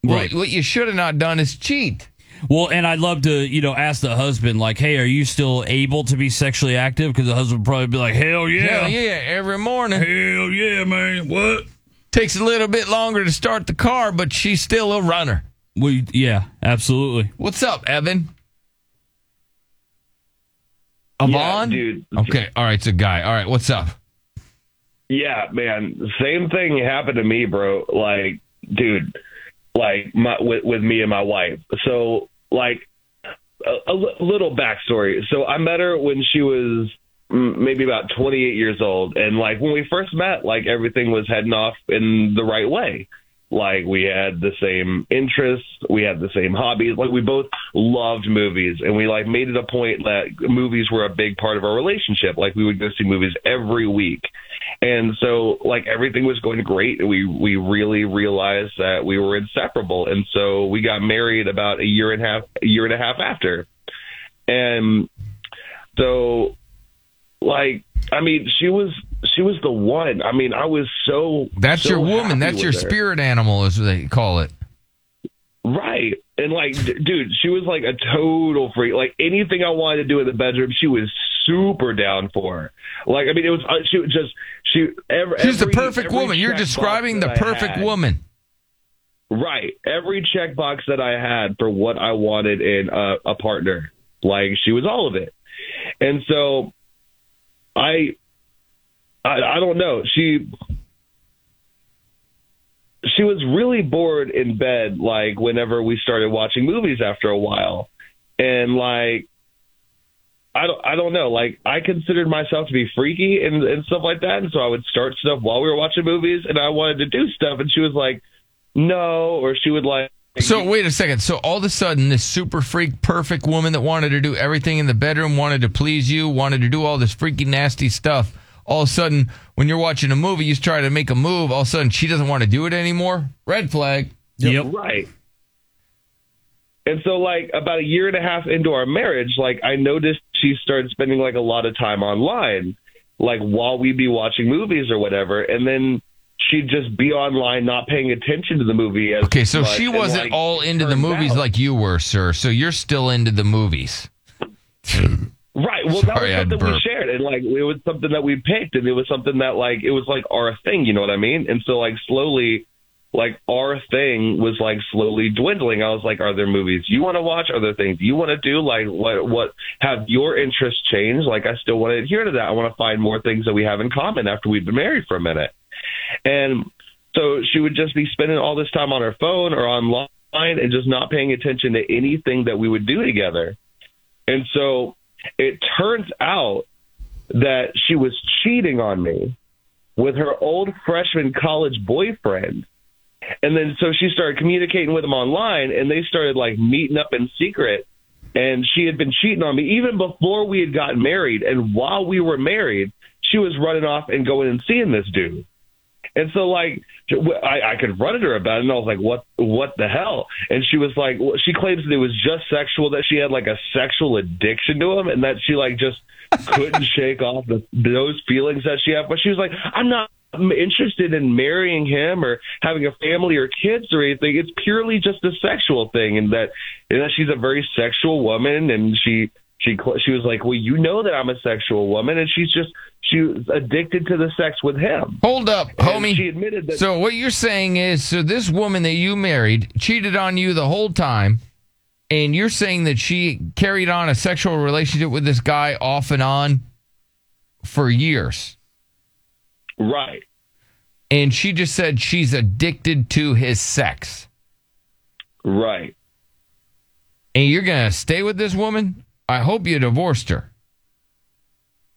S7: Right. What, what you should have not done is cheat.
S16: Well, and I'd love to, you know, ask the husband, like, hey, are you still able to be sexually active? Because the husband would probably be like, hell Oh, yeah.
S7: Hell yeah, every morning.
S16: Hell yeah, man. What?
S7: Takes a little bit longer to start the car, but she's still a runner.
S16: We, yeah, absolutely.
S7: What's up, Evan? Amon? dude. Okay, all right, it's a guy. All right, what's up?
S17: Yeah, man. Same thing happened to me, bro. Like, dude, like my with, with me and my wife. So, like, a, a li- little backstory. So, I met her when she was mm, maybe about 28 years old, and like when we first met, like everything was heading off in the right way. Like we had the same interests, we had the same hobbies. Like we both loved movies, and we like made it a point that movies were a big part of our relationship. Like we would go see movies every week and so like everything was going great we we really realized that we were inseparable and so we got married about a year and a half a year and a half after and so like i mean she was she was the one i mean i was so
S7: That's
S17: so
S7: your woman.
S17: happy
S7: That's
S17: with
S7: your
S17: her.
S7: spirit animal, is what they call it.
S17: Right. And like, d- dude, she was like a total freak. Like anything I wanted to do in the bedroom, she was super down for. Like, I mean, it was uh, she was just she. Every,
S7: She's the
S17: every-
S7: perfect
S17: every
S7: woman. You're
S17: checkbox
S7: describing the
S17: that I
S7: perfect
S17: had-
S7: woman.
S17: Right. Every checkbox that I had for what I wanted in a, a partner, like she was all of it. And so, I, I, I don't know. She she was really bored in bed like whenever we started watching movies after a while and like I don't, I don't know. Like I considered myself to be freaky and, and stuff like that, and so I would start stuff while we were watching movies, and I wanted to do stuff, and she was like, "No," or she would like,
S7: So wait a second. So all of a sudden, this super freak, perfect woman that wanted to do everything in the bedroom, wanted to please you, wanted to do all this freaky, nasty stuff. All of a sudden, when you're watching a movie, you try to make a move. All of a sudden, she doesn't want to do it anymore. Red flag.
S16: Yep.
S17: Right. And so, like, about a year and a half into our marriage, like, I noticed she started spending, like, a lot of time online, like, while we'd be watching movies or whatever. And then she'd just be online, not paying attention to the movie. As
S7: Okay, so
S17: much.
S7: she
S17: And,
S7: wasn't
S17: like,
S7: all into the
S17: turns
S7: movies
S17: out-
S7: like you were, sir. So you're still into the movies.
S17: Right. Well,
S7: Sorry, I
S17: that was something we
S7: burped.
S17: shared, and like it was something that we picked, and it was something that like it was like our thing. You know what I mean? And so like slowly, like our thing was like slowly dwindling. I was like, are there movies you want to watch? Are there things you want to do? Like what what have your interests changed? Like I still want to adhere to that. I want to find more things that we have in common after we've been married for a minute. And so she would just be spending all this time on her phone or online and just not paying attention to anything that we would do together. And so it turns out that she was cheating on me with her old freshman college boyfriend. And then so she started communicating with him online and they started like meeting up in secret. And she had been cheating on me even before we had gotten married. And while we were married, she was running off and going and seeing this dude. And so, like, I, I confronted her about it, and I was like, "What? What the hell?" And she was like, well, "She claims that it was just sexual, that she had like a sexual addiction to him, and that she like just couldn't shake off the, those feelings that she had." But she was like, "I'm not interested in marrying him or having a family or kids or anything. It's purely just a sexual thing, and that and that she's a very sexual woman, and she." She cl- she was like, well, you know that I'm a sexual woman, and she's just she was addicted to the sex with him.
S7: Hold up,
S17: And
S7: homie.
S17: She admitted that.
S7: So what you're saying is, so this woman that you married cheated on you the whole time, and you're saying that she carried on a sexual relationship with this guy off and on for years.
S17: Right.
S7: and she just said she's addicted to his sex.
S17: Right.
S7: And you're going to stay with this woman? I hope you divorced her.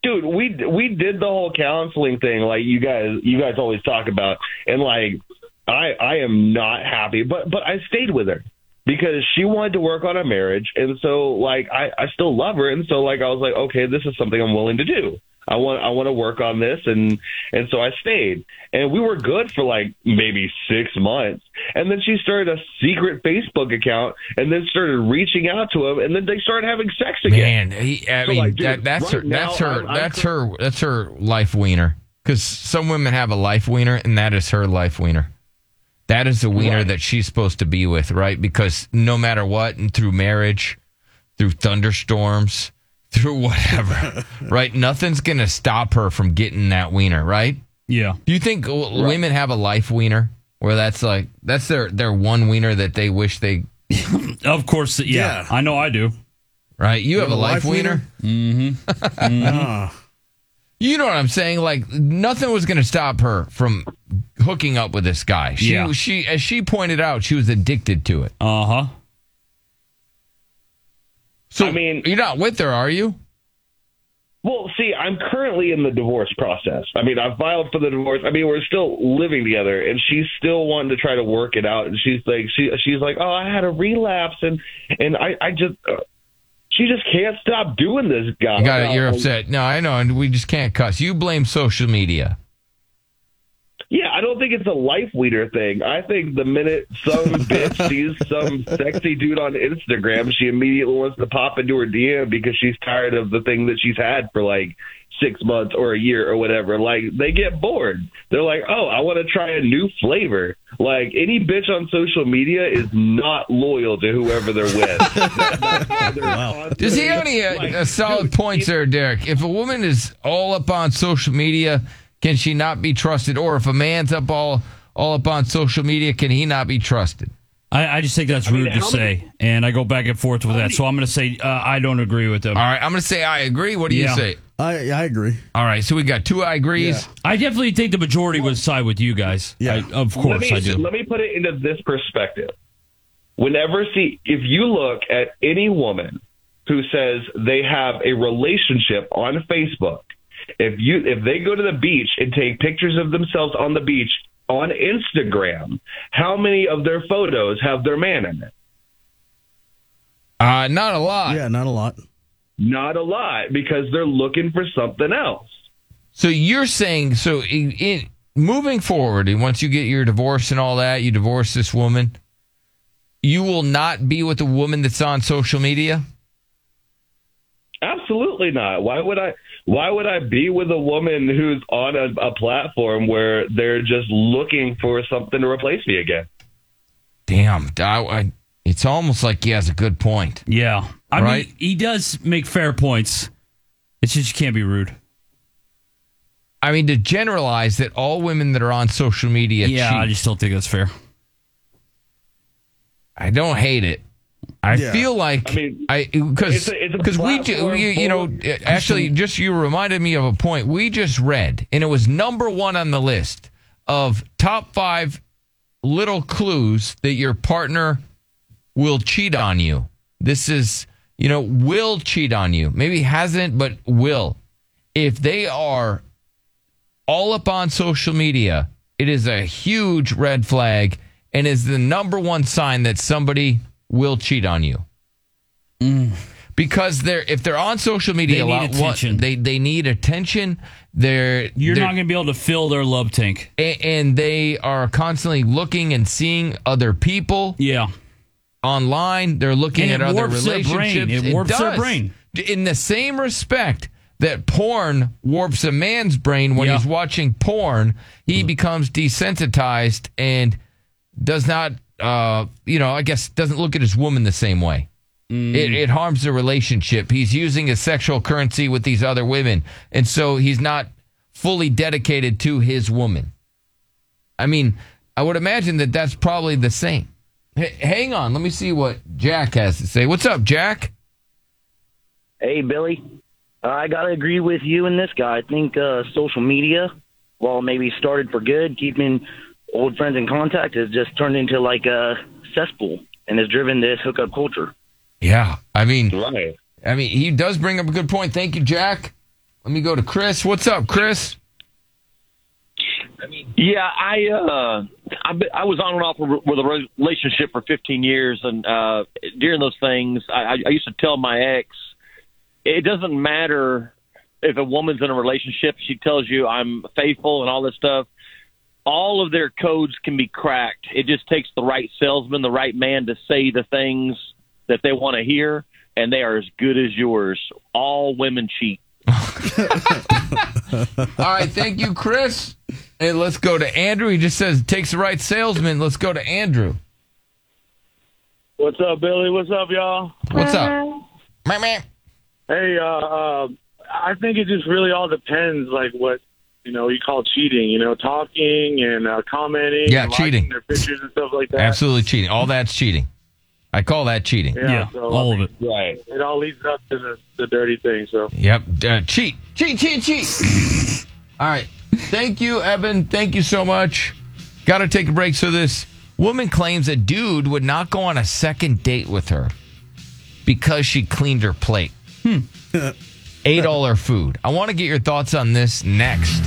S17: dude we we did the whole counseling thing like you guys you guys always talk about and like i i am not happy but but i stayed with her because she wanted to work on a marriage and so like i i still love her and so like i was like okay this is something i'm willing to do i want i want to work on this and and so i stayed and we were good for like maybe six months and then she started a secret facebook account and then started reaching out to him and then they started having sex again
S7: Man, he, I
S17: So,
S7: mean,
S17: like, dude,
S7: that, that's
S17: right
S7: her. That's
S17: now,
S7: her.
S17: I'm- I'm
S7: that's her. That's her life wiener. Because some women have a life wiener, and that is her life wiener. That is the wiener that she's supposed to be with, right? Because no matter what, and through marriage, through thunderstorms, through whatever, *laughs* right? Nothing's gonna stop her from getting that wiener, right?
S16: *laughs* Yeah.
S7: Do you think w women have a life wiener, where that's like that's their their one wiener that they wish they?
S16: *laughs* of course, yeah. I know I do.
S7: Right, you, have, a life, wiener.
S16: Mm-hmm.
S7: *laughs*
S16: Ah.
S7: You know what I'm saying? Like nothing was going to stop her from hooking up with this guy. She,
S16: Yeah.
S7: she, as she pointed out, she was addicted to it.
S16: Uh huh.
S7: So I mean, you're not with her, are you?
S17: Well, see, I'm currently in the divorce process. I mean, I filed for the divorce. I mean, we're still living together, and she's still wanting to try to work it out. And she's like, she she's like, oh, I had a relapse, and and I I just uh, she just can't stop doing this guy.
S7: You got it. You're upset. No, I know, and we just can't cuss. You blame social media.
S17: Yeah, I don't think it's a life leader thing. I think the minute some bitch sees some sexy dude on Instagram, she immediately wants to pop into her DM because she's tired of the thing that she's had for like six months or a year or whatever. Like they get bored. They're like, oh, I want to try a new flavor. Like any bitch on social media is not loyal to whoever they're
S7: *laughs*
S17: with.
S7: Does he have any uh, uh, solid points there, Derek? If a woman is all up on social media, can she not be trusted? Or if a man's up all all up on social media, can he not be trusted?
S16: I, I just think that's rude to
S7: how
S16: say, and I go back and forth with that. So I'm going to say uh, I don't agree with them. All
S7: right, I'm going to say I agree. What do you say?
S16: I I agree.
S7: All right, so we got two I agrees.
S16: I definitely think the majority would side with you guys. Yeah, of
S17: Let
S16: course
S17: me-
S16: I do.
S17: Let me put it into this perspective. Whenever see if you look at any woman who says they have a relationship on Facebook, if you if they go to the beach and take pictures of themselves on the beach on Instagram, how many of their photos have their man in it?
S7: Uh, not a lot.
S18: Yeah, not a lot.
S17: Not a lot because they're looking for something else.
S7: So you're saying so in, in moving forward, and once you get your divorce and all that, you divorce this woman, you will not be with a woman that's on social media.
S17: Absolutely not. Why would I? Why would I be with a woman who's on a, a platform where they're just looking for something to replace me again?
S7: Damn, I, I- it's almost like he has a good point.
S16: Yeah, I
S7: Right?
S16: mean he does make fair points. It's just you can't be rude.
S7: I mean, to generalize that all women that are on social media,
S16: Yeah,
S7: cheat.
S16: I just don't think that's fair.
S7: I don't hate it. I
S16: Yeah.
S7: feel like I mean, because
S16: it's a- it's a
S7: because we do
S16: platform
S7: you, you know uh,
S16: for-
S7: actually just you reminded me of a point we just read and it was number one on the list of top five little clues that your partner will cheat on you. This is you know will cheat on you. Maybe hasn't, but will. If they are all up on social media, it is a huge red flag and is the number one sign that somebody will cheat on you. Because they're if they're on social media
S16: Mm. They
S7: a
S16: need
S7: lot, what-
S16: attention.
S7: they they need attention. They're
S16: You're
S7: they're-
S16: not going to be able to fill their love tank.
S7: a- and they are constantly looking and seeing other people.
S16: Yeah.
S7: Online, they're looking
S16: And
S7: at
S16: it
S7: other
S16: warps their brain.
S7: relationships.
S16: It warps their
S7: does.
S16: brain.
S7: In the same respect that porn warps a man's brain when he's watching porn,
S16: Mm-hmm.
S7: he becomes desensitized and does not, uh, you know, I guess doesn't look at his woman the same way.
S16: Mm.
S7: It, it harms the relationship. He's using his sexual currency with these other women, and so he's not fully dedicated to his woman. I mean, I would imagine that that's probably the same. H- hang on, let me see what Jack has to say. What's up, Jack?
S19: Hey, Billy. Uh, I got to agree with you and this guy. I think uh, social media
S9: while maybe started for good, keeping old friends in contact has just turned into like a cesspool and has driven this hookup culture.
S7: Yeah, I mean, I mean, he does bring up a good point. Thank you, Jack. Let me go to Chris. What's up, *laughs* Chris?
S16: Yeah, I uh, I, be- I was on and off with a re- relationship for 15 years, and uh, during those things, I, I- I used to tell my ex, it doesn't matter if a woman's in a relationship. She tells you I'm faithful and all this stuff. All of their codes can be cracked. It just takes the right salesman, the right man to say the things that they want to hear, and they are as good as yours. All women cheat.
S7: All right, thank you, Chris. And let's go to Andrew. He just says takes the right salesman. Let's go to Andrew.
S4: What's up, Billy? What's up, y'all?
S7: What's up?
S4: Hey, uh, uh, I think it just really all depends, like what you know you call cheating. You know, talking and uh, commenting,
S7: Yeah,
S4: and liking
S7: cheating.
S4: their pictures and stuff like that.
S7: Absolutely cheating. All that's cheating. I call that cheating.
S4: Yeah, so, I mean,
S16: Right.
S4: It all leads up to the, the dirty thing. So
S7: Yep. Uh, cheat. Cheat, cheat, cheat. All right. Thank you, Evan. Thank you so much. Got to take a break. So, this woman claims a dude would not go on a second date with her because she cleaned her plate, ate all her food. I want to get your thoughts on this next.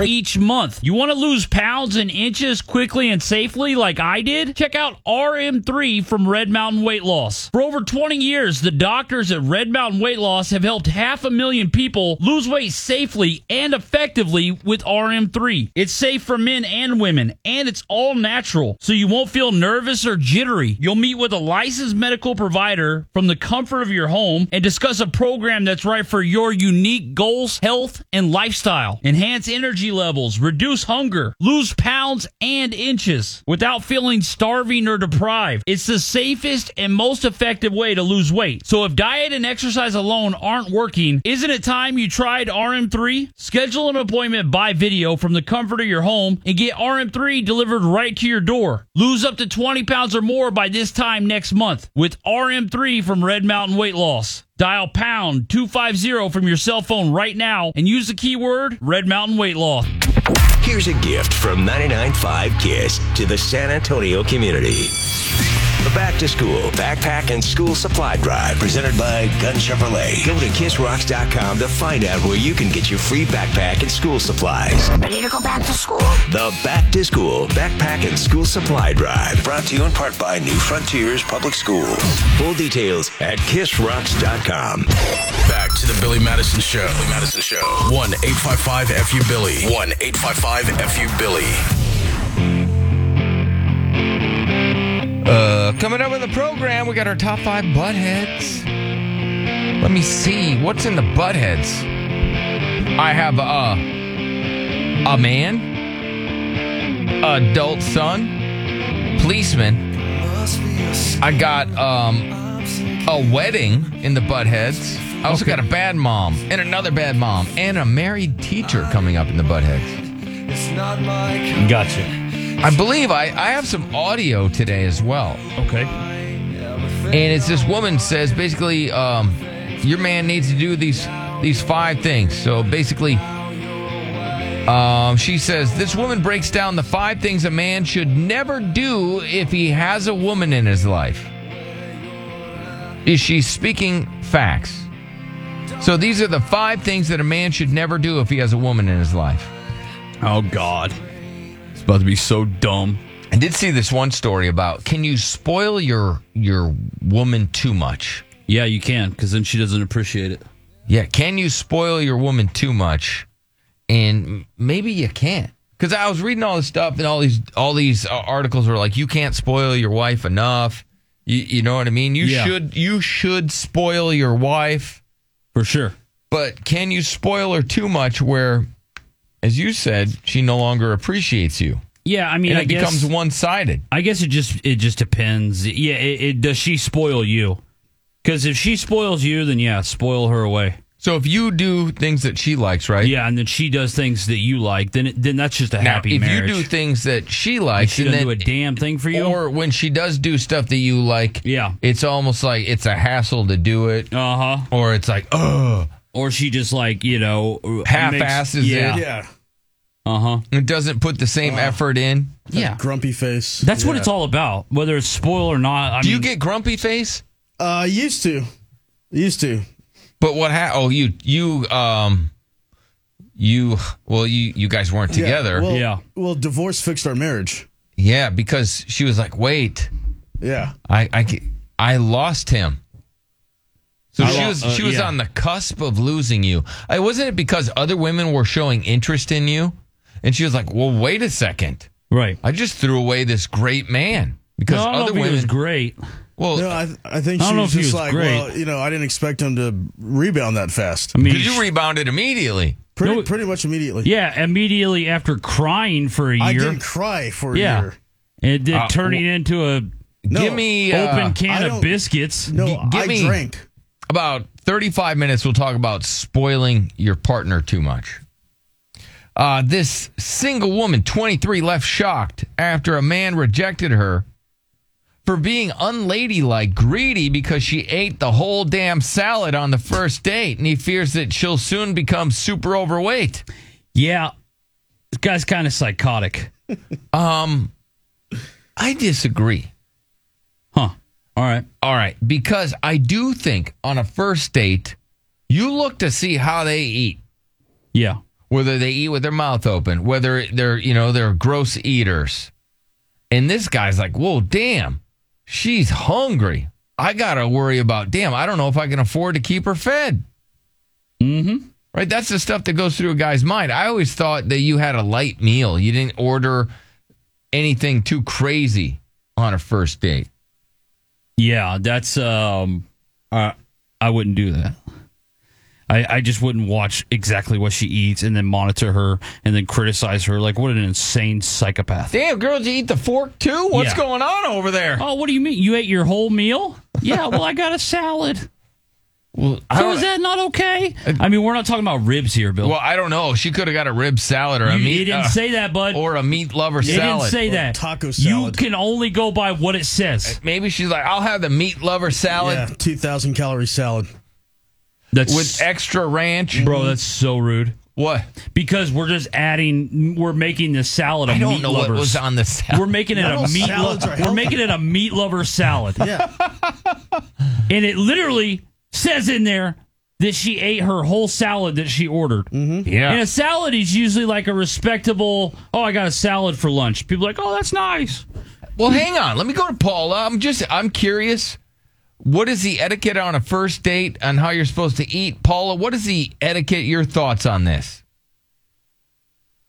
S2: each month. You want to lose pounds and inches quickly and safely like I did? Check out RM3 from Red Mountain Weight Loss. For over 20 years, the doctors at Red Mountain Weight Loss have helped half a million people lose weight safely and effectively with RM3. It's safe for men and women, and it's all natural, so you won't feel nervous or jittery. You'll meet with a licensed medical provider from the comfort of your home and discuss a program that's right for your unique goals, health, and lifestyle. Enhance energy levels, reduce hunger, lose pounds and inches without feeling starving or deprived. It's the safest and most effective way to lose weight. So if diet and exercise alone aren't working, isn't it time you tried RM3? Schedule an appointment by video from the comfort of your home and get RM3 delivered right to your door. Lose up to 20 pounds or more by this time next month with RM3 from Red Mountain Weight Loss. Dial pound 250 from your cell phone right now and use the keyword Red Mountain Weight Loss.
S1: Here's a gift from 99.5 Kiss to the San Antonio community. The Back to School Backpack and School Supply Drive, presented by Gun Chevrolet. Go to kissrocks.com to find out where you can get your free backpack and school supplies.
S5: Ready to go back to school?
S1: The Back to School Backpack and School Supply Drive, brought to you in part by New Frontiers Public Schools. Full details at kissrocks.com.
S11: Back to the Billy Madison Show. Billy Madison Show. 1 855 FU Billy. 1 855 FU Billy.
S7: Uh, coming up in the program, we got our top five buttheads. Let me see what's in the buttheads. I have a a man, adult son, policeman. I got um a wedding in the buttheads. I also got a bad mom and another bad mom and a married teacher coming up in the buttheads.
S5: It's not my
S7: Gotcha. I believe I, I have some audio today as well. Okay. And it's this woman says basically, um, your man needs to do these these five things. So basically, um, she says this woman breaks down the five things a man should never do if he has a woman in his life. Is she speaking facts? So these are the five things that a man should never do if he has a woman in his life. Oh God. It's about to be so dumb. I did see this one story about can you spoil your your woman too much? Yeah, you can, because then she doesn't appreciate it. Yeah, can you spoil your woman too much? And m- maybe you can't. Because I was reading all this stuff and all these all these uh, articles were like, you can't spoil your wife enough. You, you know what I mean? You
S2: Yeah.
S7: should you should spoil your wife for sure. But can you spoil her too much? Where, as you said, she no longer appreciates you.
S2: Yeah, I mean,
S7: And
S2: I
S7: it
S2: guess,
S7: becomes one-sided.
S2: I guess it just it just depends. Yeah, it, it does she spoil you? Because if she spoils you, then yeah, spoil her away.
S7: So if you do things that she likes, right?
S2: Yeah, and then she does things that you like, then it, then that's just a
S7: Now,
S2: happy
S7: if
S2: marriage.
S7: you do things that she likes,
S2: she
S7: and
S2: doesn't
S7: then,
S2: do a damn thing for you,
S7: or when she does do stuff that you like, yeah, it's almost like it's a hassle to do it. Uh huh. Or it's like, oh,
S2: Uh-huh. or she just like you know uh,
S7: Half-asses it.
S2: yeah.
S7: Yeah.
S2: Uh huh.
S7: It doesn't put the same effort in.
S2: Yeah.
S8: Grumpy face.
S2: That's what
S8: Yeah.
S2: it's all about, whether it's spoil or not. I Do
S7: you get grumpy face?
S8: Uh, used to, used to.
S7: But what? Ha- oh, you you um, you well you you guys weren't together.
S8: Well, Well, divorce fixed our marriage.
S7: Yeah, because she was like, wait,
S8: Yeah.
S7: I I ca- I lost him. So
S8: I
S7: she
S8: lo-
S7: was
S8: uh,
S7: she was
S8: yeah.
S7: on the cusp of losing you. I wasn't it because other women were showing interest in you, and she was like, well, wait a second,
S2: right?
S7: I just threw away this great man because
S8: No, I don't
S7: other
S8: think it was
S7: women
S2: great.
S7: Well,
S8: no, I, I think
S7: I
S8: she
S7: don't know
S8: was
S7: if he
S8: just
S7: was
S8: like,
S7: great.
S8: well, you know, I didn't expect him to rebound that fast.
S2: I mean,
S7: because you rebounded immediately.
S8: pretty, pretty much immediately.
S2: Yeah, immediately after crying for a year.
S8: I didn't cry for a
S2: yeah.
S8: year.
S2: It did
S8: Uh,
S2: turning into a
S8: No.
S7: Give me uh,
S2: open can
S7: I
S2: of
S7: don't-
S2: biscuits.
S8: No,
S7: Give me about 35 minutes. We'll talk about spoiling your partner too much. Uh, this single woman, 23, left shocked after a man rejected her for being unladylike, greedy because she ate the whole damn salad on the first date, and he fears that she'll soon become super overweight.
S2: Yeah, this guy's kind of psychotic.
S7: um, I disagree.
S2: Huh. All right.
S7: All right. Because I do think on a first date, you look to see how they eat.
S2: Yeah.
S7: Whether they eat with their mouth open, whether they're, you know, they're gross eaters. And this guy's like, whoa, damn, she's hungry. I got to worry about, damn, I don't know if I can afford to keep her fed.
S2: Mm-hmm.
S7: Right? That's the stuff that goes through a guy's mind. I always thought that you had a light meal. You didn't order anything too crazy on a first date.
S2: Yeah, that's um I I wouldn't do that. I, I just wouldn't watch exactly what she eats and then monitor her and then criticize her. Like what an insane psychopath.
S7: Damn, girl, did you eat the fork too? What's
S2: Yeah.
S7: going on over there?
S2: Oh, what do you mean? You ate your whole meal? Yeah, well I got
S9: *laughs*
S2: a salad.
S7: Well, I
S2: So
S7: don't-
S2: is that not okay? I mean, we're not talking about ribs here, Bill.
S7: Well, I don't know. She could have got a rib salad or a
S2: You-
S7: meat.
S2: you didn't
S7: uh,
S2: say that, bud.
S7: Or a meat lover
S2: You didn't
S7: salad.
S2: say that.
S8: taco
S2: You can only go by what it says.
S7: Maybe she's like, I'll have the meat lover salad
S8: Yeah, two thousand calorie salad.
S2: That's
S7: with extra ranch.
S2: Bro, that's so rude.
S7: What?
S2: Because we're just adding, we're making the salad. A
S7: I don't
S2: meat
S7: know what
S2: lovers.
S7: was on the salad.
S2: We're making it
S7: Not all
S2: a meat. Lo-
S7: salads are
S2: we're
S7: healthy.
S2: making it a meat
S7: *laughs*
S2: lover salad.
S8: Yeah,
S2: *laughs* and it literally says in there that she ate her whole salad that she ordered. Mm-hmm.
S7: Yeah.
S2: and a salad is usually like a respectable. Oh, I got a salad for lunch. People are like, oh,
S7: *laughs*
S2: that's nice.
S7: Well, hang on. Let me go to Paula. I'm just, I'm curious. What is the etiquette on a first date on how you're supposed to eat? Paula, what is the etiquette? Your thoughts on this?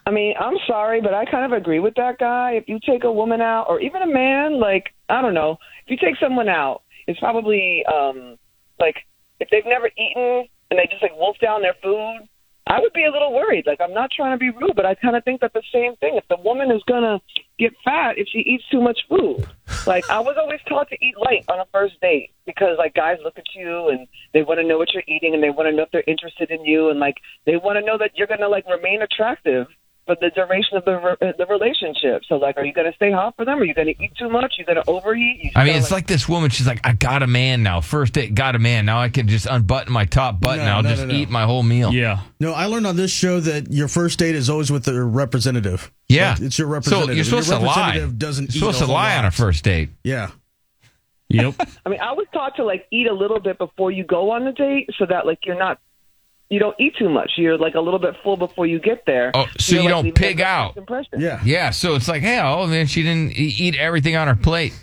S3: I mean, I'm sorry, but I kind of agree with that guy. If you take a woman out, or even a man, like I don't know, if you take someone out, it's probably um like if they've never eaten and they just like wolf down their food, I would be a little worried. Like I'm not trying to be rude, but I kind of think that the same thing. If the woman is gonna get fat if she eats too much food, like I was always taught to eat light on a first date because like guys look at you and they want to know what you're eating and they want to know if they're interested in you and like they want to know that you're gonna like remain attractive for the duration of the re- uh, the relationship. So like, are you gonna stay hot for them? Are you gonna eat too much? Are you gonna overeat? You
S7: I mean, it's like this woman. She's like, I got a man now. First date, got a man. Now I can just unbutton my top button.
S8: No,
S7: I'll
S8: no,
S7: just
S8: no, no.
S7: eat my whole meal.
S2: Yeah.
S8: No, I learned on this show that your first date is always with the representative.
S7: Yeah.
S8: Like, it's your
S7: So
S8: representative.
S7: you're
S8: Your
S7: supposed to lie.
S8: representative Doesn't
S7: you're
S8: eat
S7: supposed
S8: a
S7: to
S8: whole
S7: lie
S8: lot.
S7: on a first date.
S8: Yeah.
S2: Yep.
S3: I mean, I was taught to like eat a little bit before you go on the date, so that like you're not, you don't eat too much. You're like a little bit full before you get there.
S7: Oh, so
S3: You're,
S7: you
S3: like,
S7: don't
S3: leaving a
S7: pig
S3: first
S7: out.
S3: Impression.
S8: Yeah.
S7: *laughs* Yeah. So it's like, hey, oh man, she didn't e- eat everything on her plate.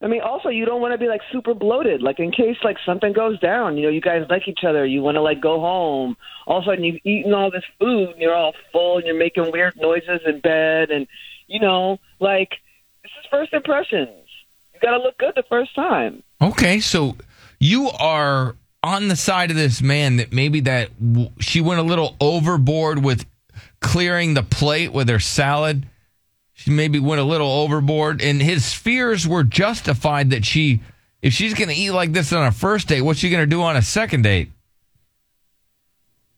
S3: I mean, also you don't want to be like super bloated. Like in case like something goes down, you know, you guys like each other. You want to like go home. All of a sudden, you've eaten all this food and you're all full and you're making weird noises in bed and you know, like this is first impressions. You got to look good the first time.
S7: Okay, so you are on the side of this man that maybe that w- she went a little overboard with clearing the plate with her salad. She maybe went a little overboard, and his fears were justified that she, if she's going to eat like this on a first date, what's she going to do on a second date?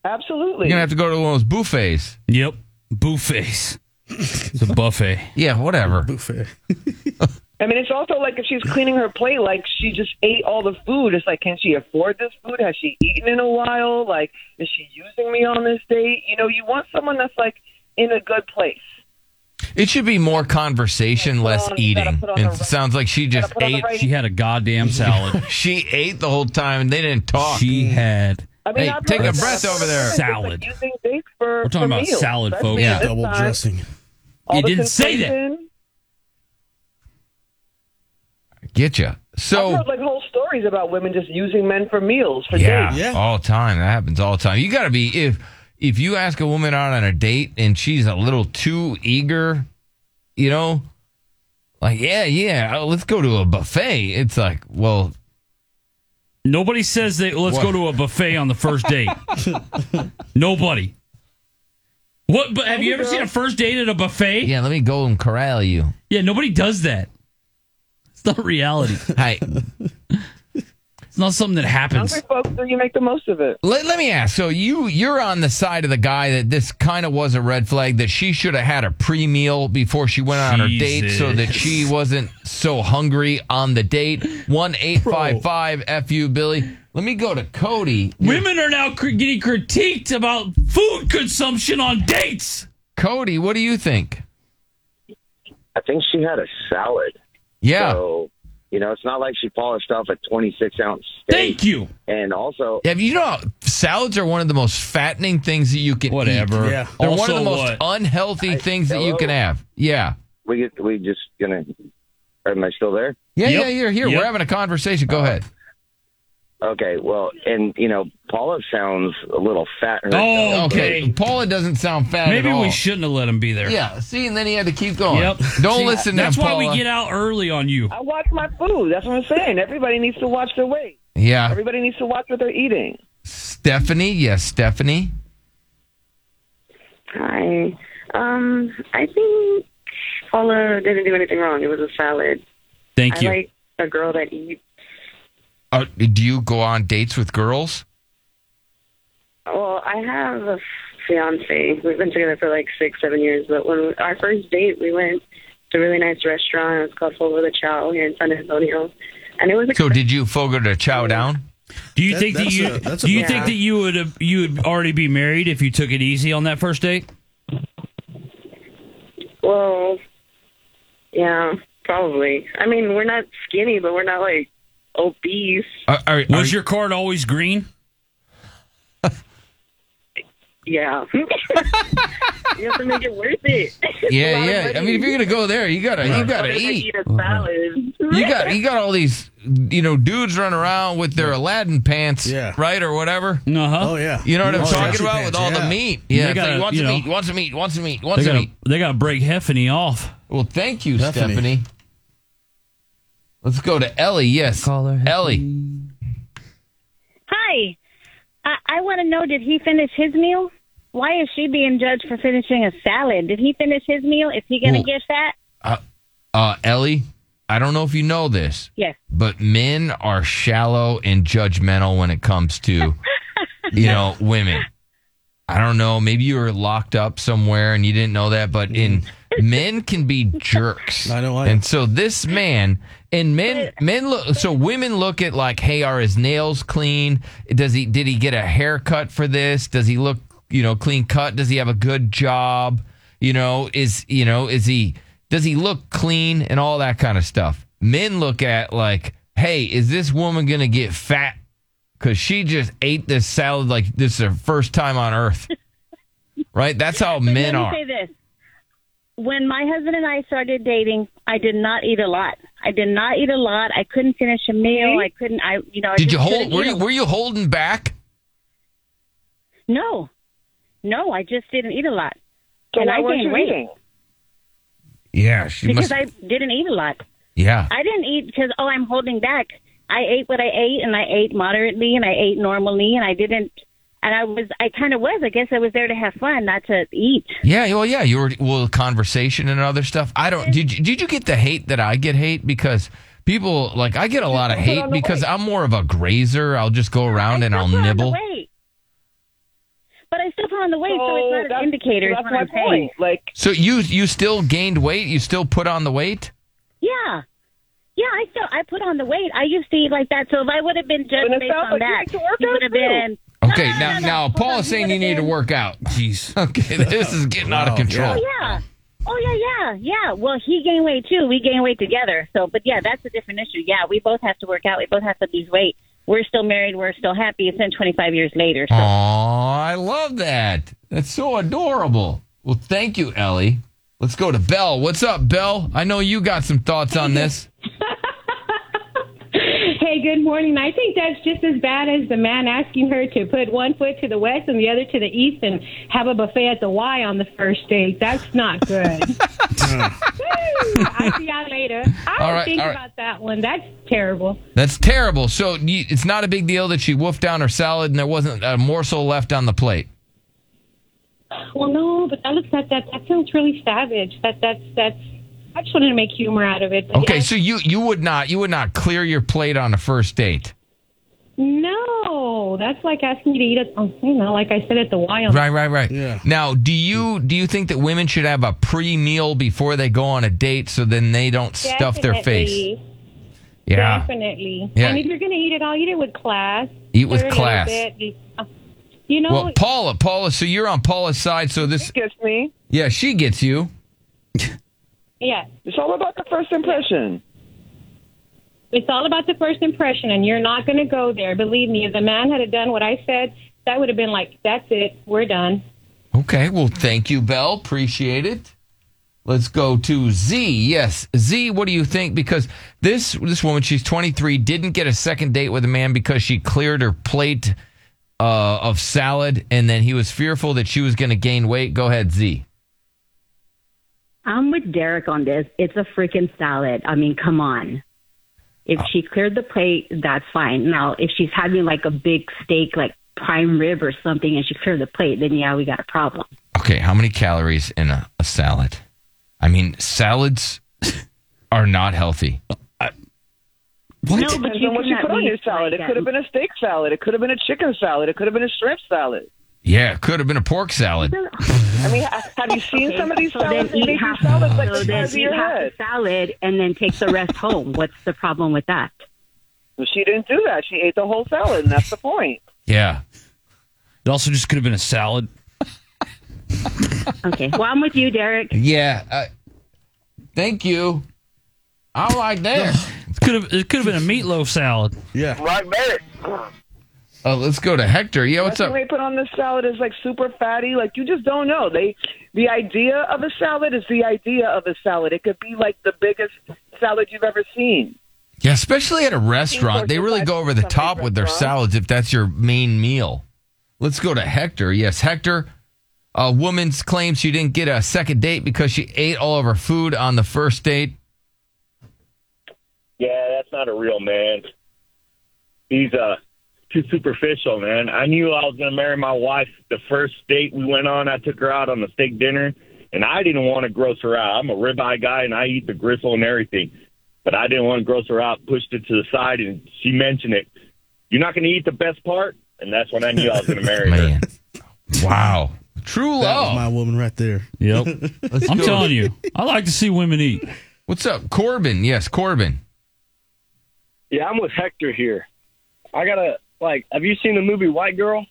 S3: Absolutely.
S7: You're going to have to go to one of those buffets.
S2: Yep. Buffets. It's a buffet.
S7: Yeah, whatever.
S8: Buffet.
S3: I mean, it's also like if she's cleaning her plate, like she just ate all the food. It's like, can she afford this food? Has she eaten in a while? Like, is she using me on this date? You know, you want someone that's like in a good place.
S7: It should be more conversation, less eating.
S3: uh, put on
S7: It
S3: the-
S7: sounds like she just
S3: put on the
S7: ate.
S3: right- She
S7: had a *laughs* goddamn salad. she ate the whole time and they didn't talk. She
S2: had.
S3: Mm. I mean,
S7: hey,
S3: I've
S7: take
S3: heard
S7: a
S3: that.
S7: breath over there.
S3: Salad. Using dates for
S2: We're talking
S3: for
S2: about
S3: meals,
S2: salad,
S3: especially
S2: folks.
S3: this time. All
S2: You
S3: the
S2: didn't say that.
S3: confusion.
S7: Get you. So
S3: I've heard like whole stories about women just using men for meals for
S7: yeah,
S3: dates.
S7: all the time. That happens all the time. You got to be if if you ask a woman out on a date and she's a little too eager, you know, like yeah, yeah, oh, let's go to a buffet. It's like, well,
S2: Nobody says they let's
S7: What?
S2: go to a buffet on
S7: *laughs*
S2: the first date. Nobody. What? But have you ever seen a first date at a buffet?
S7: Yeah, let me go and corral you.
S2: Yeah, nobody does that. It's not reality.
S7: Hi.
S2: It's not something that happens.
S3: Hungry folks, so you make the most of it.
S7: Let, let me ask. So you you're on the side of the guy that this kind of was a red flag that she should have had a pre meal before she went on her date so that she wasn't so hungry on the date. One eight five five fu Billy. Let me go to Cody.
S2: Women are now cr- getting critiqued about food consumption on dates.
S7: Cody, what do you think?
S20: I think she had a salad.
S7: Yeah.
S20: So, you know, it's not like she polished off a 26 ounce steak.
S2: Thank you.
S20: And also,
S7: Have you know salads are one of the most fattening things that you can
S20: Whatever.
S7: eat.
S20: Yeah.
S7: They're one
S20: Also
S7: of the
S20: what?
S7: most unhealthy things that you
S20: hello?
S7: can have. Yeah.
S20: we get, we just gonna. Am I still there?
S7: Yeah, yeah, you're here. We're having a conversation.
S2: Uh,
S7: Go ahead.
S20: Okay. Well, and you know, Paula sounds a little fat.
S7: Oh, okay. Paula doesn't sound fat
S2: Maybe
S7: at all.
S2: we shouldn't have let him be there.
S7: Yeah, see, and then he had to keep going.
S2: Yep.
S7: Don't
S2: See,
S7: listen to
S2: That's
S7: him,
S2: why
S7: Paula.
S2: we get out early on you.
S3: I watch my food. That's what I'm saying. Everybody needs to watch their weight.
S7: Yeah.
S3: Everybody needs to watch what they're eating.
S7: Stephanie, yes, Stephanie.
S12: Hi. Um, I think Paula didn't do anything wrong. It was a salad.
S7: Thank you.
S12: I like a girl that eats.
S7: Uh, do you go on dates with girls?
S12: Well, I have a fiance. We've been together for like six, seven years. But when we, our first date, we went to a really nice restaurant. It was called Fogo de Chao here in San Antonio, and it was.
S7: So did you Fogo to chow down?
S2: Do you think that you do you think that you would have you would already be married if you took it easy on that first date?
S12: Well, yeah, probably. I mean, we're not skinny, but we're not like obese.
S2: Was your card always green?
S12: Yeah. *laughs* *laughs* you have to make it worth it. *laughs* A
S7: Yeah,
S12: lot of
S7: yeah. I
S12: money.
S7: mean, if you're gonna go there, you gotta, you gotta
S12: Or if I
S7: eat.
S12: a salad.
S7: You got, you got all these, you know, dudes running around with their Aladdin pants, yeah. right or whatever.
S2: Uh-huh. Oh, yeah.
S7: You know what I'm
S2: Oh,
S7: talking
S2: stretchy
S7: about with
S2: pants,
S7: all the
S2: yeah.
S7: meat.
S2: They
S7: Yeah,
S2: gotta,
S7: you want
S2: you
S7: some
S2: know,
S7: meat, you want some meat, you want some meat, you want
S2: They
S7: some
S2: got
S7: meat.
S2: to they got to break Heffany off.
S7: Well, thank you, Stephanie. Let's go to Ellie. Yes, Ellie.
S21: Hi. I, I want to know did he finish his meal? Why is she being judged for finishing a salad? Did he finish his meal? Is he going to
S7: Well-
S21: get fat?
S7: Uh, uh, Ellie. I don't know if you know this,
S21: Yes.
S7: but men are shallow and judgmental when it comes to you know women i don't know maybe you were locked up somewhere and you didn't know that but in men can be jerks i know I and so this man and men men look so women look at like hey are his nails clean does he did he get a haircut for this does he look you know clean cut does he have a good job you know is you know is he does he look clean and all that kind of stuff men look at like hey is this woman gonna get fat because she just ate this salad like this is her first time on earth right that's how
S21: Let
S7: men
S21: me
S7: are
S21: say this. When my husband and I started dating, I did not eat a lot. I did not eat a lot. I couldn't finish a meal. I couldn't. I you know. I
S7: did
S21: just
S7: you hold
S21: couldn't
S7: were
S21: eat
S7: you,
S21: a-
S7: were you holding back
S21: No, no. I just didn't eat a lot,
S3: So
S21: and
S3: why
S21: I
S3: weren't
S21: gained
S3: you
S21: weight
S3: eating?
S7: yeah she
S21: because I didn't eat a lot.
S7: yeah
S21: I didn't eat because oh, I'm holding back. I ate what I ate, and I ate moderately, and I ate normally, and I didn't. And I was, I kind of was. I guess I was there to have fun, not to eat.
S7: yeah well yeah you were well conversation and other stuff i don't did you, did you get the hate that i get hate because people like i get a lot of
S21: put
S7: hate
S21: on the
S7: because i'm more of a grazer i'll just go around and i'll nibble
S21: Wait. But I still put on the weight, so, it's not
S3: Oh, that's-
S21: an indicator. is
S3: that's
S21: what
S3: my
S21: I'm saying.
S3: point. Like
S7: so you you still gained weight you still put on the weight
S21: Yeah.
S19: Yeah, I still I put on the weight. I used to eat like that, so if I would have been judged
S3: And it
S19: based
S3: sounds
S19: on
S3: like you
S19: that,
S3: need to work
S19: you
S3: out
S19: would have
S3: too.
S19: been.
S7: Okay, now now Paul is saying you need to work out. Jeez. *laughs* Okay, this is getting out of
S19: Oh
S7: control.
S19: yeah. Oh yeah, yeah, yeah. Well, he gained weight too. We gained weight together. So, but yeah, that's a different issue. Yeah, we both have to work out. We both have to lose weight. We're still married. We're still happy. It's been 25 years later. So.
S7: Aw, I love that. That's so adorable. Well, thank you, Ellie. Let's go to Belle. What's up, Belle? I know you got some thoughts on this.
S6: Hey, good morning. I think that's just as bad as the man asking her to put one foot to the west and the other to the east and have a buffet at the Y on the first date. That's not good. Woo! I'll see y'all later. I
S7: All
S6: will
S7: right,
S6: think
S7: all right.
S6: about that one. That's terrible.
S7: That's terrible. So you- it's not a big deal that she woofed down her salad and there wasn't a morsel left on the plate.
S6: Well, no, but that looks that that that sounds really savage. That that's that's. I just wanted to make humor out of it. But
S7: Okay, so you you would not you would not clear your plate on a first date.
S6: No, that's like asking you to eat at you know, like I said at the Y on
S7: Right, right, right. Yeah. Now, do you do you think that women should have a pre-meal before they go on a date so then they don't stuff their face?
S6: Definitely.
S7: Yeah.
S6: Definitely.
S7: Yeah.
S6: And if you're going to eat it, I'll eat it with class.
S7: Eat with
S6: Or a little
S7: class.
S6: bit. uh, You know,
S7: Well, Paula, Paula, so you're on Paula's side, so this
S6: gets me.
S7: Yeah, she gets you.
S6: Yeah.
S3: It's all about the first impression.
S6: It's all about the first impression, and you're not going to go there. Believe me, if the man had done what I said, that would have been like, that's it. We're done.
S7: Okay, well, thank you, Belle. Appreciate it. Let's go to Z. Yes, Z. What do you think? Because this this woman, she's 23, didn't get a second date with a man because she cleared her plate uh, of salad, and then he was fearful that she was going to gain weight. Go ahead, Z.
S21: I'm with Derek on this. It's a freaking salad. I mean, come on. If she cleared the plate, that's fine. Now, if she's having like a big steak, like prime rib or something, and she cleared the plate, then yeah, we got a problem.
S7: Okay, how many calories in a, a salad? I mean, salads *laughs* are not healthy. What?
S3: It depends on what you put on your salad. It could have been a steak salad. It could have been a chicken salad. It could have been a shrimp salad.
S7: Yeah, it could have been a pork salad.
S3: I mean, ha- have you seen some of these
S21: so
S3: salads?
S21: then
S3: They
S21: eat
S3: make
S21: half,
S3: these salads like
S21: so
S3: the
S21: then
S3: size of
S21: eat
S3: your
S21: half
S3: head.
S21: the salad and then take the rest home. What's the problem with that?
S3: Well, she didn't do that. She ate the whole salad, and that's the point.
S7: Yeah.
S2: It also just could have been a salad.
S21: Okay. *laughs* Well, I'm with you, Derek.
S7: Yeah. Uh, thank you. I'm right there.
S2: *laughs* It could have it could have been a meatloaf salad.
S7: Yeah.
S3: Right there.
S7: Uh, let's go to Hector. Yeah, what's up?
S3: They put on this salad is like super fatty. Like you just don't know. They the idea of a salad is the idea of a salad. It could be like the biggest salad you've ever seen.
S7: Yeah, especially at a restaurant, they really go over the top with their salads if that's your main meal. Let's go to Hector. Yes, Hector. A woman claims she didn't get a second date because she ate all of her food on the first date.
S4: Yeah, that's not a real man. He's uh too superficial, man. I knew I was gonna marry my wife the first date we went on. I took her out on a steak dinner and I didn't want to gross her out. I'm a ribeye guy and I eat the gristle and everything. But I didn't want to gross her out, pushed it to the side and she mentioned it. You're not gonna eat the best part? And that's when I knew I was gonna marry her.
S7: Wow. *laughs* True
S22: love. That was my woman right there.
S2: Yep.
S22: *laughs* Let's
S2: I'm
S22: go.
S2: telling you, I like to see women eat.
S7: What's up, Corbin? Yes, Corbin.
S23: Yeah, I'm with Hector here. I gotta like, have you seen the movie White Girl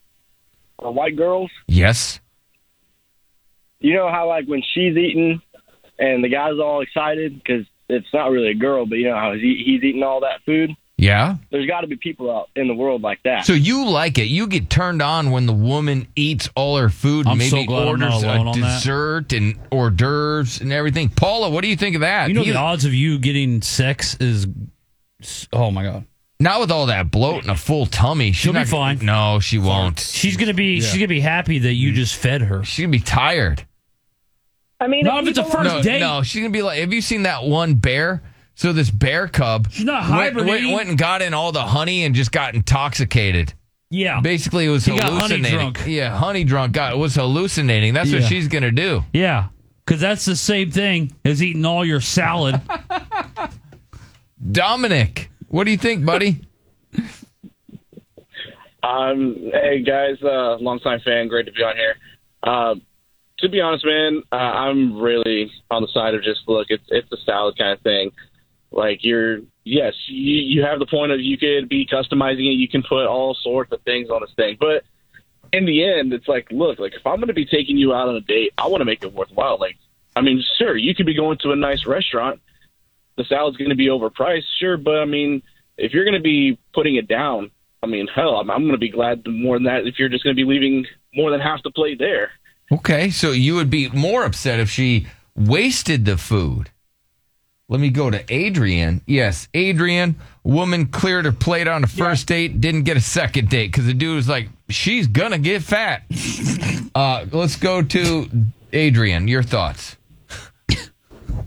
S23: or White Girls?
S7: Yes.
S23: You know how like when she's eating and the guy's all excited because it's not really a girl, but you know how he's, eat- he's eating all that food.
S7: Yeah.
S23: There's got to be people out in the world like that.
S7: So you like it. You get turned on when the woman eats all her food
S23: I'm
S7: and
S23: so
S7: maybe
S23: glad I'm not
S7: orders
S23: alone
S7: a
S23: on that.
S7: dessert and hors d'oeuvres and everything. Paula, what do you think of that?
S2: You know
S7: You- *laughs*
S2: the odds of you getting sex is oh my god.
S7: Not with all that bloat and a full tummy. She's
S2: She'll be
S7: not,
S2: fine.
S7: No, she won't. She's
S2: gonna be she's gonna be happy that you just fed her.
S7: She's gonna be tired.
S3: I mean,
S2: not if it's a first
S7: no,
S2: date.
S7: No, she's gonna be like. Have you seen that one bear? So this bear cub, she's
S2: not
S7: went, went,
S2: hibernating.
S7: went and got in all the honey and just got intoxicated.
S2: Yeah,
S7: basically it was
S2: He got honey
S7: hallucinating.
S2: drunk.
S7: Yeah, honey drunk. Got was hallucinating. That's what
S2: Yeah.
S7: she's gonna do.
S2: Yeah, because that's the same thing as eating all your salad.
S7: *laughs* Dominic, what do you think, buddy?
S24: Um, hey guys, uh, longtime fan, great to be on here. Uh, to be honest, man, uh, I'm really on the side of just look. It's it's a salad kind of thing. Like you're yes, you, you have the point of you could be customizing it. You can put all sorts of things on this thing, but in the end, it's like, look, like if I'm going to be taking you out on a date, I want to make it worthwhile. Like, I mean, sure, you could be going to a nice restaurant. The salad's going to be overpriced, sure, but I mean, if you're going to be putting it down, I mean, hell, I'm, I'm going to be glad more than that if you're just going to be leaving more than half the plate there.
S7: Okay, so you would be more upset if she wasted the food. Let me go to Adrian. Yes, Adrian, woman cleared her plate on the first date, didn't get a second date because the dude was like, she's going to get fat. uh, let's go to Adrian. Your thoughts.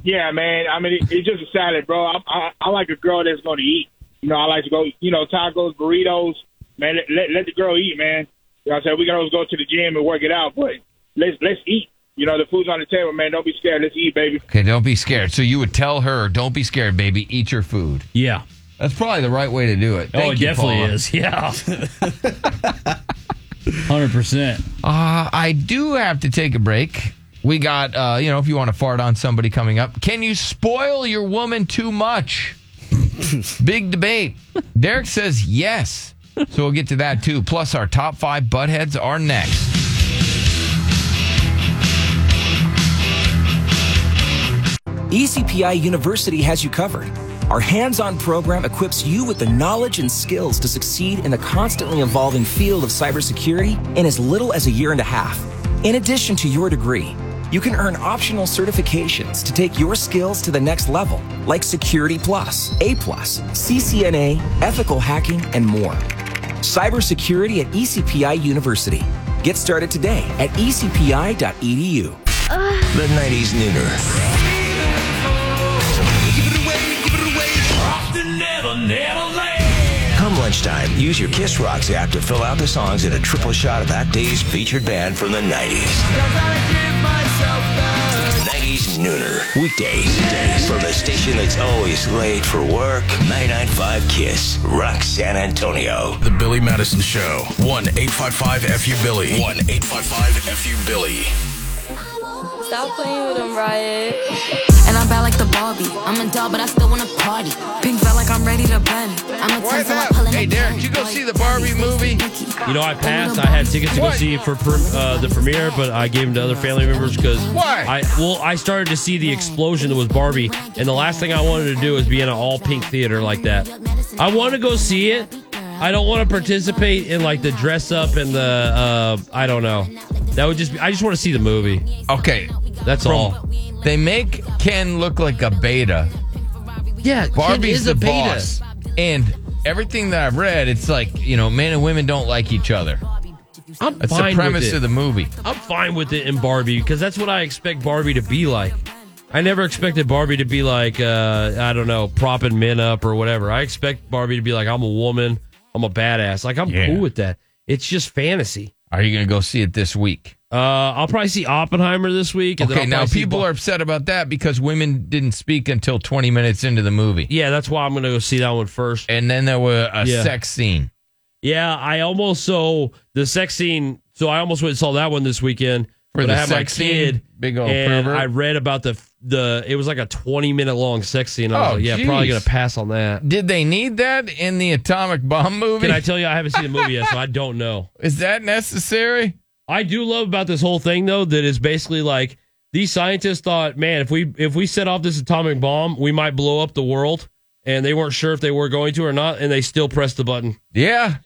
S4: Yeah, man. I mean, it, it's just a salad, bro. I, I, I like a girl that's going to eat. You know, I like to go, you know, tacos, burritos. Man, let, let, let the girl eat, man. You know what I'm saying? We can always go to the gym and work it out, but let's let's eat. You know, the food's on the table, man. Don't be scared. Let's eat, baby.
S7: Okay, don't be scared. So you would tell her, don't be scared, baby, eat your food.
S2: Yeah.
S7: That's probably the right way to do it.
S2: Oh,
S7: Thank
S2: it
S7: you,
S2: definitely
S7: Paula.
S2: is. *laughs* Yeah. Hundred percent.
S7: Uh, I do have to take a break. We got, uh, you know, if you want to fart on somebody coming up, can you spoil your woman too much? *laughs* Big debate. Derek says yes. So we'll get to that too. Plus, our top five buttheads are next.
S25: E ECPI University has you covered. Our hands on program equips you with the knowledge and skills to succeed in the constantly evolving field of cybersecurity in as little as a year and a half. In addition to your degree, you can earn optional certifications to take your skills to the next level, like Security Plus, A Plus, CCNA, ethical hacking, and more. Cybersecurity at E ECPI University. Get started today at E ecpi.edu.
S1: The 90s Nooner. Come lunchtime, use your Kiss Rocks app to fill out the songs in a triple shot of that day's featured band from the 90s. 90s Nooner. Weekdays. From the station that's always late for work, 995 Kiss. Rock San Antonio.
S11: The Billy Madison Show. 1 855 FU Billy. 1 855 FU Billy.
S18: Stop playing with them, Riot. And I'm bad like the Barbie. I'm a doll, but I still wanna party. Pink felt like I'm ready to bend. I'm a ten, so I'm pulling
S7: Hey, Derek, did you go see the Barbie movie?
S2: You know, I passed. I had tickets to go
S7: What?
S2: see it for per, uh, the premiere, but I gave them to other family members because
S7: Why?
S2: I well, I started to see the explosion that was Barbie, and the last thing I wanted to do is be in an all pink theater like that. I want to go see it. I don't want to participate in like the dress up and the uh, I don't know. That would just be, I just want to see the movie.
S7: Okay,
S2: that's
S7: From-
S2: all.
S7: They make Ken look like a beta.
S2: Yeah,
S7: Barbie's
S2: is
S7: the
S2: a beta.
S7: boss. And everything that I've read, it's like, you know, men and women don't like each other.
S2: I'm
S7: That's
S2: fine
S7: the
S2: with
S7: premise
S2: it.
S7: of the movie.
S2: I'm fine with it in Barbie because that's what I expect Barbie to be like. I never expected Barbie to be like, uh, I don't know, propping men up or whatever. I expect Barbie to be like, I'm a woman, I'm a badass. Like, I'm cool with that. It's just fantasy.
S7: Are you going to go see it this week?
S2: Uh, I'll probably see Oppenheimer this week. and then
S7: Okay,
S2: I'll
S7: now
S2: probably see
S7: people
S2: Bo-
S7: are upset about that because women didn't speak until 20 minutes into the movie.
S2: Yeah, that's why I'm going to go see that one first.
S7: And then there were a
S2: Yeah.
S7: sex scene.
S2: Yeah, I almost so the sex scene. So I almost went and saw that one this weekend.
S7: For
S2: but
S7: the
S2: I had my
S7: sex scene?
S2: kid,
S7: Big old
S2: and
S7: pervert.
S2: I read about the the. It was like a twenty minute long sex scene. I was
S7: Oh,
S2: like, yeah,
S7: geez.
S2: probably gonna pass on that.
S7: Did they need that in the atomic bomb movie?
S2: Can I tell you? I haven't seen the movie yet, so I don't
S7: *laughs*
S2: know.
S7: Is that necessary?
S2: I do love about this whole thing though that is basically like these scientists thought, man, if we if we set off this atomic bomb, we might blow up the world, and they weren't sure if they were going to or not, and they still pressed the button.
S7: Yeah.
S2: *laughs*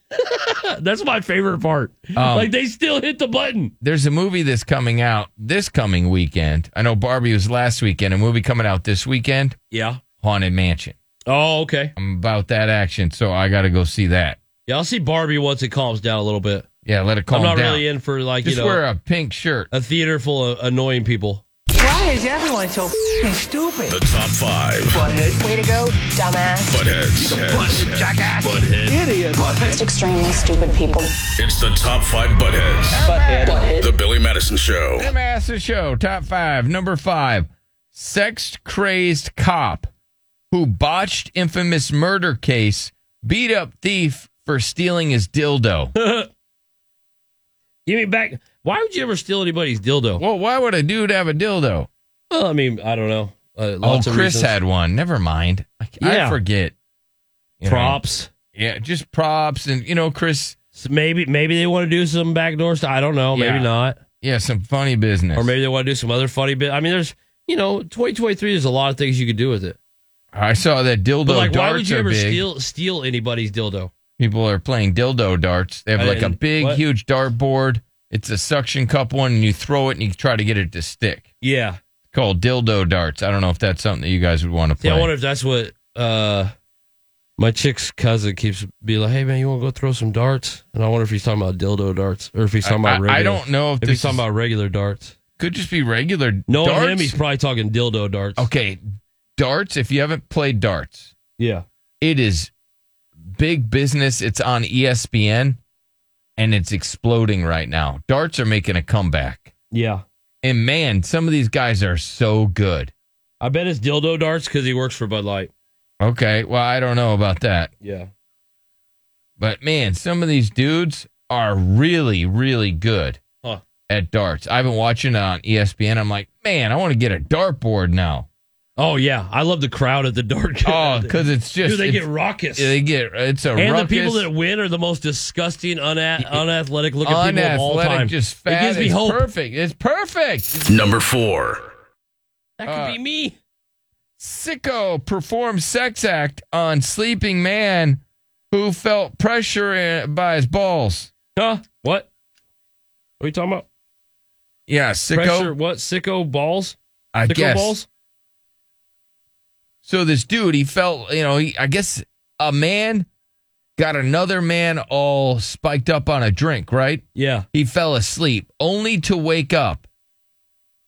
S2: That's my favorite part.
S7: Um,
S2: like they still hit the button.
S7: There's a movie that's coming out this coming weekend. I know Barbie was last weekend. A movie coming out this weekend.
S2: Yeah.
S7: Haunted Mansion.
S2: Oh, okay.
S7: I'm about that action, so I got to go see that.
S2: Yeah, I'll see Barbie once it calms down a little bit.
S7: Yeah, let it calm
S2: I'm not
S7: down.
S2: really in for like
S7: Just
S2: you know
S7: wear a pink shirt.
S2: a theater full of annoying people.
S18: Why is everyone so f***ing stupid?
S11: The top five.
S18: Way to go, dumbass.
S11: Buttheads.
S18: You butthead, jackass.
S11: Butthead.
S18: Idiot. Just extremely stupid people.
S11: It's the top five buttheads. Butthead. The Billy Madison Show.
S7: The Master Show, top five. Number five, sex crazed cop who botched infamous murder case, beat up thief for stealing his dildo.
S2: *laughs* Give me back. Why would you ever steal anybody's dildo?
S7: Well, why would a dude have a dildo?
S2: Well, I mean, I don't know. Uh, lots
S7: oh,
S2: of
S7: Chris
S2: reasons.
S7: had one. Never mind. I, I
S2: Yeah.
S7: forget. you know?
S26: Props.
S7: Yeah, just props, and you know, Chris.
S2: Maybe maybe they want to do some backdoor stuff. I don't know. Maybe
S7: Yeah.
S2: not.
S7: Yeah, some funny business,
S2: or maybe they want to do some other funny bit. I mean, there's you know, 2023. There's a lot of things you could do with it.
S7: I saw that dildo
S2: But like,
S7: darts
S2: why would you
S7: are
S2: ever
S7: big.
S2: steal steal anybody's dildo?
S7: People are playing dildo darts. They have
S2: I
S7: like a
S2: didn't-
S7: big,
S2: what?
S7: huge dartboard. It's a suction cup one, and you throw it and you try to get it to stick.
S2: Yeah.
S7: Called dildo darts. I don't know if that's something that you guys would want to play.
S2: Yeah, I wonder if that's what uh, my chick's cousin keeps be like. Hey man, you want to go throw some darts? And I wonder if he's talking about dildo darts or if he's talking
S7: I-
S2: about.
S7: I-
S2: Regular,
S7: I don't know if
S2: if he's
S7: this
S2: talking
S7: is-
S2: about regular darts.
S7: Could just be regular.
S2: No,
S7: darts?
S2: him, he's probably talking dildo darts.
S7: Okay, darts. If you haven't played darts,
S2: yeah,
S7: it is big business. It's on E ESPN, and it's exploding right now. Darts are making a comeback,
S2: Yeah,
S7: and man, some of these guys are so good.
S2: I bet it's dildo darts because he works for Bud Light.
S7: Okay, well, I don't know about that.
S2: Yeah.
S7: But man, some of these dudes are really, really good
S2: Huh.
S7: at darts. I've been watching uh, E it on ESPN. I'm like, man, I want to get a dartboard now.
S2: Oh yeah, I love the crowd at the dart. *laughs*
S7: Oh, because it's just
S2: Dude, they
S7: it's-
S2: get raucous.
S7: They get it's a
S2: and
S7: ruckus.
S2: the people that win are the most disgusting, unath- unathletic looking people of all
S7: Unathletic,
S2: time.
S7: just fat.
S2: It gives me
S7: It's
S2: hope.
S7: perfect. It's perfect.
S11: Number four.
S2: That could be me.
S7: Sicko performs sex act on sleeping man who felt pressure in- by his balls.
S2: Huh? What? What are you talking about?
S7: Yeah, sicko.
S2: Pressure, what? Sicko balls?
S7: I
S2: sicko
S7: guess.
S2: balls?
S7: So this dude, he felt, you know, he, I guess a man got another man all spiked up on a drink, right?
S2: Yeah.
S7: He fell asleep only to wake up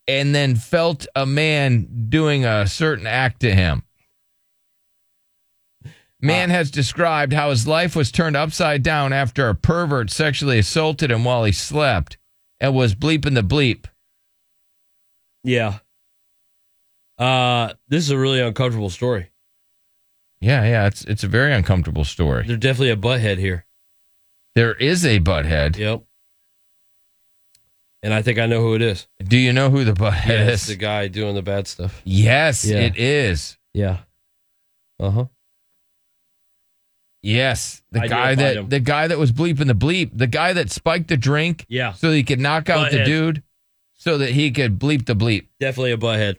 S7: and then felt a man doing a certain act to him. Man has described how his life was turned upside down after a pervert sexually assaulted him while he slept and was bleeping the bleep.
S2: Yeah. Uh, this is a really uncomfortable story.
S7: Yeah, yeah, it's it's a very uncomfortable story.
S2: There's definitely a butthead here.
S7: There is a butthead.
S2: Yep. And I think I know who it is.
S7: Do you know who the butthead
S2: Yeah, it's
S7: is?
S2: the guy doing the bad stuff.
S7: Yes,
S2: Yeah.
S7: it is.
S2: Yeah. Uh huh.
S7: Yes, the guy
S2: Identified
S7: that
S2: him.
S7: the guy that was bleeping the bleep, the guy that spiked the drink,
S2: Yeah.
S7: so he could knock out the
S2: Butthead.
S7: dude, so that he could bleep the bleep.
S2: Definitely a butthead.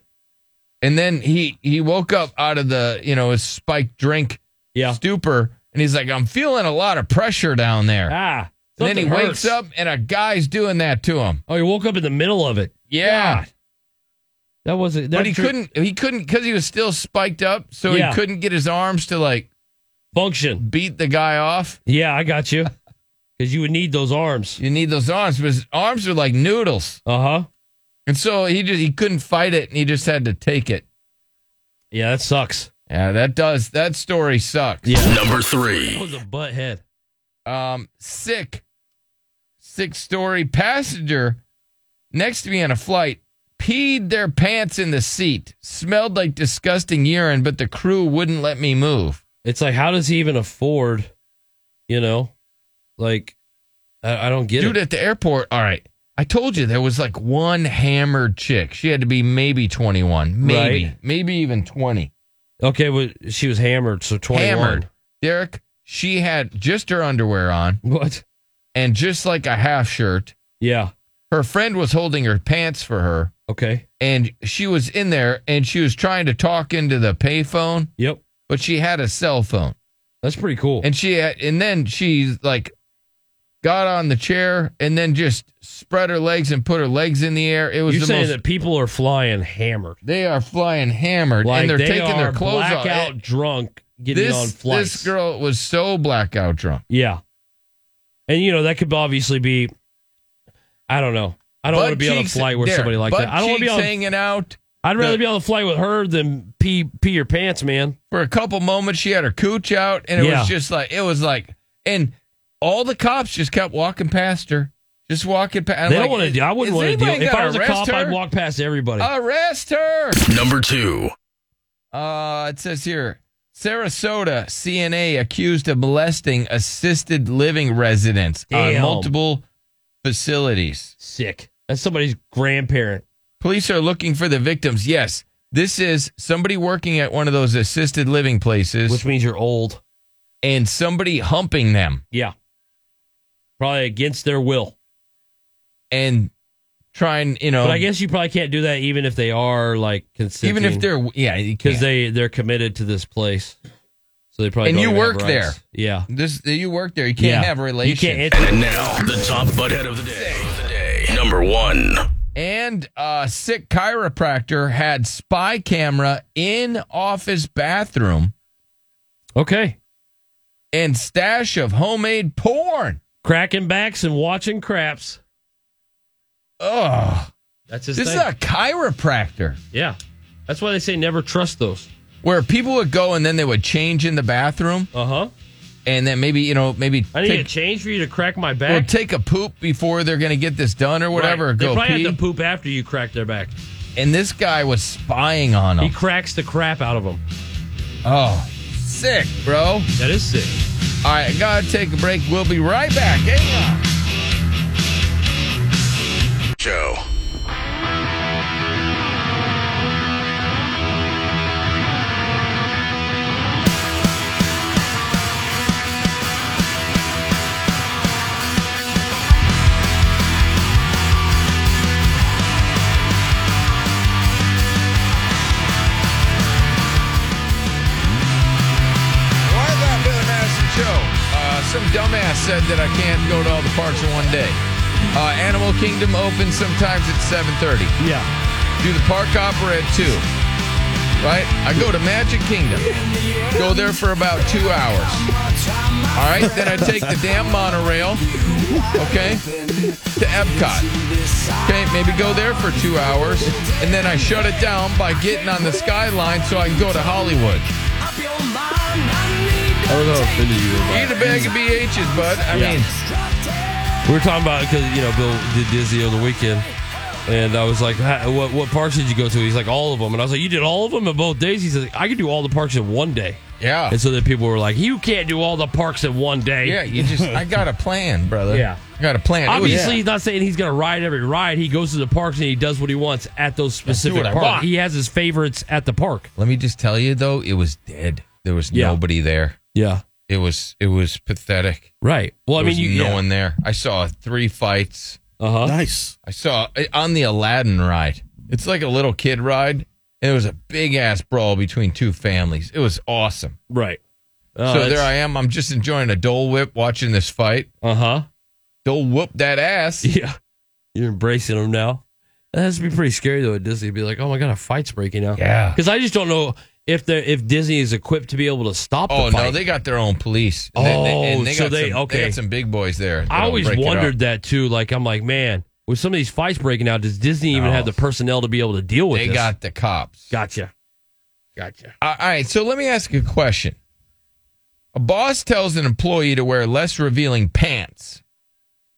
S7: And then he he woke up out of the you know his spiked drink stupor, and he's like, I'm feeling a lot of pressure down there.
S2: Ah,
S7: and then he
S2: something
S7: wakes
S2: hurts.
S7: up and a guy's doing that to him.
S2: Oh, he woke up in the middle of it.
S7: Yeah.
S2: That wasn't.
S7: But
S2: that
S7: he
S2: tri-
S7: couldn't. He couldn't because he was still spiked up, so
S2: Yeah.
S7: he couldn't get his arms to like
S2: function,
S7: beat the guy off.
S2: Yeah, I got you. Because you would need those arms.
S7: You need those arms, but his arms are like noodles.
S2: Uh huh.
S7: And so he just he couldn't fight it, and he just had to take it.
S2: Yeah, that sucks.
S7: Yeah, that does. That story sucks.
S11: Number
S2: That
S11: three.
S2: was a butthead.
S7: Um, sick, sick story. Passenger next to me on a flight peed their pants in the seat. Smelled like disgusting urine, but the crew wouldn't let me move.
S2: It's like, how does he even afford, you know, like, I, I don't get
S7: Dude,
S2: it.
S7: at the airport, all right. I told you there was like one hammered chick. She had to be maybe 21, maybe,
S2: Right.
S7: maybe even 20.
S2: Okay, well, she was hammered, so 21.
S7: Hammered. Derek, she had just her underwear on.
S2: What?
S7: And just like a half shirt.
S2: Yeah.
S7: Her friend was holding her pants for her.
S2: Okay.
S7: And she was in there and she was trying to talk into the payphone.
S2: Yep.
S7: But she had a cell phone.
S2: That's pretty cool.
S7: And she had, and then she like got on the chair and then just spread her legs and put her legs in the air. It was
S2: You're
S7: the
S2: saying
S7: most
S2: that people are flying hammered.
S7: They are flying hammered and they're
S2: they
S7: taking
S2: are
S7: their clothes off.
S2: blackout drunk getting
S7: this,
S2: on flights.
S7: This girl was so blackout drunk.
S2: Yeah. And you know, that could obviously be I don't know. I don't
S7: Butt
S2: want to be on a
S7: cheeks-
S2: flight where
S7: Derek,
S2: somebody like
S7: butt
S2: that. I don't want to be
S7: cheeks
S2: on
S7: hanging out.
S2: I'd rather
S7: The-
S2: be on the flight with her than pee pee your pants, man.
S7: For a couple moments she had her cooch out and it
S2: Yeah.
S7: was just like it was like and all the cops just kept walking past her. Just walking past
S2: They don't want to. I wouldn't want to deal. If I was a cop, I'd walk past everybody.
S27: Uh,
S7: Arrest her.
S11: Number two.
S7: Uh, it says here Sarasota CNA accused of molesting assisted living residents on
S2: Damn.
S7: multiple facilities.
S2: Sick. That's somebody's grandparent.
S7: Police are looking for the victims. Yes, this is somebody working at one of those assisted living places, which
S2: means you're old.
S7: and somebody humping them.
S27: Yeah. Probably against their will.
S7: And trying, you know.
S27: But I guess you probably can't do that even if they are like consenting.
S7: Even if they're- yeah, you
S27: because
S7: can't.
S27: they they're committed to this place, so they probably
S7: And
S27: don't
S7: you
S27: even have
S7: work
S27: rights.
S7: there.
S27: Yeah,
S7: this you work there. You can't
S27: Yeah.
S7: have
S27: You can't-
S7: relations.
S27: it's-
S11: And now, the top butthead of the day. The day. Number one.
S7: And a sick chiropractor had spy camera in office bathroom.
S27: Okay.
S7: And stash of homemade porn.
S27: Cracking backs and watching craps.
S7: Ugh.
S27: That's his
S7: This
S27: thing.
S7: is a chiropractor.
S27: Yeah. That's why they say never trust those.
S7: Where people would go and then they would change in the bathroom.
S27: Uh huh.
S7: And then maybe, you know, maybe
S27: I need
S7: take-
S27: a change for you to crack my back.
S7: Well, take a poop before they're going to get this done or whatever. or
S27: Right. They
S7: Go
S27: probably
S7: pee.
S27: had to poop after you cracked their back.
S7: and this guy was spying on
S27: He
S7: him.
S27: cracks the crap out of them.
S7: Oh, sick, bro.
S27: That is sick.
S7: All right, I gotta take a break. We'll be right back. eh? Hang on.
S11: Show.
S7: Why is that Billy Madison show? Uh, some dumbass said that I can't go to all the parks in one day. Uh, Animal Kingdom opens sometimes at 7.30.
S27: Yeah.
S7: Do the park opera at 2. Right? I go to Magic Kingdom. Go there for about two hours. All right? Then I take the damn monorail. Okay? To Epcot. Okay? Maybe go there for two hours. And then I shut it down by getting on the skyline so I can go to Hollywood.
S2: I don't know. if any of you are
S7: Eat a bag of BHs, bud. I
S2: Yeah.
S7: mean,
S2: We were talking about because you know Bill did Disney over the weekend, and I was like, "Ha- "What what parks did you go to?" He's like, "All of them," and I was like, "You did all of them in both days?" He said, "I could do all the parks in one day."
S7: Yeah,
S2: and so then people were like, "You can't do all the parks in one day."
S7: yeah, you just, I got a plan, brother.
S2: Yeah.
S7: I got a plan. It was-
S2: Obviously, he's not saying he's going to ride every ride. He goes to the parks and he does what he wants at those specific
S7: what I
S2: parks.
S7: want.
S2: He has his favorites at the park.
S7: Let me just tell you though, it was dead. There was
S2: Yeah.
S7: nobody there.
S2: Yeah.
S7: It was it was pathetic.
S2: Right. Well, I
S7: There was
S2: mean, you-
S7: no
S2: yeah.
S7: one there. I saw three fights.
S2: Uh huh.
S8: Nice.
S7: I saw eh, on the Aladdin ride. It's like a little kid ride, and it was a big ass brawl between two families. It was awesome.
S2: Right.
S7: so
S2: Oh, that's-
S7: there I am. I'm just enjoying a Dole Whip watching this fight.
S2: Uh huh.
S7: Dole Whoop that ass.
S2: Yeah. You're embracing him now. That has to be pretty scary though. At Disney, You'd be like, "Oh my god, a fight's breaking out."
S7: Yeah.
S2: Because I just don't know if they if Disney is equipped to be able to stop.
S7: Oh
S2: the fight.
S7: no, they got their own police.
S2: Oh,
S7: And they- they- and
S2: so
S7: got
S2: they
S7: some,
S2: okay.
S7: got some *laughs* big boys there.
S2: I
S7: that'll
S2: always
S7: break it up.
S2: wondered that too. Like I'm like, man, with some of these fights breaking out, does Disney even
S7: No.
S2: have the personnel to be able to deal with?
S7: They
S2: this?
S7: got the cops.
S2: Gotcha. Gotcha.
S7: Uh, All right, so let me ask you a question. A boss tells an employee to wear less revealing pants.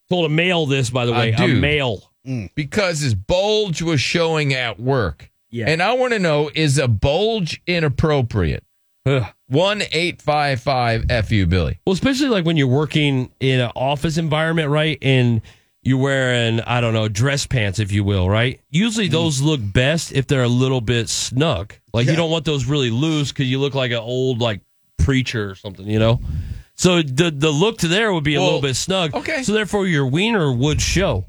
S2: Told a male this, by the way, a male.
S7: Because his bulge was showing at work. Yeah. And I want to know is a bulge inappropriate? One eight five five FU Billy.
S2: Well, especially like when you're working in an office environment, right? And you're wearing, I don't know, dress pants, if you will, right? Usually
S7: Mm-hmm.
S2: those look best if they're a little bit snug. Like you don't want those really loose because you look like an old like preacher or something, you know? So the the look to there would be a
S7: Well,
S2: little bit snug.
S7: okay.
S2: So therefore your wiener would show.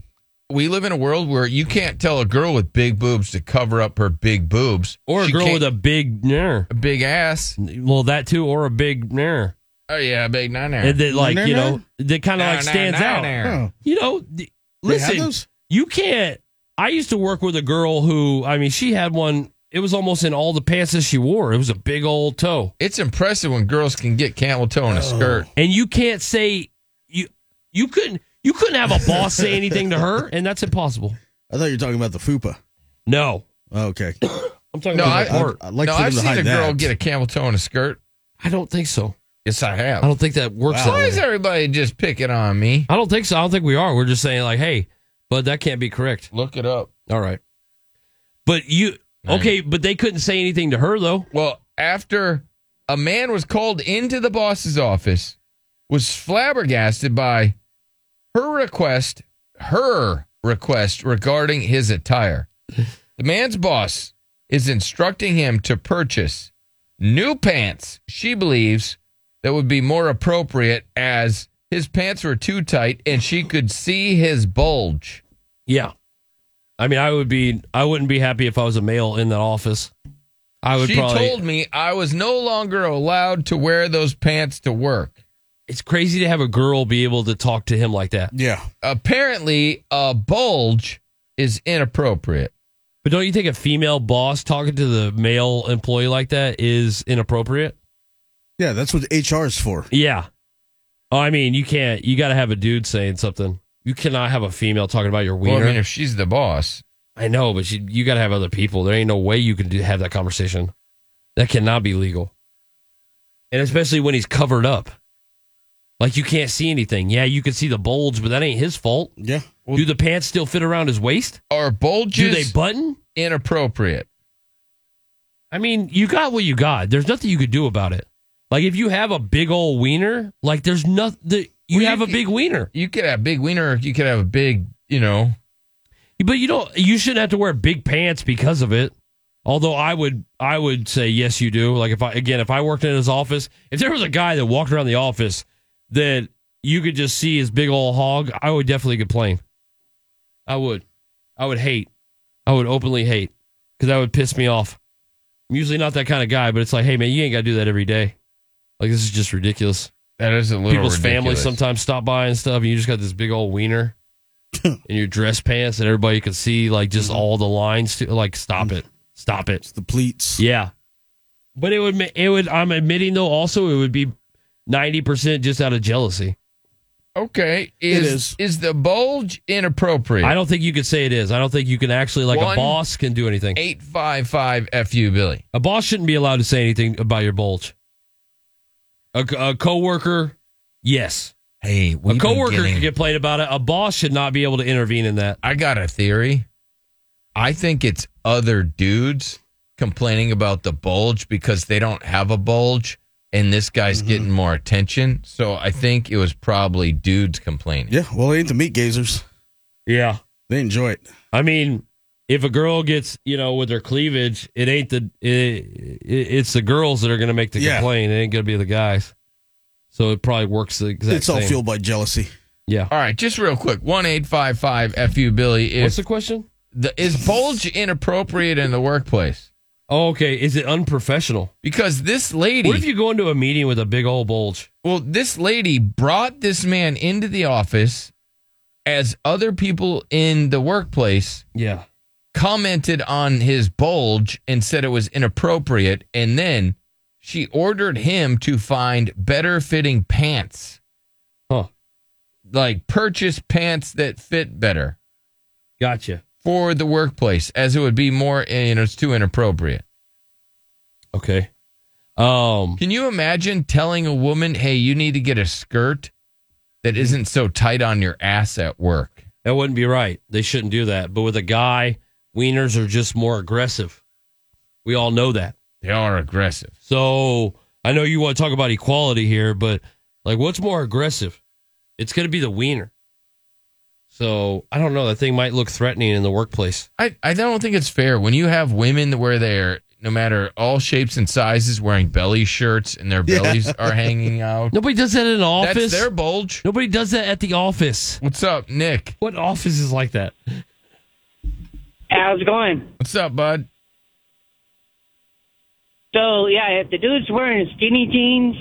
S7: We live in a world where you can't tell a girl with big boobs to cover up her big boobs.
S2: Or a
S7: She
S2: girl
S7: can't-
S2: with a big ner.
S7: A big ass.
S2: Well, that too, or a big ner.
S7: Oh yeah, a big nine
S2: And that like, you know, that kind of like stands out. You know, th-
S7: They have
S2: listen,
S7: those?
S2: you can't. I used to work with a girl who, I mean, she had one. It was almost in all the pants that she wore. It was a big old toe.
S7: It's impressive when girls can get camel toe
S8: Oh.
S7: in a skirt.
S2: And you can't say you you couldn't you couldn't have a
S8: *laughs*
S2: boss say anything to her, and that's impossible.
S8: I thought you were talking about the FUPA. Oh,
S2: No. *coughs*
S8: Okay.
S2: I'm talking
S7: No,
S2: about
S7: I,
S2: the part.
S8: I'd like
S7: no,
S8: for them
S7: I've
S8: to
S7: seen
S8: hide
S7: a girl
S8: that.
S7: get a camel toe in a skirt.
S2: I don't think so.
S7: Yes, I have.
S2: I don't think that works.
S7: *laughs*
S2: that
S7: Why
S2: way.
S7: is everybody just picking on me?
S2: I don't think so. I don't think we are. We're just saying like, hey, but that can't be correct.
S7: Look it up.
S2: All right. But you okay? But they couldn't say anything to her though.
S7: Well, after a man was called into the boss's office, was flabbergasted by her request, her request regarding his
S2: *laughs*
S7: attire. The man's boss is instructing him to purchase new pants she believes that would be more appropriate as his pants were too tight and she could see his bulge.
S2: Yeah. I mean, I would be. I wouldn't be happy if I was a male in that office. I would
S7: she
S2: probably.
S7: told me I was no longer allowed to wear those pants to work.
S2: It's crazy to have a girl be able to talk to him like that.
S7: Yeah. Apparently, a bulge is inappropriate.
S2: But don't you think a female boss talking to the male employee like that is inappropriate?
S20: Yeah, that's what HR is for.
S2: Yeah. Oh, I mean, you can't. You got to have a dude saying something. You cannot have a female talking about your
S7: Well, I
S2: wiener.
S7: mean, if she's the boss,
S2: I know, but you, you got to have other people. There ain't no way you can do, have that conversation. That cannot be legal. And especially when he's covered up. Like you can't see anything. Yeah, you can see the bulge, but that ain't his fault.
S20: Yeah.
S2: do the pants still fit around his waist?
S7: Are bulges
S2: Do they button?
S7: Inappropriate.
S2: I mean, you got what you got. There's nothing you could do about it. Like if you have a big old wiener, like there's nothing you have a big wiener.
S7: You could have a big wiener, or you could have a big, you know.
S2: But you don't you shouldn't have to wear big pants because of it. Although I would I would say yes you do. Like if I again if I worked in his office, if there was a guy that walked around the office that you could just see his big old hog, I would definitely complain. I would. I would hate. I would openly hate cuz that would piss me off. I'm usually not that kind of guy, but it's like, "Hey man, you ain't got to do that every day." Like this is just ridiculous.
S7: That is a little
S2: People's families
S7: ridiculous.
S2: sometimes stop by and stuff, and you just got this big
S20: *laughs*
S2: old wiener in your dress pants that everybody can see, like just all the lines. To, like, stop it, stop it. It's
S20: Mm-hmm. the pleats.
S2: Yeah, but it would. ma- It would. I'm admitting though. Also, it would be ninety percent just out of jealousy.
S7: Okay, is, is the bulge inappropriate?
S2: I don't think you could say it is. I don't think you can actually like
S7: One-
S2: a boss can do anything.
S7: Eight five five fu Billy.
S2: A boss shouldn't be allowed to say anything about your bulge. A, co- a coworker, yes.
S7: Hey,
S2: a
S7: been
S2: coworker
S7: getting-
S2: could get played about it. A boss should not be able to intervene in that.
S7: I got a theory. I think it's other dudes complaining about the bulge because they don't have a bulge, and this guy's getting more attention. So I think it was probably dudes complaining.
S20: Yeah, well, they ain't the meat gazers.
S2: Yeah.
S20: They enjoy it.
S2: I mean, if a girl gets, you know, with her cleavage, it ain't the it, it, it's the girls that are going to make the
S20: Yeah.
S2: complaint. It ain't going to be the guys. So it probably works the exact
S20: it's all
S2: same.
S20: fueled by jealousy.
S2: Yeah.
S7: All right, just real quick. One eight five five fu Billy. If,
S2: What's the question?
S7: The, is bulge inappropriate in the workplace?
S2: Oh, okay. Is it unprofessional?
S7: Because this lady.
S2: What if you go into a meeting with a big old bulge?
S7: Well, this lady brought this man into the office as other people in the workplace.
S2: Yeah.
S7: Commented on his bulge and said it was inappropriate. And then she ordered him to find better fitting pants.
S2: Huh.
S7: Like purchase pants that fit better.
S2: Gotcha.
S7: For the workplace, as it would be more, eh, you know, it's too inappropriate.
S2: Okay. Um
S7: Can you imagine telling a woman, "Hey, you need to get a skirt that isn't so tight on your ass at work"?
S2: That wouldn't be right. They shouldn't do that. But with a guy, wieners are just more aggressive. We all know that.
S7: They are aggressive.
S2: So I know you want to talk about equality here, but like what's more aggressive? It's gonna be the wiener. So I don't know. That thing might look threatening in the workplace.
S7: I, I don't think it's fair when you have women where they're no matter all shapes and sizes wearing belly shirts and their
S2: *laughs* Yeah.
S7: bellies are hanging out.
S2: Nobody does that in an
S7: That's
S2: office.
S7: their bulge.
S2: Nobody does that at the office.
S7: What's up, Nick?
S2: What office is like that?
S5: How's it going?
S7: What's up, bud?
S5: So yeah, if the dude's wearing skinny jeans,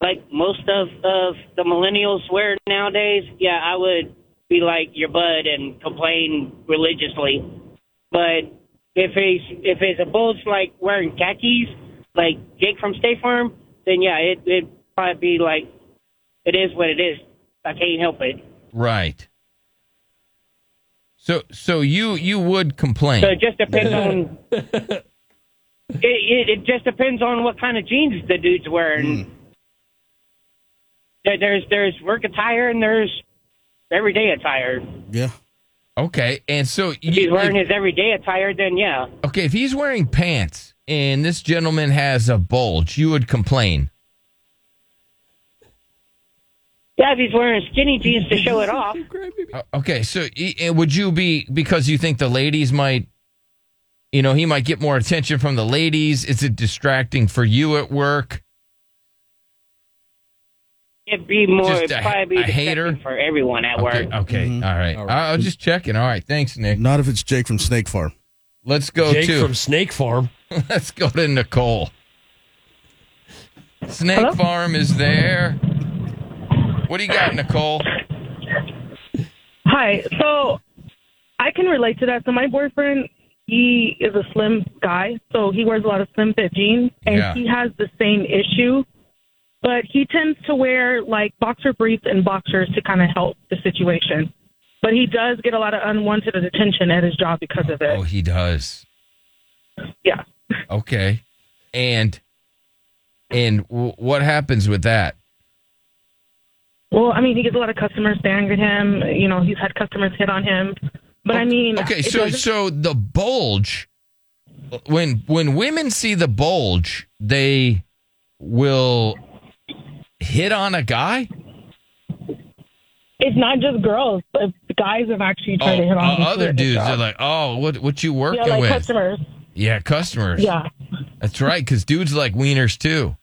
S5: like most of of the millennials wear nowadays, yeah, I would be like your bud and complain religiously. But if he's if he's a bulge like wearing khakis, like Jake from State Farm, then yeah, it it probably be like it is what it is. I can't help it.
S7: Right. So so you you would complain.
S5: So it just depends on. It, it it just depends on what kind of jeans the dude's wearing.
S7: Hmm.
S5: There There's there's work attire and there's everyday attire.
S20: Yeah.
S7: Okay, and so
S5: If he's
S7: you,
S5: wearing his everyday attire, then yeah,
S7: okay, if he's wearing pants and this gentleman has a bulge, you would complain.
S5: yeah. If he's wearing skinny jeans to show it off,
S7: Uh, Okay, so i- and would you be because you think the ladies might, you know, he might get more attention from the ladies? Is it distracting for you at work?
S5: it'd be more.
S7: Just
S5: it'd
S7: a-
S5: probably be
S7: a hater?
S5: for everyone at
S7: Okay,
S5: work.
S7: okay. All right. I I was just checking. All right, thanks, Nick. Not if it's Jake from Snake Farm. Let's go
S2: Jake
S7: to
S2: from Snake Farm.
S7: *laughs* Let's go to Nicole. Snake Farm is there. What do you got, Nicole?
S28: Hi. So I can relate to that. So my boyfriend, he is a slim guy, so he wears a lot of slim fit jeans, and
S10: Yeah.
S28: he has the same issue. But he tends to wear like boxer briefs and boxers to kind of help the situation. But he does get a lot of unwanted attention at his job because of it.
S7: Oh, he does.
S28: Yeah.
S7: Okay. And and w- what happens with that?
S28: Well, I mean, he gets a lot of customers staring at him. You know, he's had customers hit on him. But
S2: Oh,
S28: I mean,
S7: Okay,
S28: it
S7: so
S28: doesn't-
S7: so the bulge when when women see the bulge, they will hit on a guy?
S28: it's not just girls. But guys have actually
S7: Oh,
S28: tried to hit on
S7: uh,
S28: him too
S7: other
S28: at his
S7: dudes
S28: job.
S7: are like, "Oh, what what you working
S28: yeah, like
S7: with?"
S28: customers.
S7: Yeah, customers.
S28: Yeah.
S7: That's right, because dudes like wieners too.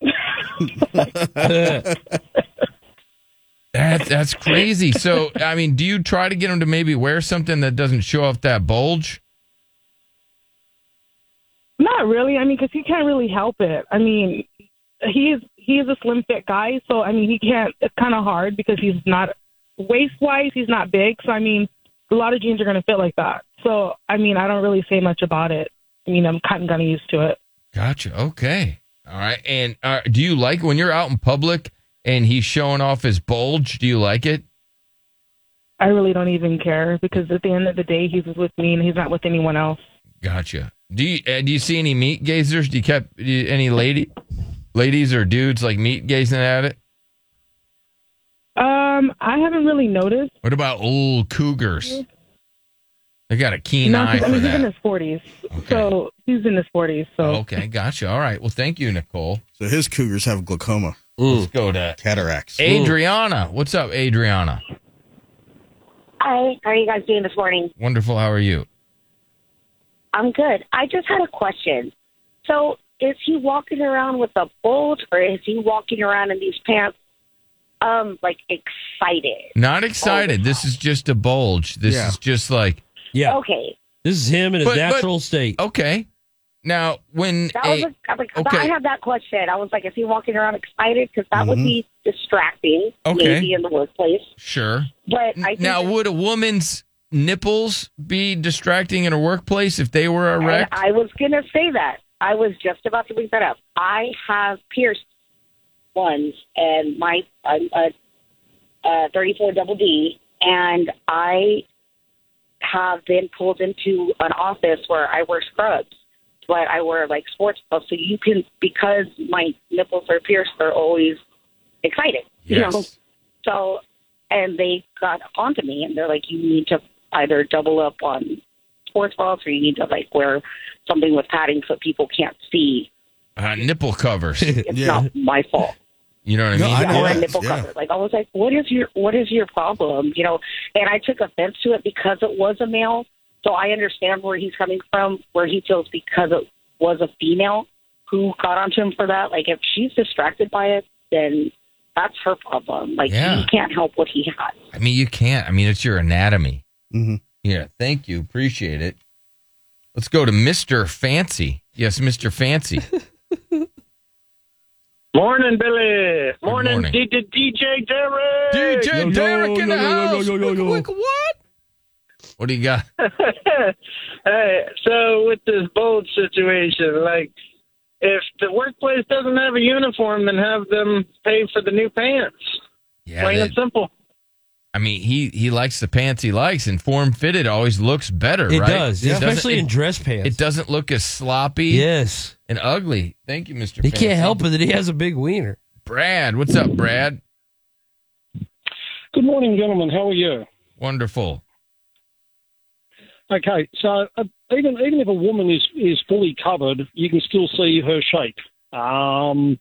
S7: *laughs* that that's crazy. So, I mean, do you try to get them to maybe wear something that doesn't show off that bulge?
S28: Not really. I mean, because he can't really help it. I mean, he's he is a slim fit guy, so I mean, he can't. It's kind of hard because he's not waist wise. He's not big, so I mean, a lot of jeans are going to fit like that. So I mean, I don't really say much about it. I mean, I'm kind of gotten used to it.
S7: Gotcha. Okay. All right. And uh, do you like when you're out in public and he's showing off his bulge? Do you like it?
S28: I really don't even care because at the end of the day, he's with me and he's not with anyone else.
S7: Gotcha. Do you uh, do you see any meat gazers? Do you kept do you- any lady ladies or dudes like meat gazing at it?
S28: Um, I haven't really noticed.
S7: What about old cougars? They got a keen
S28: No, 'cause,
S7: eye
S28: I
S7: for
S28: mean, he's in
S7: that.
S28: his forties, so he's in his forties. So
S7: Okay, gotcha. All right. Well, thank you, Nicole.
S8: So his cougars have glaucoma.
S7: Let's go to
S8: cataracts.
S7: Adriana. What's up, Adriana?
S19: Hi, how are you guys doing this morning?
S7: Wonderful. How are you?
S19: I'm good. I just had a question. So, is he walking around with a bulge, or is he walking around in these pants, um, like excited?
S28: Oh.
S7: Not excited. This is just a bulge. This
S2: Yeah.
S7: is just like
S2: Yeah.
S19: Okay,
S2: This is him in his
S7: But- but-
S2: natural state.
S7: Okay. Now, when
S19: that was a, I'm like,
S7: okay.
S19: I have that question. I was like, is he walking around excited? Because that would
S7: Mhm.
S19: be distracting,
S7: Okay.
S19: maybe in the workplace.
S7: sure.
S19: But I think
S7: Now, would a woman's nipples be distracting in a workplace if they were
S19: And
S7: erect?
S19: I was gonna say that. I was just about to bring that up. I have pierced ones, and my I'm a, a 34 double D, and I have been pulled into an office where I wear scrubs, but I wear like sports clothes. So you can because my nipples are pierced, they're always excited. You know,
S29: Yes.
S19: *laughs* so and they got onto me, and they're like, you need to either double up on sports bras or you need to like wear something with padding so people can't see.
S7: Uh, nipple covers.
S19: It's not my fault.
S7: You know what I mean?
S19: yeah, or a nipple cover. Like I was like, what is your what is your problem? You know, and I took offense to it because it was a male. So I understand where he's coming from, where he feels because it was a female who got onto him for that. Like if she's distracted by it, then that's her problem. Like
S7: Yeah.
S19: he can't help what he has.
S7: I mean, you can't. I mean, it's your anatomy. Mm-hmm. Yeah. Thank you. Appreciate it. Let's go to Mr. Fancy. Yes, Mr. Fancy.
S4: Morning, Billy. Morning,
S7: morning.
S4: D- D- DJ Derek.
S7: DJ *laughs* Yo, yo, Derek in yo, the yo, yo, house. yo, yo,
S4: *laughs*
S7: yo. Quick,
S4: what?
S7: what do you got?
S4: hey, so with this bulge situation, like, if the workplace doesn't have a uniform, then have them pay for the new pants.
S7: Yeah,
S4: Plain
S7: that-
S4: and simple.
S7: I mean, he he likes the pants he likes, and form fitted always looks better.
S2: It
S7: right?
S2: does,
S7: It doesn't-
S2: especially in
S7: it-
S2: dress pants.
S7: It doesn't look as sloppy.
S2: Yes.
S7: and ugly. Thank you, Mister.
S2: He can't help it that he has a big wiener.
S7: Brad, what's up, Brad?
S9: Good morning, gentlemen. How are you?
S7: Wonderful.
S9: Okay, so uh, even even if a woman is is fully covered, you can still see her shape. Um,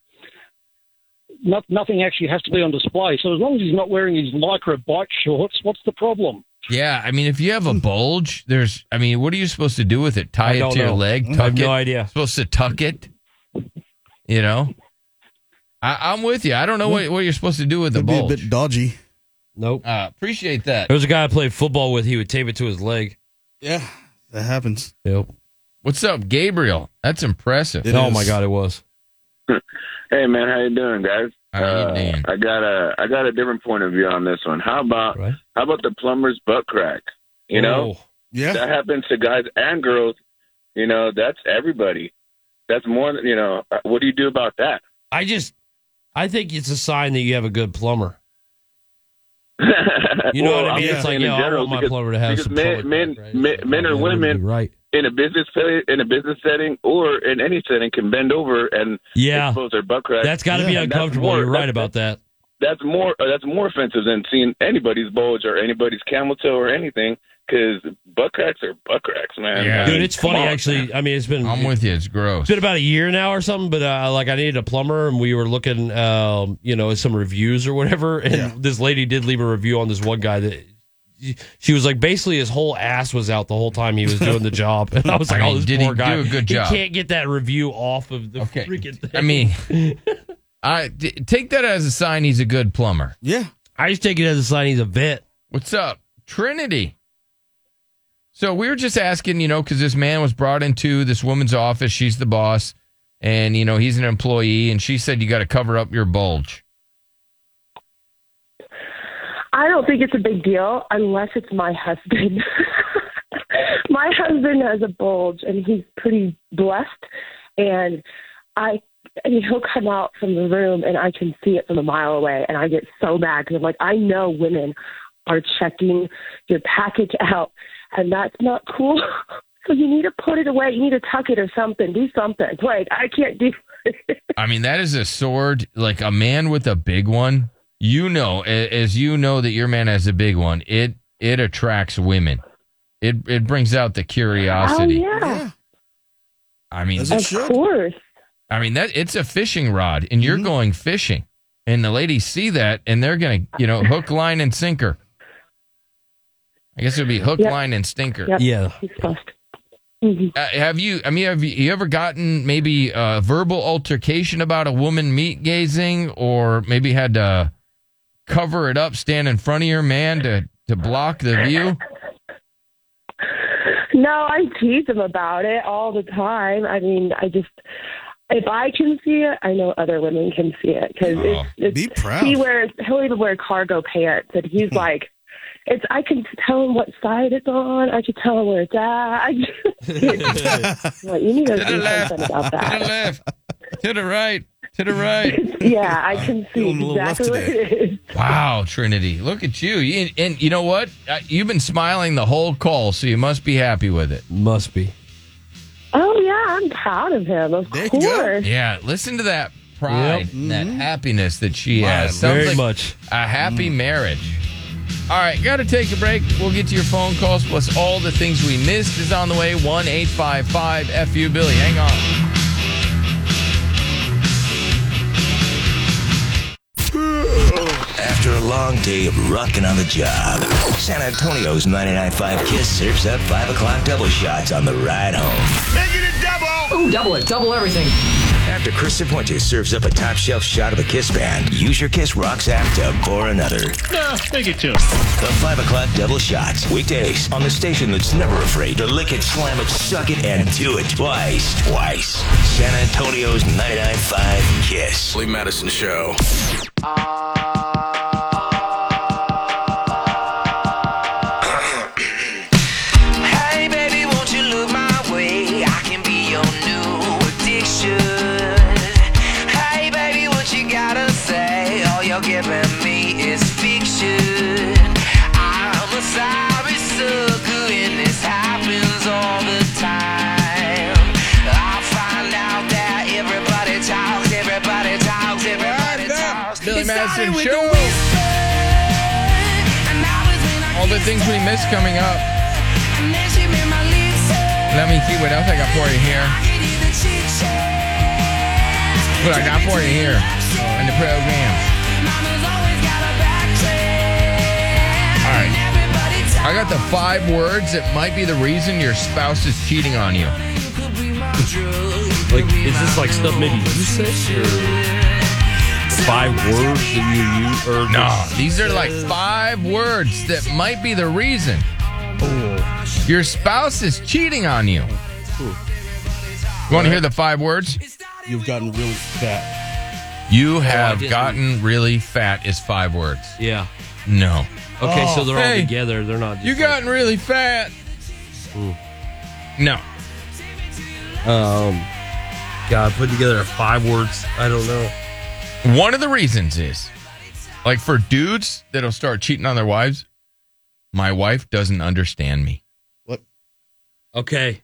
S9: not, nothing actually has to be on display. So as long as he's not wearing his lycra bike shorts, what's the problem?
S7: Yeah, I mean, if you have a bulge, there's. I mean, what are you supposed to do with it? Tie
S9: I
S7: it
S9: don't
S7: to your
S9: know.
S7: leg?
S9: I
S7: Tuck
S9: have no
S7: idea. Supposed to tuck it? You know? I, I'm with you. I don't know what, what you're supposed to do with the
S8: It'd be a
S7: bulge.
S8: bit
S28: dodgy.
S8: Nope.
S7: Uh, appreciate that.
S8: There was a guy I played football with. He would tape it to his leg.
S28: Yeah, that happens.
S8: Yep.
S7: What's up, Gabriel? That's impressive.
S8: oh my god, it was.
S30: Hey man, how you doing, guys?
S7: Uh,
S30: I got a I got a different point of view on this one. How about how about the plumber's butt crack? You know,
S8: Oh.
S28: yeah,
S30: that happens to guys and girls. You know, that's everybody. That's more. than- You know, uh, what do you do about that? *laughs*
S8: I just, I think it's a sign that you have a good plumber. You know
S30: Well,
S8: what I
S30: I'm
S8: mean?
S30: just
S8: It's like,
S30: saying
S8: yo,
S30: in
S8: I
S30: general,
S8: want my
S30: because-
S8: plumber to have
S30: because
S8: some
S30: men,
S8: plumber
S30: men, men, men or women,
S8: right?
S30: in a business fa- in a business setting or in any setting, can bend over and
S8: Yeah.
S30: expose their butt crack.
S8: That's got to be
S30: And that's
S8: uncomfortable.
S30: more-
S8: You're right
S30: that's-
S8: about that.
S30: that's more uh, that's more offensive than seeing anybody's bulge or anybody's camel toe or anything because butt cracks are butt cracks, man. I mean,
S8: dude, it's
S30: come
S8: funny
S30: on.
S8: actually. I mean, it's been.
S30: I'm
S7: with you. It's gross.
S8: It's been about a year now or something, but uh, like I needed a plumber, and we were looking, um, you know, at some reviews or whatever. *laughs* And this lady did leave a review on this one guy that she was like, basically his whole ass was out the whole time he was doing
S7: *laughs*
S8: the job, and I was like,
S7: I mean,
S8: oh, this
S7: did he
S8: poor guy,
S7: do a good job?
S8: He can't get that review off of the freaking thing.
S7: I mean,
S8: *laughs*
S7: I d- take that as a sign he's a good plumber.
S28: Yeah,
S8: I just take it as a sign he's a vet.
S7: What's up, Trinity? So we were just asking, you know, because this man was brought into this woman's office. She's the boss, and you know he's an employee, and she said you got to cover up your bulge.
S10: I don't think it's a big deal unless it's my husband. *laughs* my husband has a bulge and he's pretty blessed and I and he'll come out from the room and I can see it from a mile away and I get so mad because I'm like I know women are checking your package out and that's not cool. *laughs* so you need to put it away. You need to tuck it or something. Do something. Like I can't do
S7: I mean, that is a sword. Like a man with a big one, you know, a- as you know that your man has a big one, it it attracts women. It it brings out the curiosity.
S10: Oh yeah.
S7: I mean,
S10: of course.
S7: I mean that it's a fishing rod, and you're going fishing, and the ladies see that, and they're gonna, you know, hook, line, and sinker. I guess it would be hook,
S10: Yep.
S7: line, and stinker.
S10: Yep. He's blessed. Mhm.
S7: Uh, have you? I mean, have you, you ever gotten maybe a verbal altercation about a woman meat gazing, or maybe had to cover it up, stand in front of your man to to block the view?
S10: No, I tease him about it all the time. I mean, I just if I can see it, I know other women can see it because
S28: Oh,
S10: it's,
S28: be
S10: it's
S28: proud. Hmm.
S10: he wears he'll even wear cargo pants and he's like. It's. I can tell him what side it's on. I can tell him where it's at. I
S28: *laughs*
S7: *laughs*
S10: just, like, you need to do something about that.
S7: to the right, to the right.
S10: Yeah, I can see
S7: Feeling a little rough
S10: exactly what
S7: today.
S10: it is.
S7: Wow, Trinity, look at you. You- And you know what? Uh, You've been smiling the whole call, so you must be happy with it.
S8: Must be.
S10: Oh yeah, I'm proud of him. Of course.
S7: Yeah, listen to that pride, and that happiness that she
S8: Mm-hmm. Wow,
S7: has.
S8: very
S7: like
S8: much. Mm.
S7: a happy marriage. All right, got to take a break. We'll get to your phone calls plus all the things we missed is on the way. One eight five five fu Billy. Hang on.
S1: After a long day of rucking on the job, San Antonio's 99.5 Kiss serves up 5 o'clock double shots on the ride home.
S25: Making it double! Ooh, double it, double everything.
S1: After Chris Saponte serves up a top shelf shot of a Kiss band, use your Kiss Rocks app to pour another.
S25: No, take it to
S1: The 5 o'clock double shots, weekdays, on the station that's never afraid to lick it, slam it, suck it, and do it twice. Twice. San Antonio's 99.5 Kiss.
S11: Billy Madison Show.
S25: Hey, baby, won't you look my way? I can be your new addiction. Hey, baby, what you gotta say? All you're giving me is fiction. I'm a sorry sucker, and this happens all the time. I find out that everybody talks, everybody talks, everybody talks.
S7: Billy
S25: It
S7: Madison
S25: started with
S7: Show.
S25: the whisper, and I was in
S7: All the things we missed coming up.
S25: and then she made my lips
S7: Let me see what else I got for you here. What I got for you here on the program. All right. I got the five words that might be the reason your spouse is cheating on you.
S8: Like, is this like stuff maybe you said?
S2: five words that you use? Or
S7: No, these are like five words that might be the reason.
S2: Oh.
S7: Your spouse is cheating on you. You want to hear the five words?
S11: You've gotten really fat.
S7: You
S11: I
S7: have
S11: didn't.
S7: gotten really fat is five words.
S2: Yeah.
S7: No.
S2: Okay, so they're all
S7: Hey,
S2: together. They're not.
S7: You gotten really fat. Hmm. No.
S2: Um, God, put together a five words. I don't know.
S7: One of the reasons is, like, for dudes that'll start cheating on their wives, my wife doesn't understand me.
S11: What?
S2: Okay.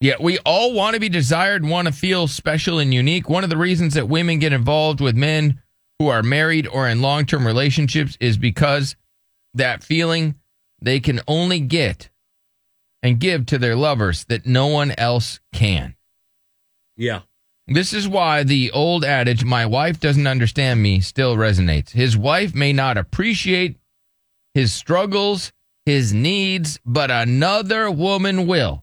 S7: Yeah, we all want to be desired, want to feel special and unique. One of the reasons that women get involved with men who are married or in long term relationships is because that feeling they can only get and give to their lovers that no one else can.
S2: Yeah.
S7: This is why the old adage, my wife doesn't understand me, still resonates. His wife may not appreciate his struggles, his needs, but another woman will.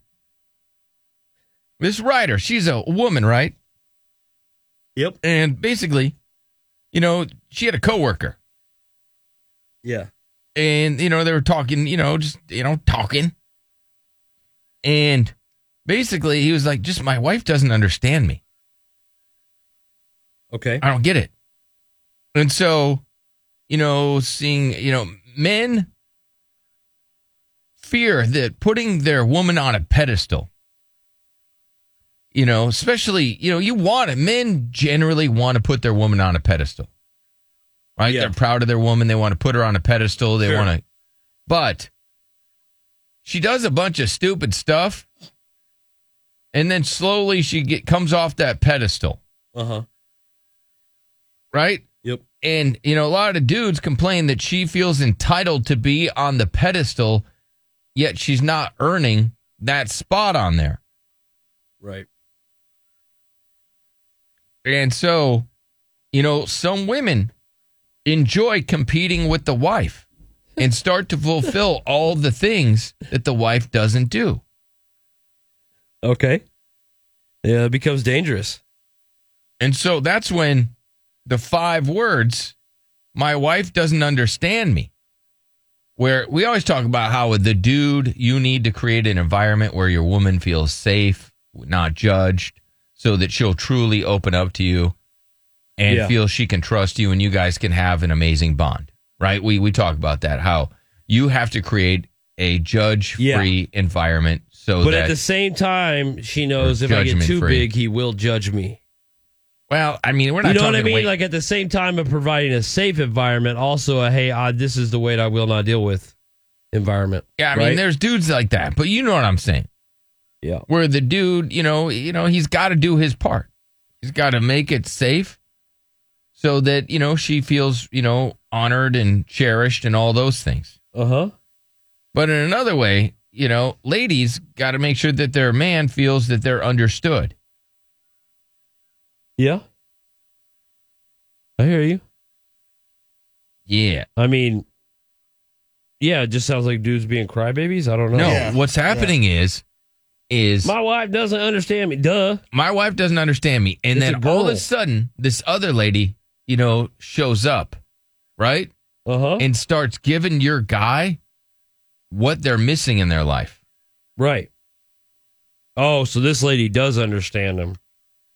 S7: This writer, she's a woman, right?
S2: Yep.
S7: And basically, you know, she had a coworker
S2: Yeah.
S7: and you know they were talking you know just you know talking and basically he was like just my wife doesn't understand me
S2: okay
S7: i don't get it and so you know seeing you know men fear that putting their woman on a pedestal you know especially you know you want it men generally want to put their woman on a pedestal right? They're proud of their woman. They want to put her on a pedestal. They want to, but she does a bunch of stupid stuff, and then slowly she get comes off that pedestal,
S2: Uh huh.
S7: right?
S2: Yep.
S7: And you know, a lot of dudes complain that she feels entitled to be on the pedestal, yet she's not earning that spot on there.
S2: Right.
S7: And so, you know, some women enjoy competing with the wife and start to fulfill all the things that the wife doesn't do.
S2: Okay. Yeah, it becomes dangerous.
S7: And so that's when the five words, my wife doesn't understand me, where we always talk about how, with the dude, you need to create an environment where your woman feels safe, not judged, so that she'll truly open up to you and
S31: Yeah.
S7: feel she can trust you and you guys can have an amazing bond, right? We, we talk about that, how you have to create a judge free environment so
S2: but
S7: Oh, that.
S2: at the same time, she knows
S7: Or
S2: if I get too
S7: judgment-free.
S2: big, he will judge me.
S7: Well, I mean, we're not
S2: You know what I
S7: talking
S2: mean?
S7: weight-
S2: Like at the same time of providing a safe environment, also a hey, uh, this is the weight I will not deal with environment.
S7: Yeah, I mean,
S2: right?
S7: there's dudes like that, but you know what I'm saying.
S2: Yeah.
S7: Where the dude, you know, you know, he's got to do his part. He's got to make it safe so that, you know, she feels, you know, honored and cherished and all those things.
S2: Uh-huh.
S7: But in another way, you know, ladies got to make sure that their man feels that they're understood.
S2: Yeah. I hear you.
S7: Yeah.
S2: I mean, yeah, it just sounds like dudes being crybabies. I don't know.
S7: No, what's happening is is
S2: my wife doesn't understand me. Duh.
S7: My wife doesn't understand me. And
S2: It's a
S7: then all of
S2: girl.
S7: a sudden, this other lady, you know, shows up, right?
S2: Uh-huh.
S7: And starts giving your guy what they're missing in their life.
S2: Right. Oh, so this lady does understand him.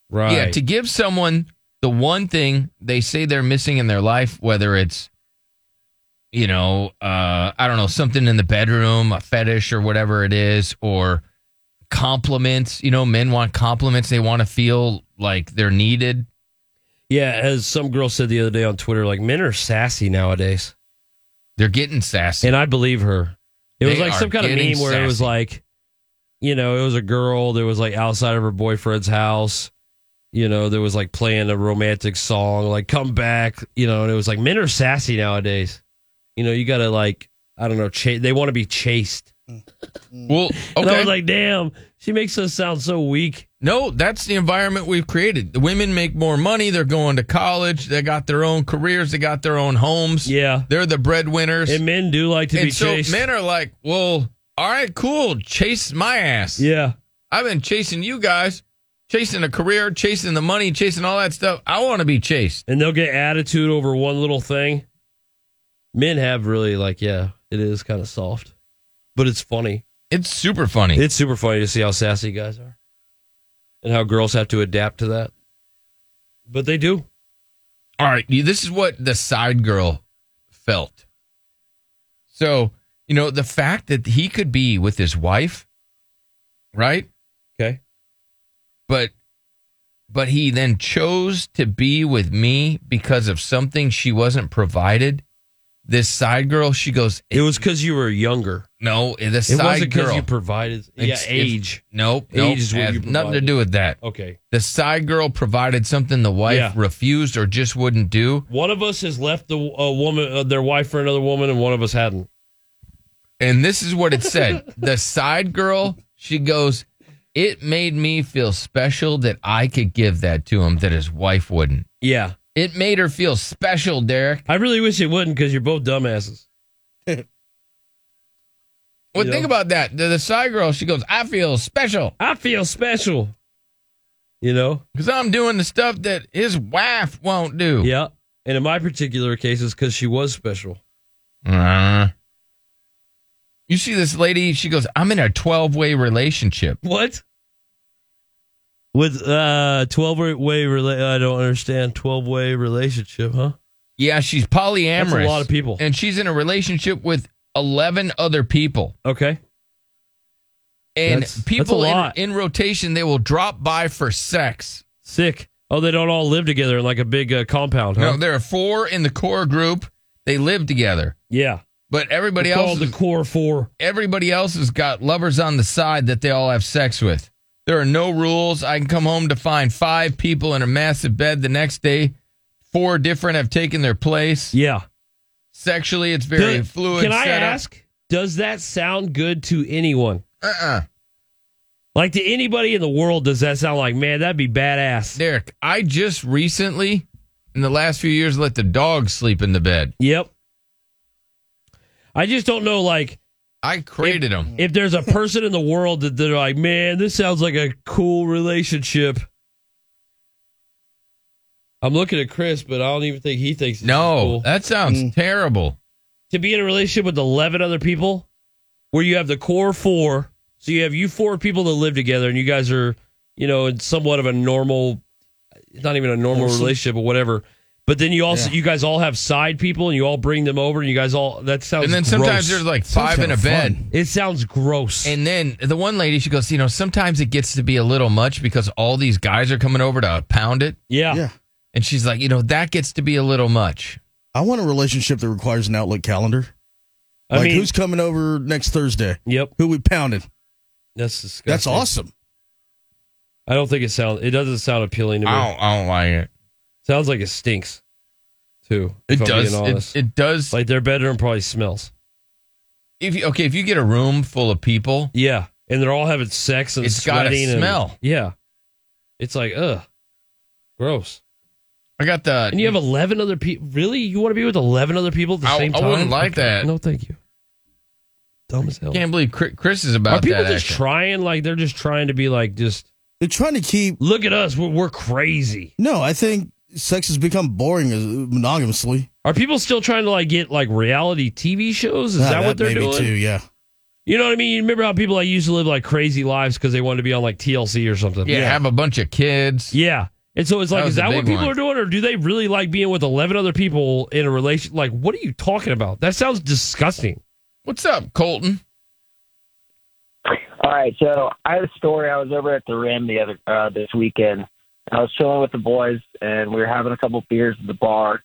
S2: Right.
S7: Yeah, to give someone the one thing they say they're missing in their life, whether it's you know, uh, I don't know, something in the bedroom, a fetish or whatever it is, or compliments. You know, men want compliments. They want to feel like they're needed.
S2: Yeah, as some girl said the other day on Twitter, like men are sassy nowadays.
S7: They're getting sassy.
S2: And I believe her. It was
S7: They
S2: like some
S7: are
S2: kind of meme
S7: getting
S2: where it was
S7: sassy.
S2: like, you know, it was a girl that was like outside of her boyfriend's house. You know, there was like playing a romantic song, like come back, you know, and it was like men are sassy nowadays. You know, you got to like, I don't know, cha- they want to be chased.
S7: Well,
S2: And I
S7: okay.
S2: was like, damn, she makes us sound so weak.
S7: No, that's the environment we've created. The women make more money. They're going to college. They got their own careers. They got their own homes.
S2: Yeah.
S7: They're the breadwinners.
S2: And men do like to
S7: and
S2: be
S7: so
S2: chased.
S7: men are like, well, all right, cool. Chase my ass.
S2: Yeah.
S7: I've been chasing you guys. chasing a career, chasing the money, chasing all that stuff. I want to be chased.
S2: And they'll get attitude over one little thing. Men have really like, yeah, it is kind of soft, but it's funny.
S7: It's super funny.
S2: It's super funny to see how sassy you guys are, and how girls have to adapt to that. But they do.
S7: All right, you- this is what the side girl felt. So, you know, the fact that he could be with his wife, right?
S2: Okay.
S7: But but he then chose to be with me because of something she wasn't provided. This side girl, she goes,
S2: It was because you were younger.
S7: No, eh, the
S2: It
S7: side
S2: wasn't 'cause
S7: girl
S2: you provided- yeah,
S7: It's- if-
S2: age.
S7: nope,
S2: Age
S7: nope,
S2: is what
S7: has
S2: you
S7: nothing to
S2: provided.
S7: do with that.
S2: Okay.
S7: The side girl provided something the wife
S2: Yeah.
S7: refused or just wouldn't do.
S2: One of us has left the a woman, uh, their wife for another woman, and one of us hadn't.
S7: And this is what it said. the side girl, she goes, It made me feel special that I could give that to him that his wife wouldn't.
S2: *laughs* Yeah.
S7: It made her feel special, Derek.
S2: I really wish it wouldn't because you're both dumbasses.
S7: Well,
S2: You
S7: think
S2: know?
S7: about that. The, the side girl, she goes, I feel special.
S2: I feel special. You know?
S7: Because I'm doing the stuff that his wife won't do.
S2: Yeah. And in my particular case, it's because she was special.
S7: Uh, you see this lady, she goes, I'm in a 12 way relationship.
S2: What? With uh, twelve way rela- I don't understand twelve way relationship, huh?
S7: Yeah, she's polyamorous.
S2: That's a lot of people.
S7: And she's in a relationship with 11 other people.
S2: Okay.
S7: And
S2: That's- that's
S7: people
S2: a
S7: in-
S2: lot.
S7: In, rotation, they will drop by for sex.
S2: Sick. Oh, they don't all live together in like a big uh, compound, huh?
S7: No, there are four in the core group. They live together.
S2: yeah.
S7: But everybody
S2: They're
S7: else,
S2: called the core four.
S7: everybody else has got lovers on the side that they all have sex with. There are no rules. I can come home to find five people in a massive bed the next day. Four different have taken their place.
S2: Yeah.
S7: Sexually, it's very
S2: Does-
S7: fluid.
S2: Can I
S7: setup.
S2: ask? Does that sound good to anyone?
S7: Uh-uh.
S2: Like to anybody in the world, does that sound like man? That'd be badass.
S7: Derek, I just recently, in the last few years, let the dog sleep in the bed.
S2: Yep. I just don't know. Like
S7: I created him.
S2: if there's a person in the world that they're like, man, this sounds like a cool relationship. I'm looking at Chris, but I don't even think he thinks.
S7: No, that sounds
S2: Mm.
S7: terrible.
S2: To be in a relationship with 11 other people, where you have the core four, so you have you four people that live together, and you guys are, you know, in somewhat of a normal, not even a normal
S16: Awesome.
S2: relationship or whatever. But then you also
S7: Yeah.
S2: you guys all have side people, and you all bring them over, and you guys all that sounds.
S7: And then
S2: gross.
S7: sometimes there's like five in a bed.
S2: It sounds gross.
S7: And then the one lady, she goes, you know, sometimes it gets to be a little much because all these guys are coming over to pound it.
S2: Yeah.
S8: Yeah.
S7: And she's like, you know, that gets to be a little much.
S8: I want a relationship that requires an outlook calendar.
S2: I
S8: Like
S2: mean-
S8: who's coming over next Thursday?
S2: Yep.
S8: Who we pounded?
S2: That's disgusting.
S8: That's awesome.
S2: I don't think it sounds. It doesn't sound appealing to me.
S7: I don't, I don't like it.
S2: Sounds like it stinks, too.
S7: It
S2: if I'm
S7: does.
S2: being
S7: It-
S2: honest.
S7: it does.
S2: Like their bedroom probably smells.
S7: If you, okay, if you get a room full of people,
S2: Yeah, and they're all having sex and
S7: It's gotta
S2: sweating. and-
S7: smell.
S2: yeah, it's like ugh, gross.
S7: I got the.
S2: And you have eleven other people. Really, you want to be with eleven other people at the
S7: I-
S2: same
S7: I
S2: time?
S7: wouldn't like
S2: Okay.
S7: that.
S2: No, thank you. Dumb as hell.
S7: can't believe Chri- Chris is about
S2: Are people
S7: that.
S2: just
S7: action.
S2: trying? Like they're just trying to be like just.
S8: They're trying to keep.
S2: Look at us. We're, we're crazy.
S8: No, I think sex has become boring as- monogamously.
S2: Are people still trying to like get like reality TV shows? Is
S8: Ah,
S2: that, what they're
S8: maybe
S2: doing?
S8: Too, yeah.
S2: You know what I mean? You remember how people like used to live like crazy lives because they wanted to be on like TLC or something.
S7: yeah, have a bunch of kids.
S2: Yeah. And so it's like,
S7: That
S2: is
S7: was a
S2: that
S7: big
S2: what people
S7: one.
S2: are doing, or do they really like being with eleven other people in a relation? Like, what are you talking about? That sounds disgusting.
S7: What's up, Colton?
S9: All right, so I have a story. I was over at the Rim the other uh, this weekend. I was chilling with the boys, and we were having a couple beers at the bar.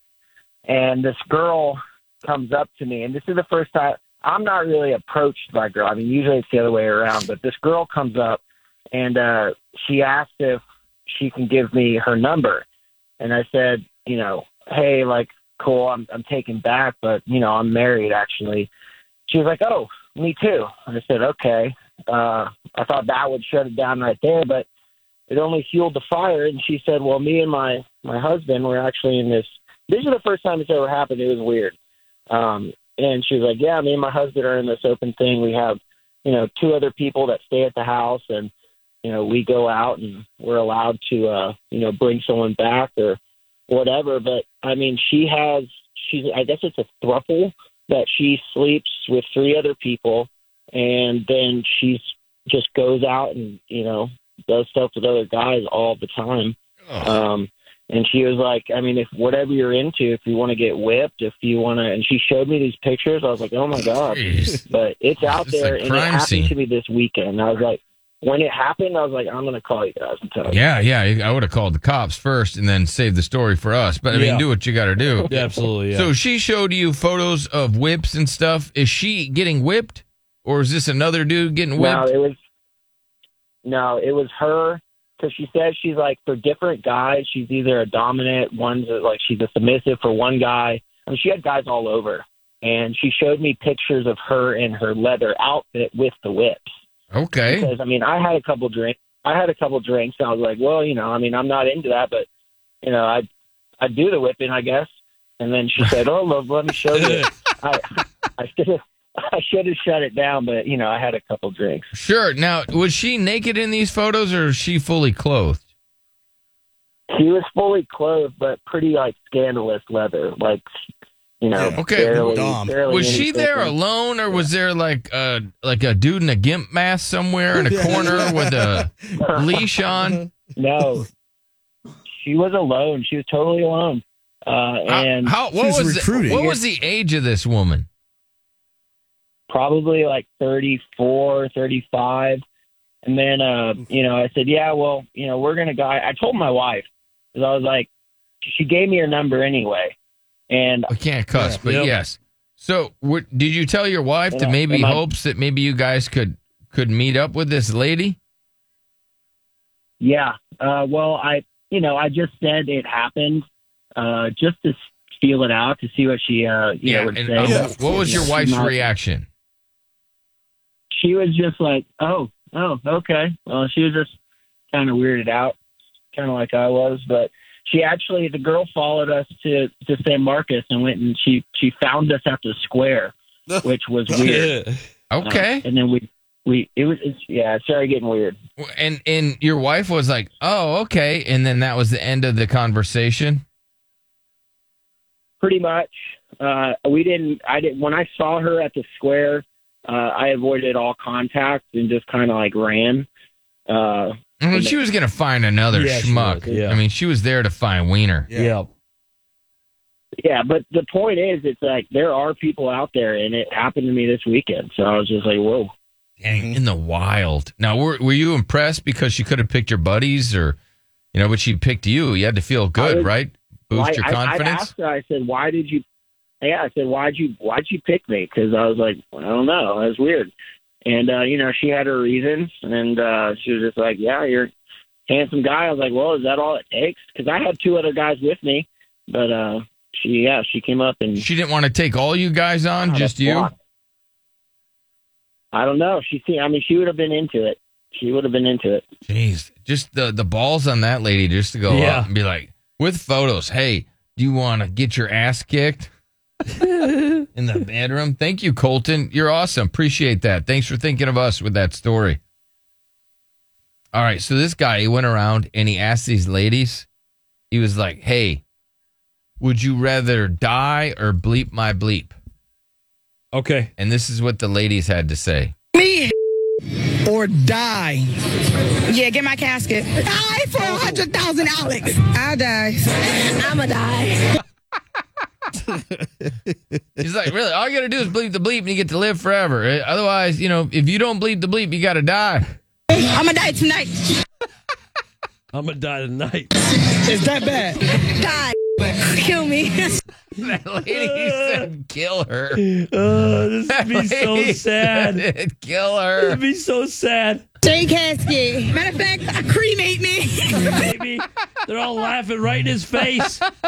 S9: And this girl comes up to me, and this is the first time I'm not really approached by a girl. I mean, usually it's the other way around, but this girl comes up, and uh, she asked if she can give me her number, and I said, you know, hey, like, cool, I'm I'm taken back, but you know, I'm married actually. She was like, oh, me too. And I said, okay uh, I thought that would shut it down right there, but it only fueled the fire. And she said, "Well, me and my my husband were actually in this. This is the first time it's ever happened. It was weird." Um, and she was like, "Yeah, me and my husband are in this open thing. We have, you know, two other people that stay at the house, and you know, we go out and we're allowed to, uh, you know, bring someone back or whatever. But I mean, she has, she's, I guess it's a thruple that she sleeps with three other people and then she's just goes out and, you know, does stuff with other guys all the time. Um, and she was like, I mean, if whatever you're into, if you want to get whipped, if you want to, and she showed me these pictures. I was like, oh my god! But it's out
S4: This is
S9: there,
S4: a
S9: and it
S4: crime
S9: happened
S4: scene.
S9: to me this weekend. I was like, when it happened, I was like, I'm gonna call you guys and tell you.
S7: Yeah, yeah. I would have called the cops first and then saved the story for us. But I mean,
S9: Yeah.
S7: do what you got to do.
S9: *laughs* Yeah, absolutely, yeah.
S7: So she showed you photos of whips and stuff. Is she getting whipped, or is this another dude getting whipped?
S9: No, it was no, it was her because she said she's like for different guys. She's either a dominant, one's a- like she's a submissive for one guy. I mean, she had guys all over, and she showed me pictures of her in her leather outfit with the whips.
S7: Okay.
S9: Because I mean, I had a couple drinks. I had a couple drinks, and I was like, well, you know, I mean, I'm not into that, but you know, I I do the whipping, I guess. And then she said, "Oh, love, let me show
S7: *laughs*
S9: you." I I should have I should have shut it down, but you know, I had a couple drinks.
S7: Sure. Now, was she naked in these photos, or is she fully clothed?
S9: She was fully clothed, but pretty like scandalous leather, like you know.
S7: Okay.
S9: barely- barely
S7: was she
S9: anything.
S7: there alone, or was there like a like a dude in a gimp mask
S9: *laughs*
S7: somewhere in a corner with a leash on?
S9: No, she was alone. She was totally alone. Uh, and
S7: How? What was The, what was the age of this woman?
S9: probably like 34, 35. And then, uh,
S7: Mm-hmm.
S9: you know, I said, yeah, well, you know, we're going to go. I I told my wife, because I was like, she gave me her number anyway. And
S7: I can't cuss, but yes. So, what, did you tell your wife
S9: And
S7: to
S9: I-
S7: maybe
S9: and I-
S7: hopes that maybe you guys could could meet up with this lady?
S9: Yeah. Uh, well, I, you know, I just said it happened uh, just to s- feel it out to see what she, uh, you know, would
S7: and,
S9: say.
S7: um, What was your
S9: Yeah,
S7: wife's
S9: not-
S7: reaction?
S9: She was just like, oh, oh, okay. Well, she was just kind of weirded out, kind of like I was. But she actually, the girl followed us to to San Marcos and went and she she found us at the square, which was weird.
S7: Okay.
S9: Uh, and then we we it was it's, yeah, it started getting weird.
S7: And and your wife was like, "Oh, okay," and then that was the end of the conversation.
S9: pretty much. Uh, we didn't. I didn't. When I saw her at the square, uh, I avoided all contact and just kind of like ran. Uh,
S7: I mean, she was gonna find another
S9: Yeah, she
S7: schmuck.
S9: was, yeah.
S7: I mean, she was there to find Wiener.
S9: Yeah. yeah, but the point is, it's like there are people out there, and it happened to me this weekend. So I was just like, whoa.
S7: Dang, in the wild. Now, were were you impressed because she could have picked your buddies, or you know, but she picked you? You had to feel good,
S9: was-
S7: right? Boost
S9: Why-
S7: your
S9: I, I
S7: confidence.
S9: asked her. I said, "Why did you?" Yeah, I said, "Why'd you? Why'd you pick me?" Because I was like, "I don't know. That's weird." And uh, you know, she had her reasons, and uh, she was just like, "Yeah, you're a handsome guy." I was like, "Well, is that all it takes?" Because I had two other guys with me, but uh, she, yeah, she came up and
S7: she didn't want to take all you guys on, just you.
S9: I don't know. She, see, I mean, she would have been into it. She would have been into it.
S7: Jeez, just the the balls on that lady just to go
S9: Yeah.
S7: up and be like with photos. Hey, do you want to get your ass kicked in the bedroom? Thank you, Colton. You're awesome. Appreciate that. Thanks for thinking of us with that story. All right, so this guy he went around and he asked these ladies. He was like, "Hey, would you rather die or bleep my bleep?" Okay. And this is what the ladies had to say.
S12: Me or die. Yeah, get my casket. Die for a hundred thousand, Alex. I die. I'ma die.
S7: He's like, really? All you got to do is bleep the bleep, and you get to live forever. Eh, Otherwise, you know, if you don't bleep the bleep, you got to die.
S12: I'ma die
S8: *laughs*
S12: tonight.
S8: I'm gonna die tonight.
S12: Is that bad? Die. Kill *laughs* me.
S7: that lady said, "Kill
S8: *laughs*
S7: her."
S8: Uh, this would be so
S7: *laughs* Lady
S8: sad.
S7: said, Kill her.
S8: It'd be so sad.
S12: Say casket. Matter of fact, I cremate me. *laughs*
S8: Baby, they're all laughing right in his
S7: *laughs*
S8: face.
S12: *laughs*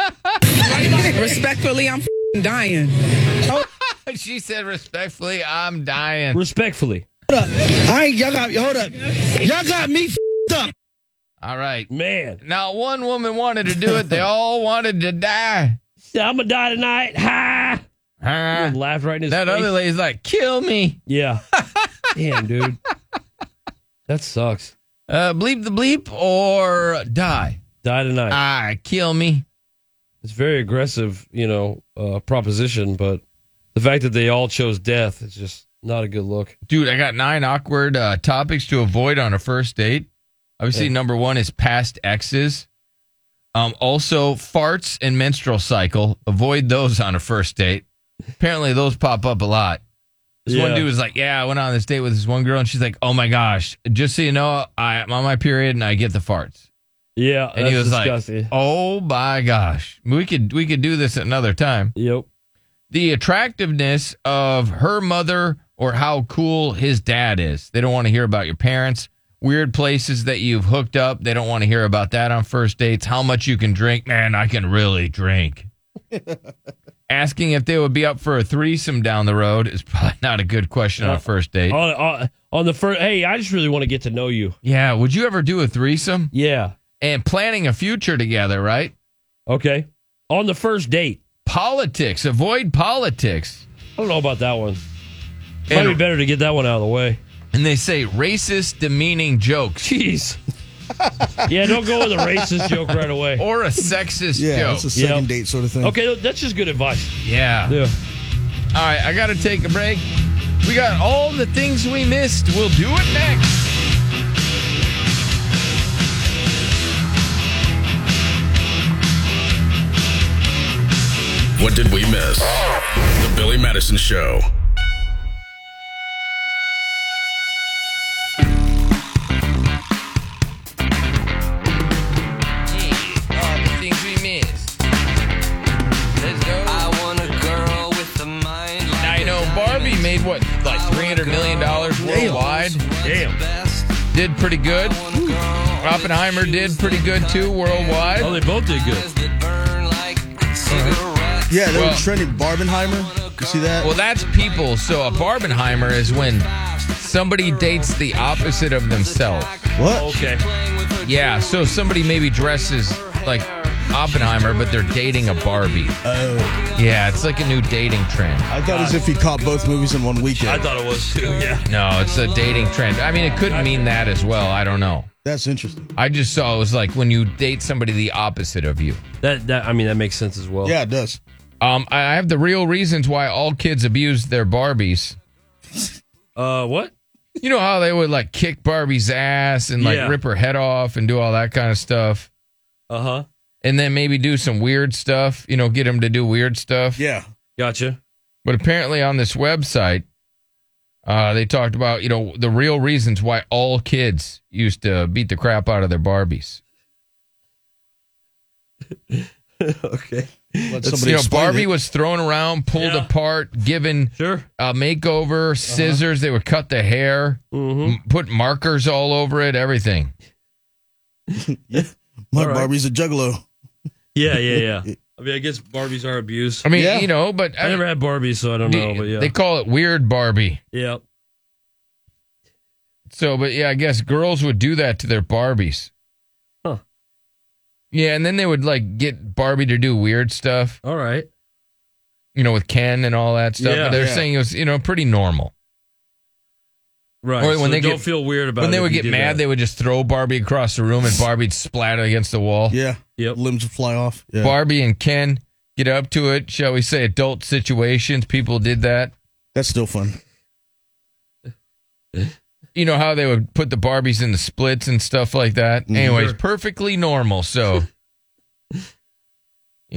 S12: Respectfully, I'm f***ing dying.
S7: *laughs* she said, respectfully, I'm dying.
S8: Respectfully.
S12: Hold up. I ain't, y'all got, hold up. Y'all got me f***ed up.
S7: All right,
S8: man.
S7: Not one woman wanted to do it. They all wanted to die.
S8: I'm gonna die tonight. Ha!
S7: Ha!
S8: Laughed right in his
S7: That
S8: face. *laughs*
S7: other lady's like, "Kill me."
S8: Yeah. Damn, dude. That sucks.
S7: Uh, bleep the bleep or die.
S8: Die tonight.
S7: Ah, kill me.
S8: It's very aggressive, you know, uh, proposition, but the fact that they all chose death is just not a good look.
S7: Dude, I got nine awkward uh, topics to avoid on a first date. Obviously,
S8: Yeah.
S7: number one is past exes. Um, also, farts and menstrual cycle. Avoid those on a first date. Apparently, those pop up a lot. This one
S3: Yeah.
S7: dude was like, "Yeah, I went on this date with this one girl, and she's like, oh my gosh, just so you know, I, I'm on my period and I get the farts.'"
S8: Yeah,
S7: and he
S8: that's
S7: was
S8: disgusting.
S7: like, "Oh my gosh, we could we could do this another time."
S8: Yep.
S7: The attractiveness of her mother or how cool his dad is. They don't want to hear about your parents. Weird places that you've hooked up. They don't want to hear about that on first dates. How much you can drink, man? I can really drink. Asking if they would be up for a threesome down the road is probably not a good question
S8: Uh,
S7: on a first date.
S8: On, on, on the first, hey, I just really want to get to know you.
S7: Yeah. Would you ever do a threesome?
S8: Yeah.
S7: And planning a future together, right?
S8: Okay. On the *laughs* first date.
S7: Politics. Avoid politics.
S8: I don't know about that one. Might be better to get that one out of the way.
S7: And they say racist, demeaning jokes.
S8: Jeez. Yeah, don't go with a racist joke right away.
S7: Or a
S28: *laughs*
S7: sexist
S28: Yeah,
S7: joke.
S28: that's a second date sort of thing.
S8: Okay, that's just good advice.
S7: Yeah.
S8: Yeah.
S7: All right, I got to take a break. We got all the things we missed. We'll do it next.
S11: What did we miss? The Billy Madison Show.
S7: All the things we missed. Let's go. I want a girl with a mind Now, you know, Barbie made what, like $300 million worldwide? Damn. Did pretty good. Oppenheimer did pretty good too worldwide.
S8: Oh, they both did good. Uh-huh.
S28: Yeah, they
S7: Mm-hmm. Well-
S28: were trending Barbenheimer. You see that?
S7: Well, that's people. So a Barbenheimer is when somebody dates the opposite of themselves.
S28: What?
S8: Okay.
S7: Yeah. So somebody maybe dresses like Oppenheimer, but they're dating a Barbie.
S28: Oh.
S7: Yeah, it's like a new dating trend.
S28: I thought as if he caught both movies in one weekend.
S8: I thought it was too. Yeah.
S7: No, it's a dating trend. I mean, it could mean that as well. I don't know.
S28: That's interesting.
S7: I just saw it was like when you date somebody the opposite of you.
S8: That that I mean that makes sense as well.
S28: Yeah, it does.
S7: Um, I I have the real reasons why all kids abuse their Barbies.
S8: Uh, what?
S7: You know how they would like kick Barbie's ass and like
S8: Yeah.
S7: rip her head off and do all that kind of stuff.
S8: Uh huh.
S7: And then maybe do some weird stuff. You know, get them to do weird stuff.
S28: Yeah.
S8: Gotcha.
S7: But apparently on this website, uh, they talked about you know the real reasons why all kids used to beat the crap out of their Barbies.
S8: okay.
S28: Let
S7: you know, Barbie was thrown around, pulled apart, given a
S28: Uh-huh.
S7: makeover, scissors. They would cut the hair, m- put markers all over it, everything.
S28: My Barbie's a juggalo.
S8: *laughs* Yeah, yeah, yeah. I mean, I guess Barbies are abused.
S7: I mean, you know, but
S8: I, never had Barbies, so I don't know. But yeah,
S7: They call it weird Barbie.
S8: yeah.
S7: So, but yeah, I guess girls would do that to their Barbies.
S8: Huh.
S7: Yeah, and then they would like get Barbie to do weird stuff.
S8: All right.
S7: You know, with Ken and all that stuff.
S8: Yeah.
S7: but they're
S8: Yeah.
S7: saying it was, you know, pretty normal.
S8: Right.
S7: Or when
S8: so
S7: they
S8: don't
S7: get-
S8: feel weird about
S7: when
S8: it
S7: they
S8: if
S7: would
S8: you
S7: get
S8: do
S7: mad,
S8: that.
S7: they would just throw Barbie across the room and Barbie'd splatter against the wall.
S28: Yeah.
S8: Yep.
S28: Limbs would fly off. Yeah.
S7: Barbie and Ken get up to it, shall we say, adult situations. People did that.
S28: That's still fun.
S7: You know how they would put the Barbies in the splits and stuff like that?
S28: Mm-hmm.
S7: Anyways,
S8: Sure.
S7: perfectly
S8: *laughs*
S7: normal. So, you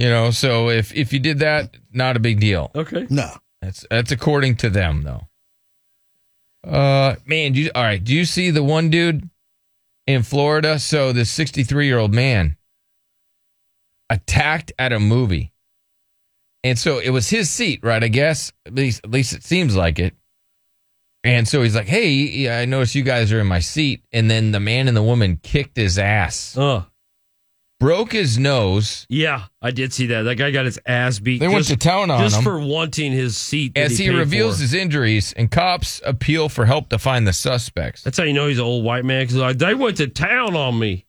S7: know, so if, if you did that, not a big deal.
S8: Okay.
S28: No.
S7: That's, that's according to them, though. Uh, man, do you, all right. Do you see the one dude in Florida? So this 63 year old man attacked at a movie, and so it was his seat, right? I guess at least at least it seems like it. And so he's like, "Hey, yeah, I noticed you guys are in my seat." And then the man and the woman kicked his ass,
S8: uh.
S7: broke his nose.
S8: Yeah, I did see that. That guy got his ass beat.
S7: They went to town on
S8: just
S7: him.
S8: for wanting his seat. that
S7: As he
S8: paid
S7: reveals
S8: for.
S7: his injuries, and cops appeal for help to find the suspects.
S8: That's how you know he's an old white man because like they went to town on me,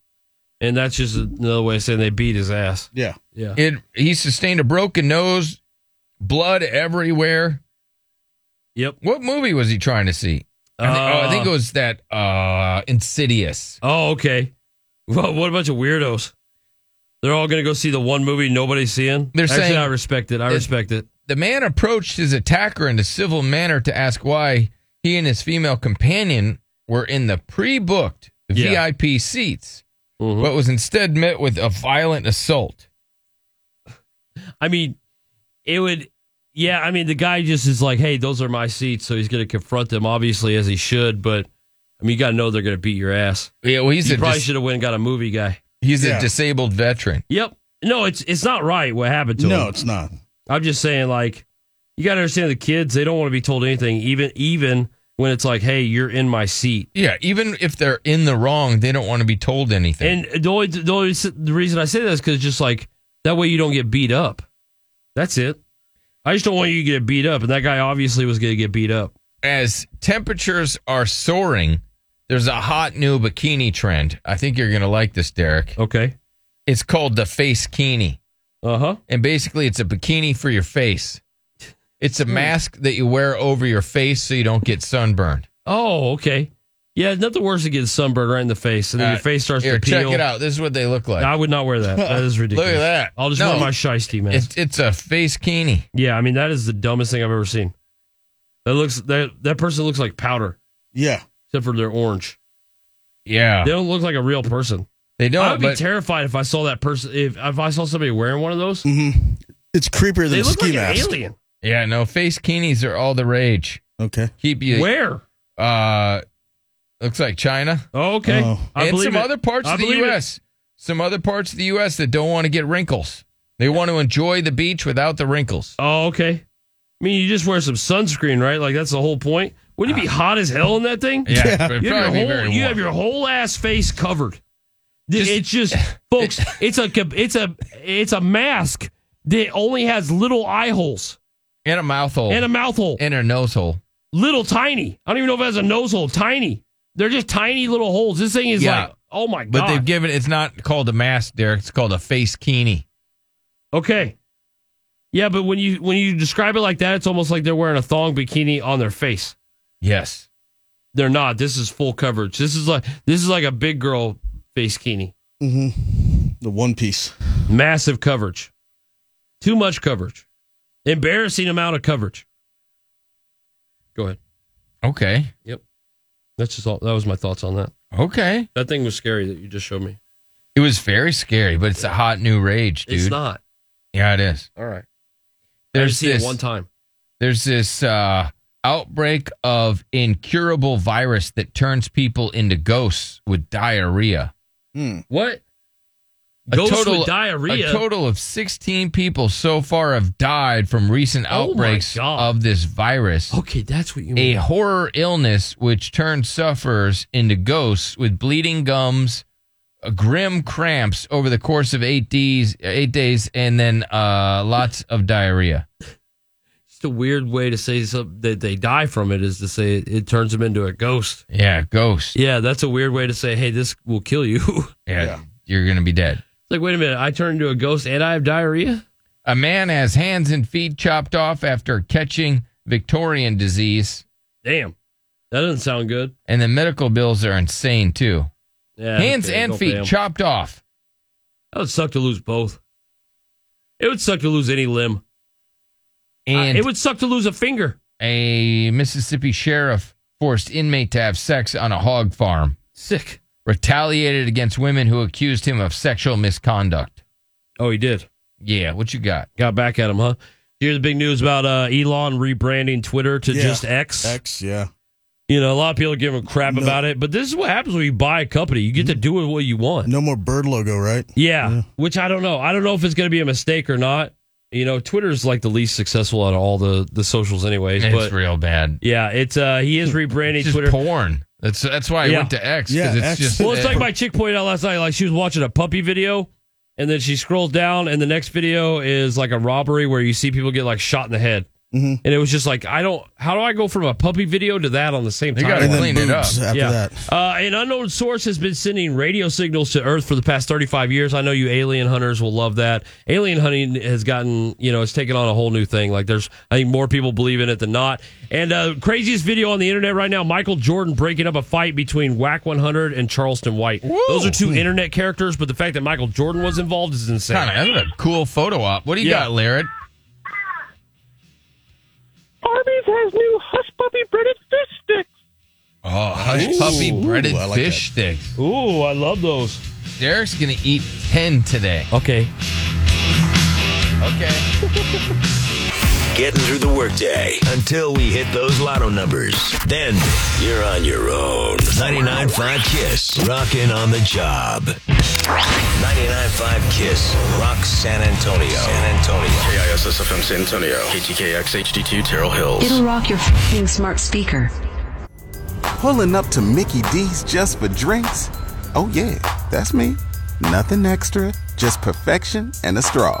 S8: and that's just another way of saying they beat his ass.
S28: Yeah,
S8: yeah.
S7: It he sustained a broken nose, blood everywhere.
S8: Yep.
S7: What movie was he trying to see? I, thi- oh, I think it was that uh Insidious.
S2: Oh, okay. Well, what a bunch of weirdos. They're all going to go see the one movie nobody's seeing.
S7: They're
S2: Actually,
S7: saying-
S2: I respect it. I respect it.
S7: The man approached his attacker in a civil manner to ask why he and his female companion were in the pre-booked
S2: Yeah. Mm-hmm.
S7: VIP seats, but was instead met with a violent assault.
S2: I mean, it would. Yeah, I mean, the guy just is like, "Hey, those are my seats," so he's going to confront them, obviously, as he should. But I mean, you got to know they're going to beat your ass.
S7: Yeah, well, he's
S2: you
S7: a
S2: probably
S7: dis-
S2: should have went and got a movie guy.
S7: He's a disabled veteran.
S2: Yep. No, it's it's not right what happened to him.
S8: No, it's not.
S2: I'm just saying, like, you got to understand the kids. They don't want to be told anything, even even when it's like, "Hey, you're in my seat."
S7: Yeah, even if they're in the wrong, they don't want to be told anything.
S2: And the only, the only s- the reason I say that is because just like that way you don't get beat up. That's it. I just don't want you to get beat up, and that guy obviously was going to get beat up.
S7: As temperatures are soaring, there's a hot new bikini trend. I think you're going to like this, Derek.
S2: Okay.
S7: It's called the face kini.
S2: Uh huh.
S7: And basically, it's a bikini for your face. It's a mask that you wear over your face so you don't get sunburned.
S2: Oh, okay. Yeah, nothing worse than getting sunburned right in the face, and then your
S7: Uh,
S2: face starts
S7: here,
S2: to peel.
S7: Check it out. This is what they look like.
S2: I would not wear that. That is ridiculous.
S7: *laughs* Look at that.
S2: I'll just
S7: No.
S2: wear my shiesty mask.
S7: It's, it's a face kini.
S2: Yeah, I mean that is the dumbest thing I've ever seen. That looks that that person looks like powder.
S8: Yeah,
S2: except for they're orange.
S7: Yeah,
S2: they don't look like a real person.
S7: They don't.
S2: I would be
S7: but-
S2: terrified if I saw that person. If if I saw somebody wearing one of those,
S8: Mm-hmm. It's creepier than
S2: they
S8: a
S2: look
S8: ski
S2: like
S8: mask.
S2: an alien.
S7: Yeah, no, face kinis are all the rage.
S8: Okay.
S7: Keep you
S2: Where?
S7: Uh looks like China.
S2: okay. Oh. I
S7: and
S2: believe
S7: some
S2: it.
S7: other parts
S2: I
S7: of the
S2: believe it.
S7: US. Some other parts of the US that don't want to get wrinkles. They want to enjoy the beach without the wrinkles.
S2: Oh, okay. I mean, you just wear some sunscreen, right? Like that's the whole point. Wouldn't it be hot as hell in that thing?
S7: Ah. Yeah, Yeah. it'd
S2: You, have your
S7: probably be
S2: whole,
S7: very
S2: you
S7: warm.
S2: have your whole ass face covered. Th-
S7: *laughs*
S2: it's just, folks. It's a com- it's a it's a mask that only has little eye holes
S7: and a mouth hole
S2: and a mouth hole
S7: and a nose hole.
S2: Little tiny. I don't even know if it has a nose hole. Tiny. They're just tiny little holes. This thing is
S7: Yeah.
S2: like, oh my god.
S7: But they've given it's not called a mask, Derek. It's called a face kini.
S2: Okay. Yeah, but when you when you describe it like that, it's almost like they're wearing a thong bikini on their face.
S7: Yes.
S2: They're not. This is full coverage. This is like this is like a big girl face bikini.
S8: Mm-hmm. The one piece.
S2: Massive coverage. Too much coverage. Embarrassing amount of coverage. Go ahead.
S7: Okay.
S2: Yep. That's just all that was my thoughts on that.
S7: Okay.
S2: That thing was scary that you just showed me.
S7: It was very scary, but it's a hot new rage, dude.
S2: It's not.
S7: Yeah, it is.
S2: All right. I
S7: There's
S2: just seen it
S7: this
S2: one time.
S7: There's this uh, outbreak of incurable virus that turns people into ghosts with diarrhea.
S8: Hmm.
S2: What? Ghosts with diarrhea?
S7: A total of 16 people so far have died from recent
S2: Oh my
S7: outbreaks
S2: God.
S7: of this virus.
S2: Okay, that's what you
S7: A
S2: mean.
S7: horror illness which turns sufferers into ghosts with bleeding gums, uh, grim cramps over the course of eight days, eight days, and then uh, lots of diarrhea.
S2: Just a weird way to say some, that they die from it is to say it, it turns them into a ghost.
S7: Yeah, ghost.
S2: Yeah, that's a weird way to say, hey, this will kill you. *laughs* it's
S7: Yeah, you're gonna be dead.
S2: like, wait a minute, I turned into a ghost and I have diarrhea?
S7: A man has hands and feet chopped off after catching Victorian disease,
S2: Damn. That doesn't sound good.
S7: and the medical bills are insane too.
S2: Yeah,
S7: hands
S2: okay,
S7: and
S2: don't
S7: feet
S2: pay 'em.
S7: chopped off.
S2: That would suck to lose both. It would suck to lose any limb.
S7: And
S2: Uh, it would suck to lose a finger.
S7: A Mississippi sheriff forced inmate to have sex on a hog farm.
S2: Sick.
S7: Retaliated against women who accused him of sexual misconduct.
S2: Oh, he did.
S7: Yeah, what you got?
S2: Got back at him, huh? Here's the big news about uh, Elon rebranding Twitter to
S8: Yeah.
S2: just X.
S8: X, yeah.
S2: You know, a lot of people give him crap about it, but this is what happens when you buy a company. You get to do with what you want.
S8: Mm-hmm. No more bird logo, right?
S2: Yeah, which I don't know. I don't know if it's going to be a mistake or not. You know, Twitter's like the least successful out of all the the socials, anyways.
S7: It's
S2: but
S7: real bad.
S2: yeah, it's uh he is rebranding
S7: It's just
S2: Twitter.
S7: porn. That's that's why I
S2: Yeah.
S7: went to X because it's just
S2: well, it's like my chick pointed out last night. Like she was watching a puppy video, and then she scrolls down, and the next video is like a robbery where you see people get like shot in the head.
S7: Mm-hmm.
S2: and it was just like I don't. How do I go from a puppy video to that on the same
S7: You
S2: time?
S7: gotta And then clean it boobs up. after
S2: yeah.
S7: that.
S2: Uh, an unknown source has been sending radio signals to Earth for the past 35 years. I know you alien hunters will love that. Alien hunting has gotten, you know, it's taken on a whole new thing. Like there's, I think more people believe in it than not. And uh, craziest video on the internet right now: Michael Jordan breaking up a fight between Whack 100 and Charleston White. Those are two
S7: Hmm.
S2: internet characters, but the fact that Michael Jordan was involved is insane.
S7: Kind of that's a cool photo op. What do you
S2: Yeah.
S7: got, Larrett?
S32: Arby's has new hush puppy breaded fish sticks.
S7: Oh, hush
S2: Ooh.
S7: puppy breaded
S2: Ooh, I like
S7: fish sticks.
S2: Ooh, I love those.
S7: Derek's gonna eat ten today.
S2: Okay.
S7: Okay.
S1: *laughs* Getting through the workday until we hit those lotto numbers. Then you're on your own. 99.5 Kiss. Rockin' on the job. 99.5 Kiss. Rock San Antonio. San Antonio.
S33: KISSFM San Antonio. KTKX HD2 Terrell Hills.
S3: It'll rock your fing smart speaker.
S34: Pulling up to Mickey D's just for drinks? Oh, yeah, that's me. Nothing extra, just perfection and a straw.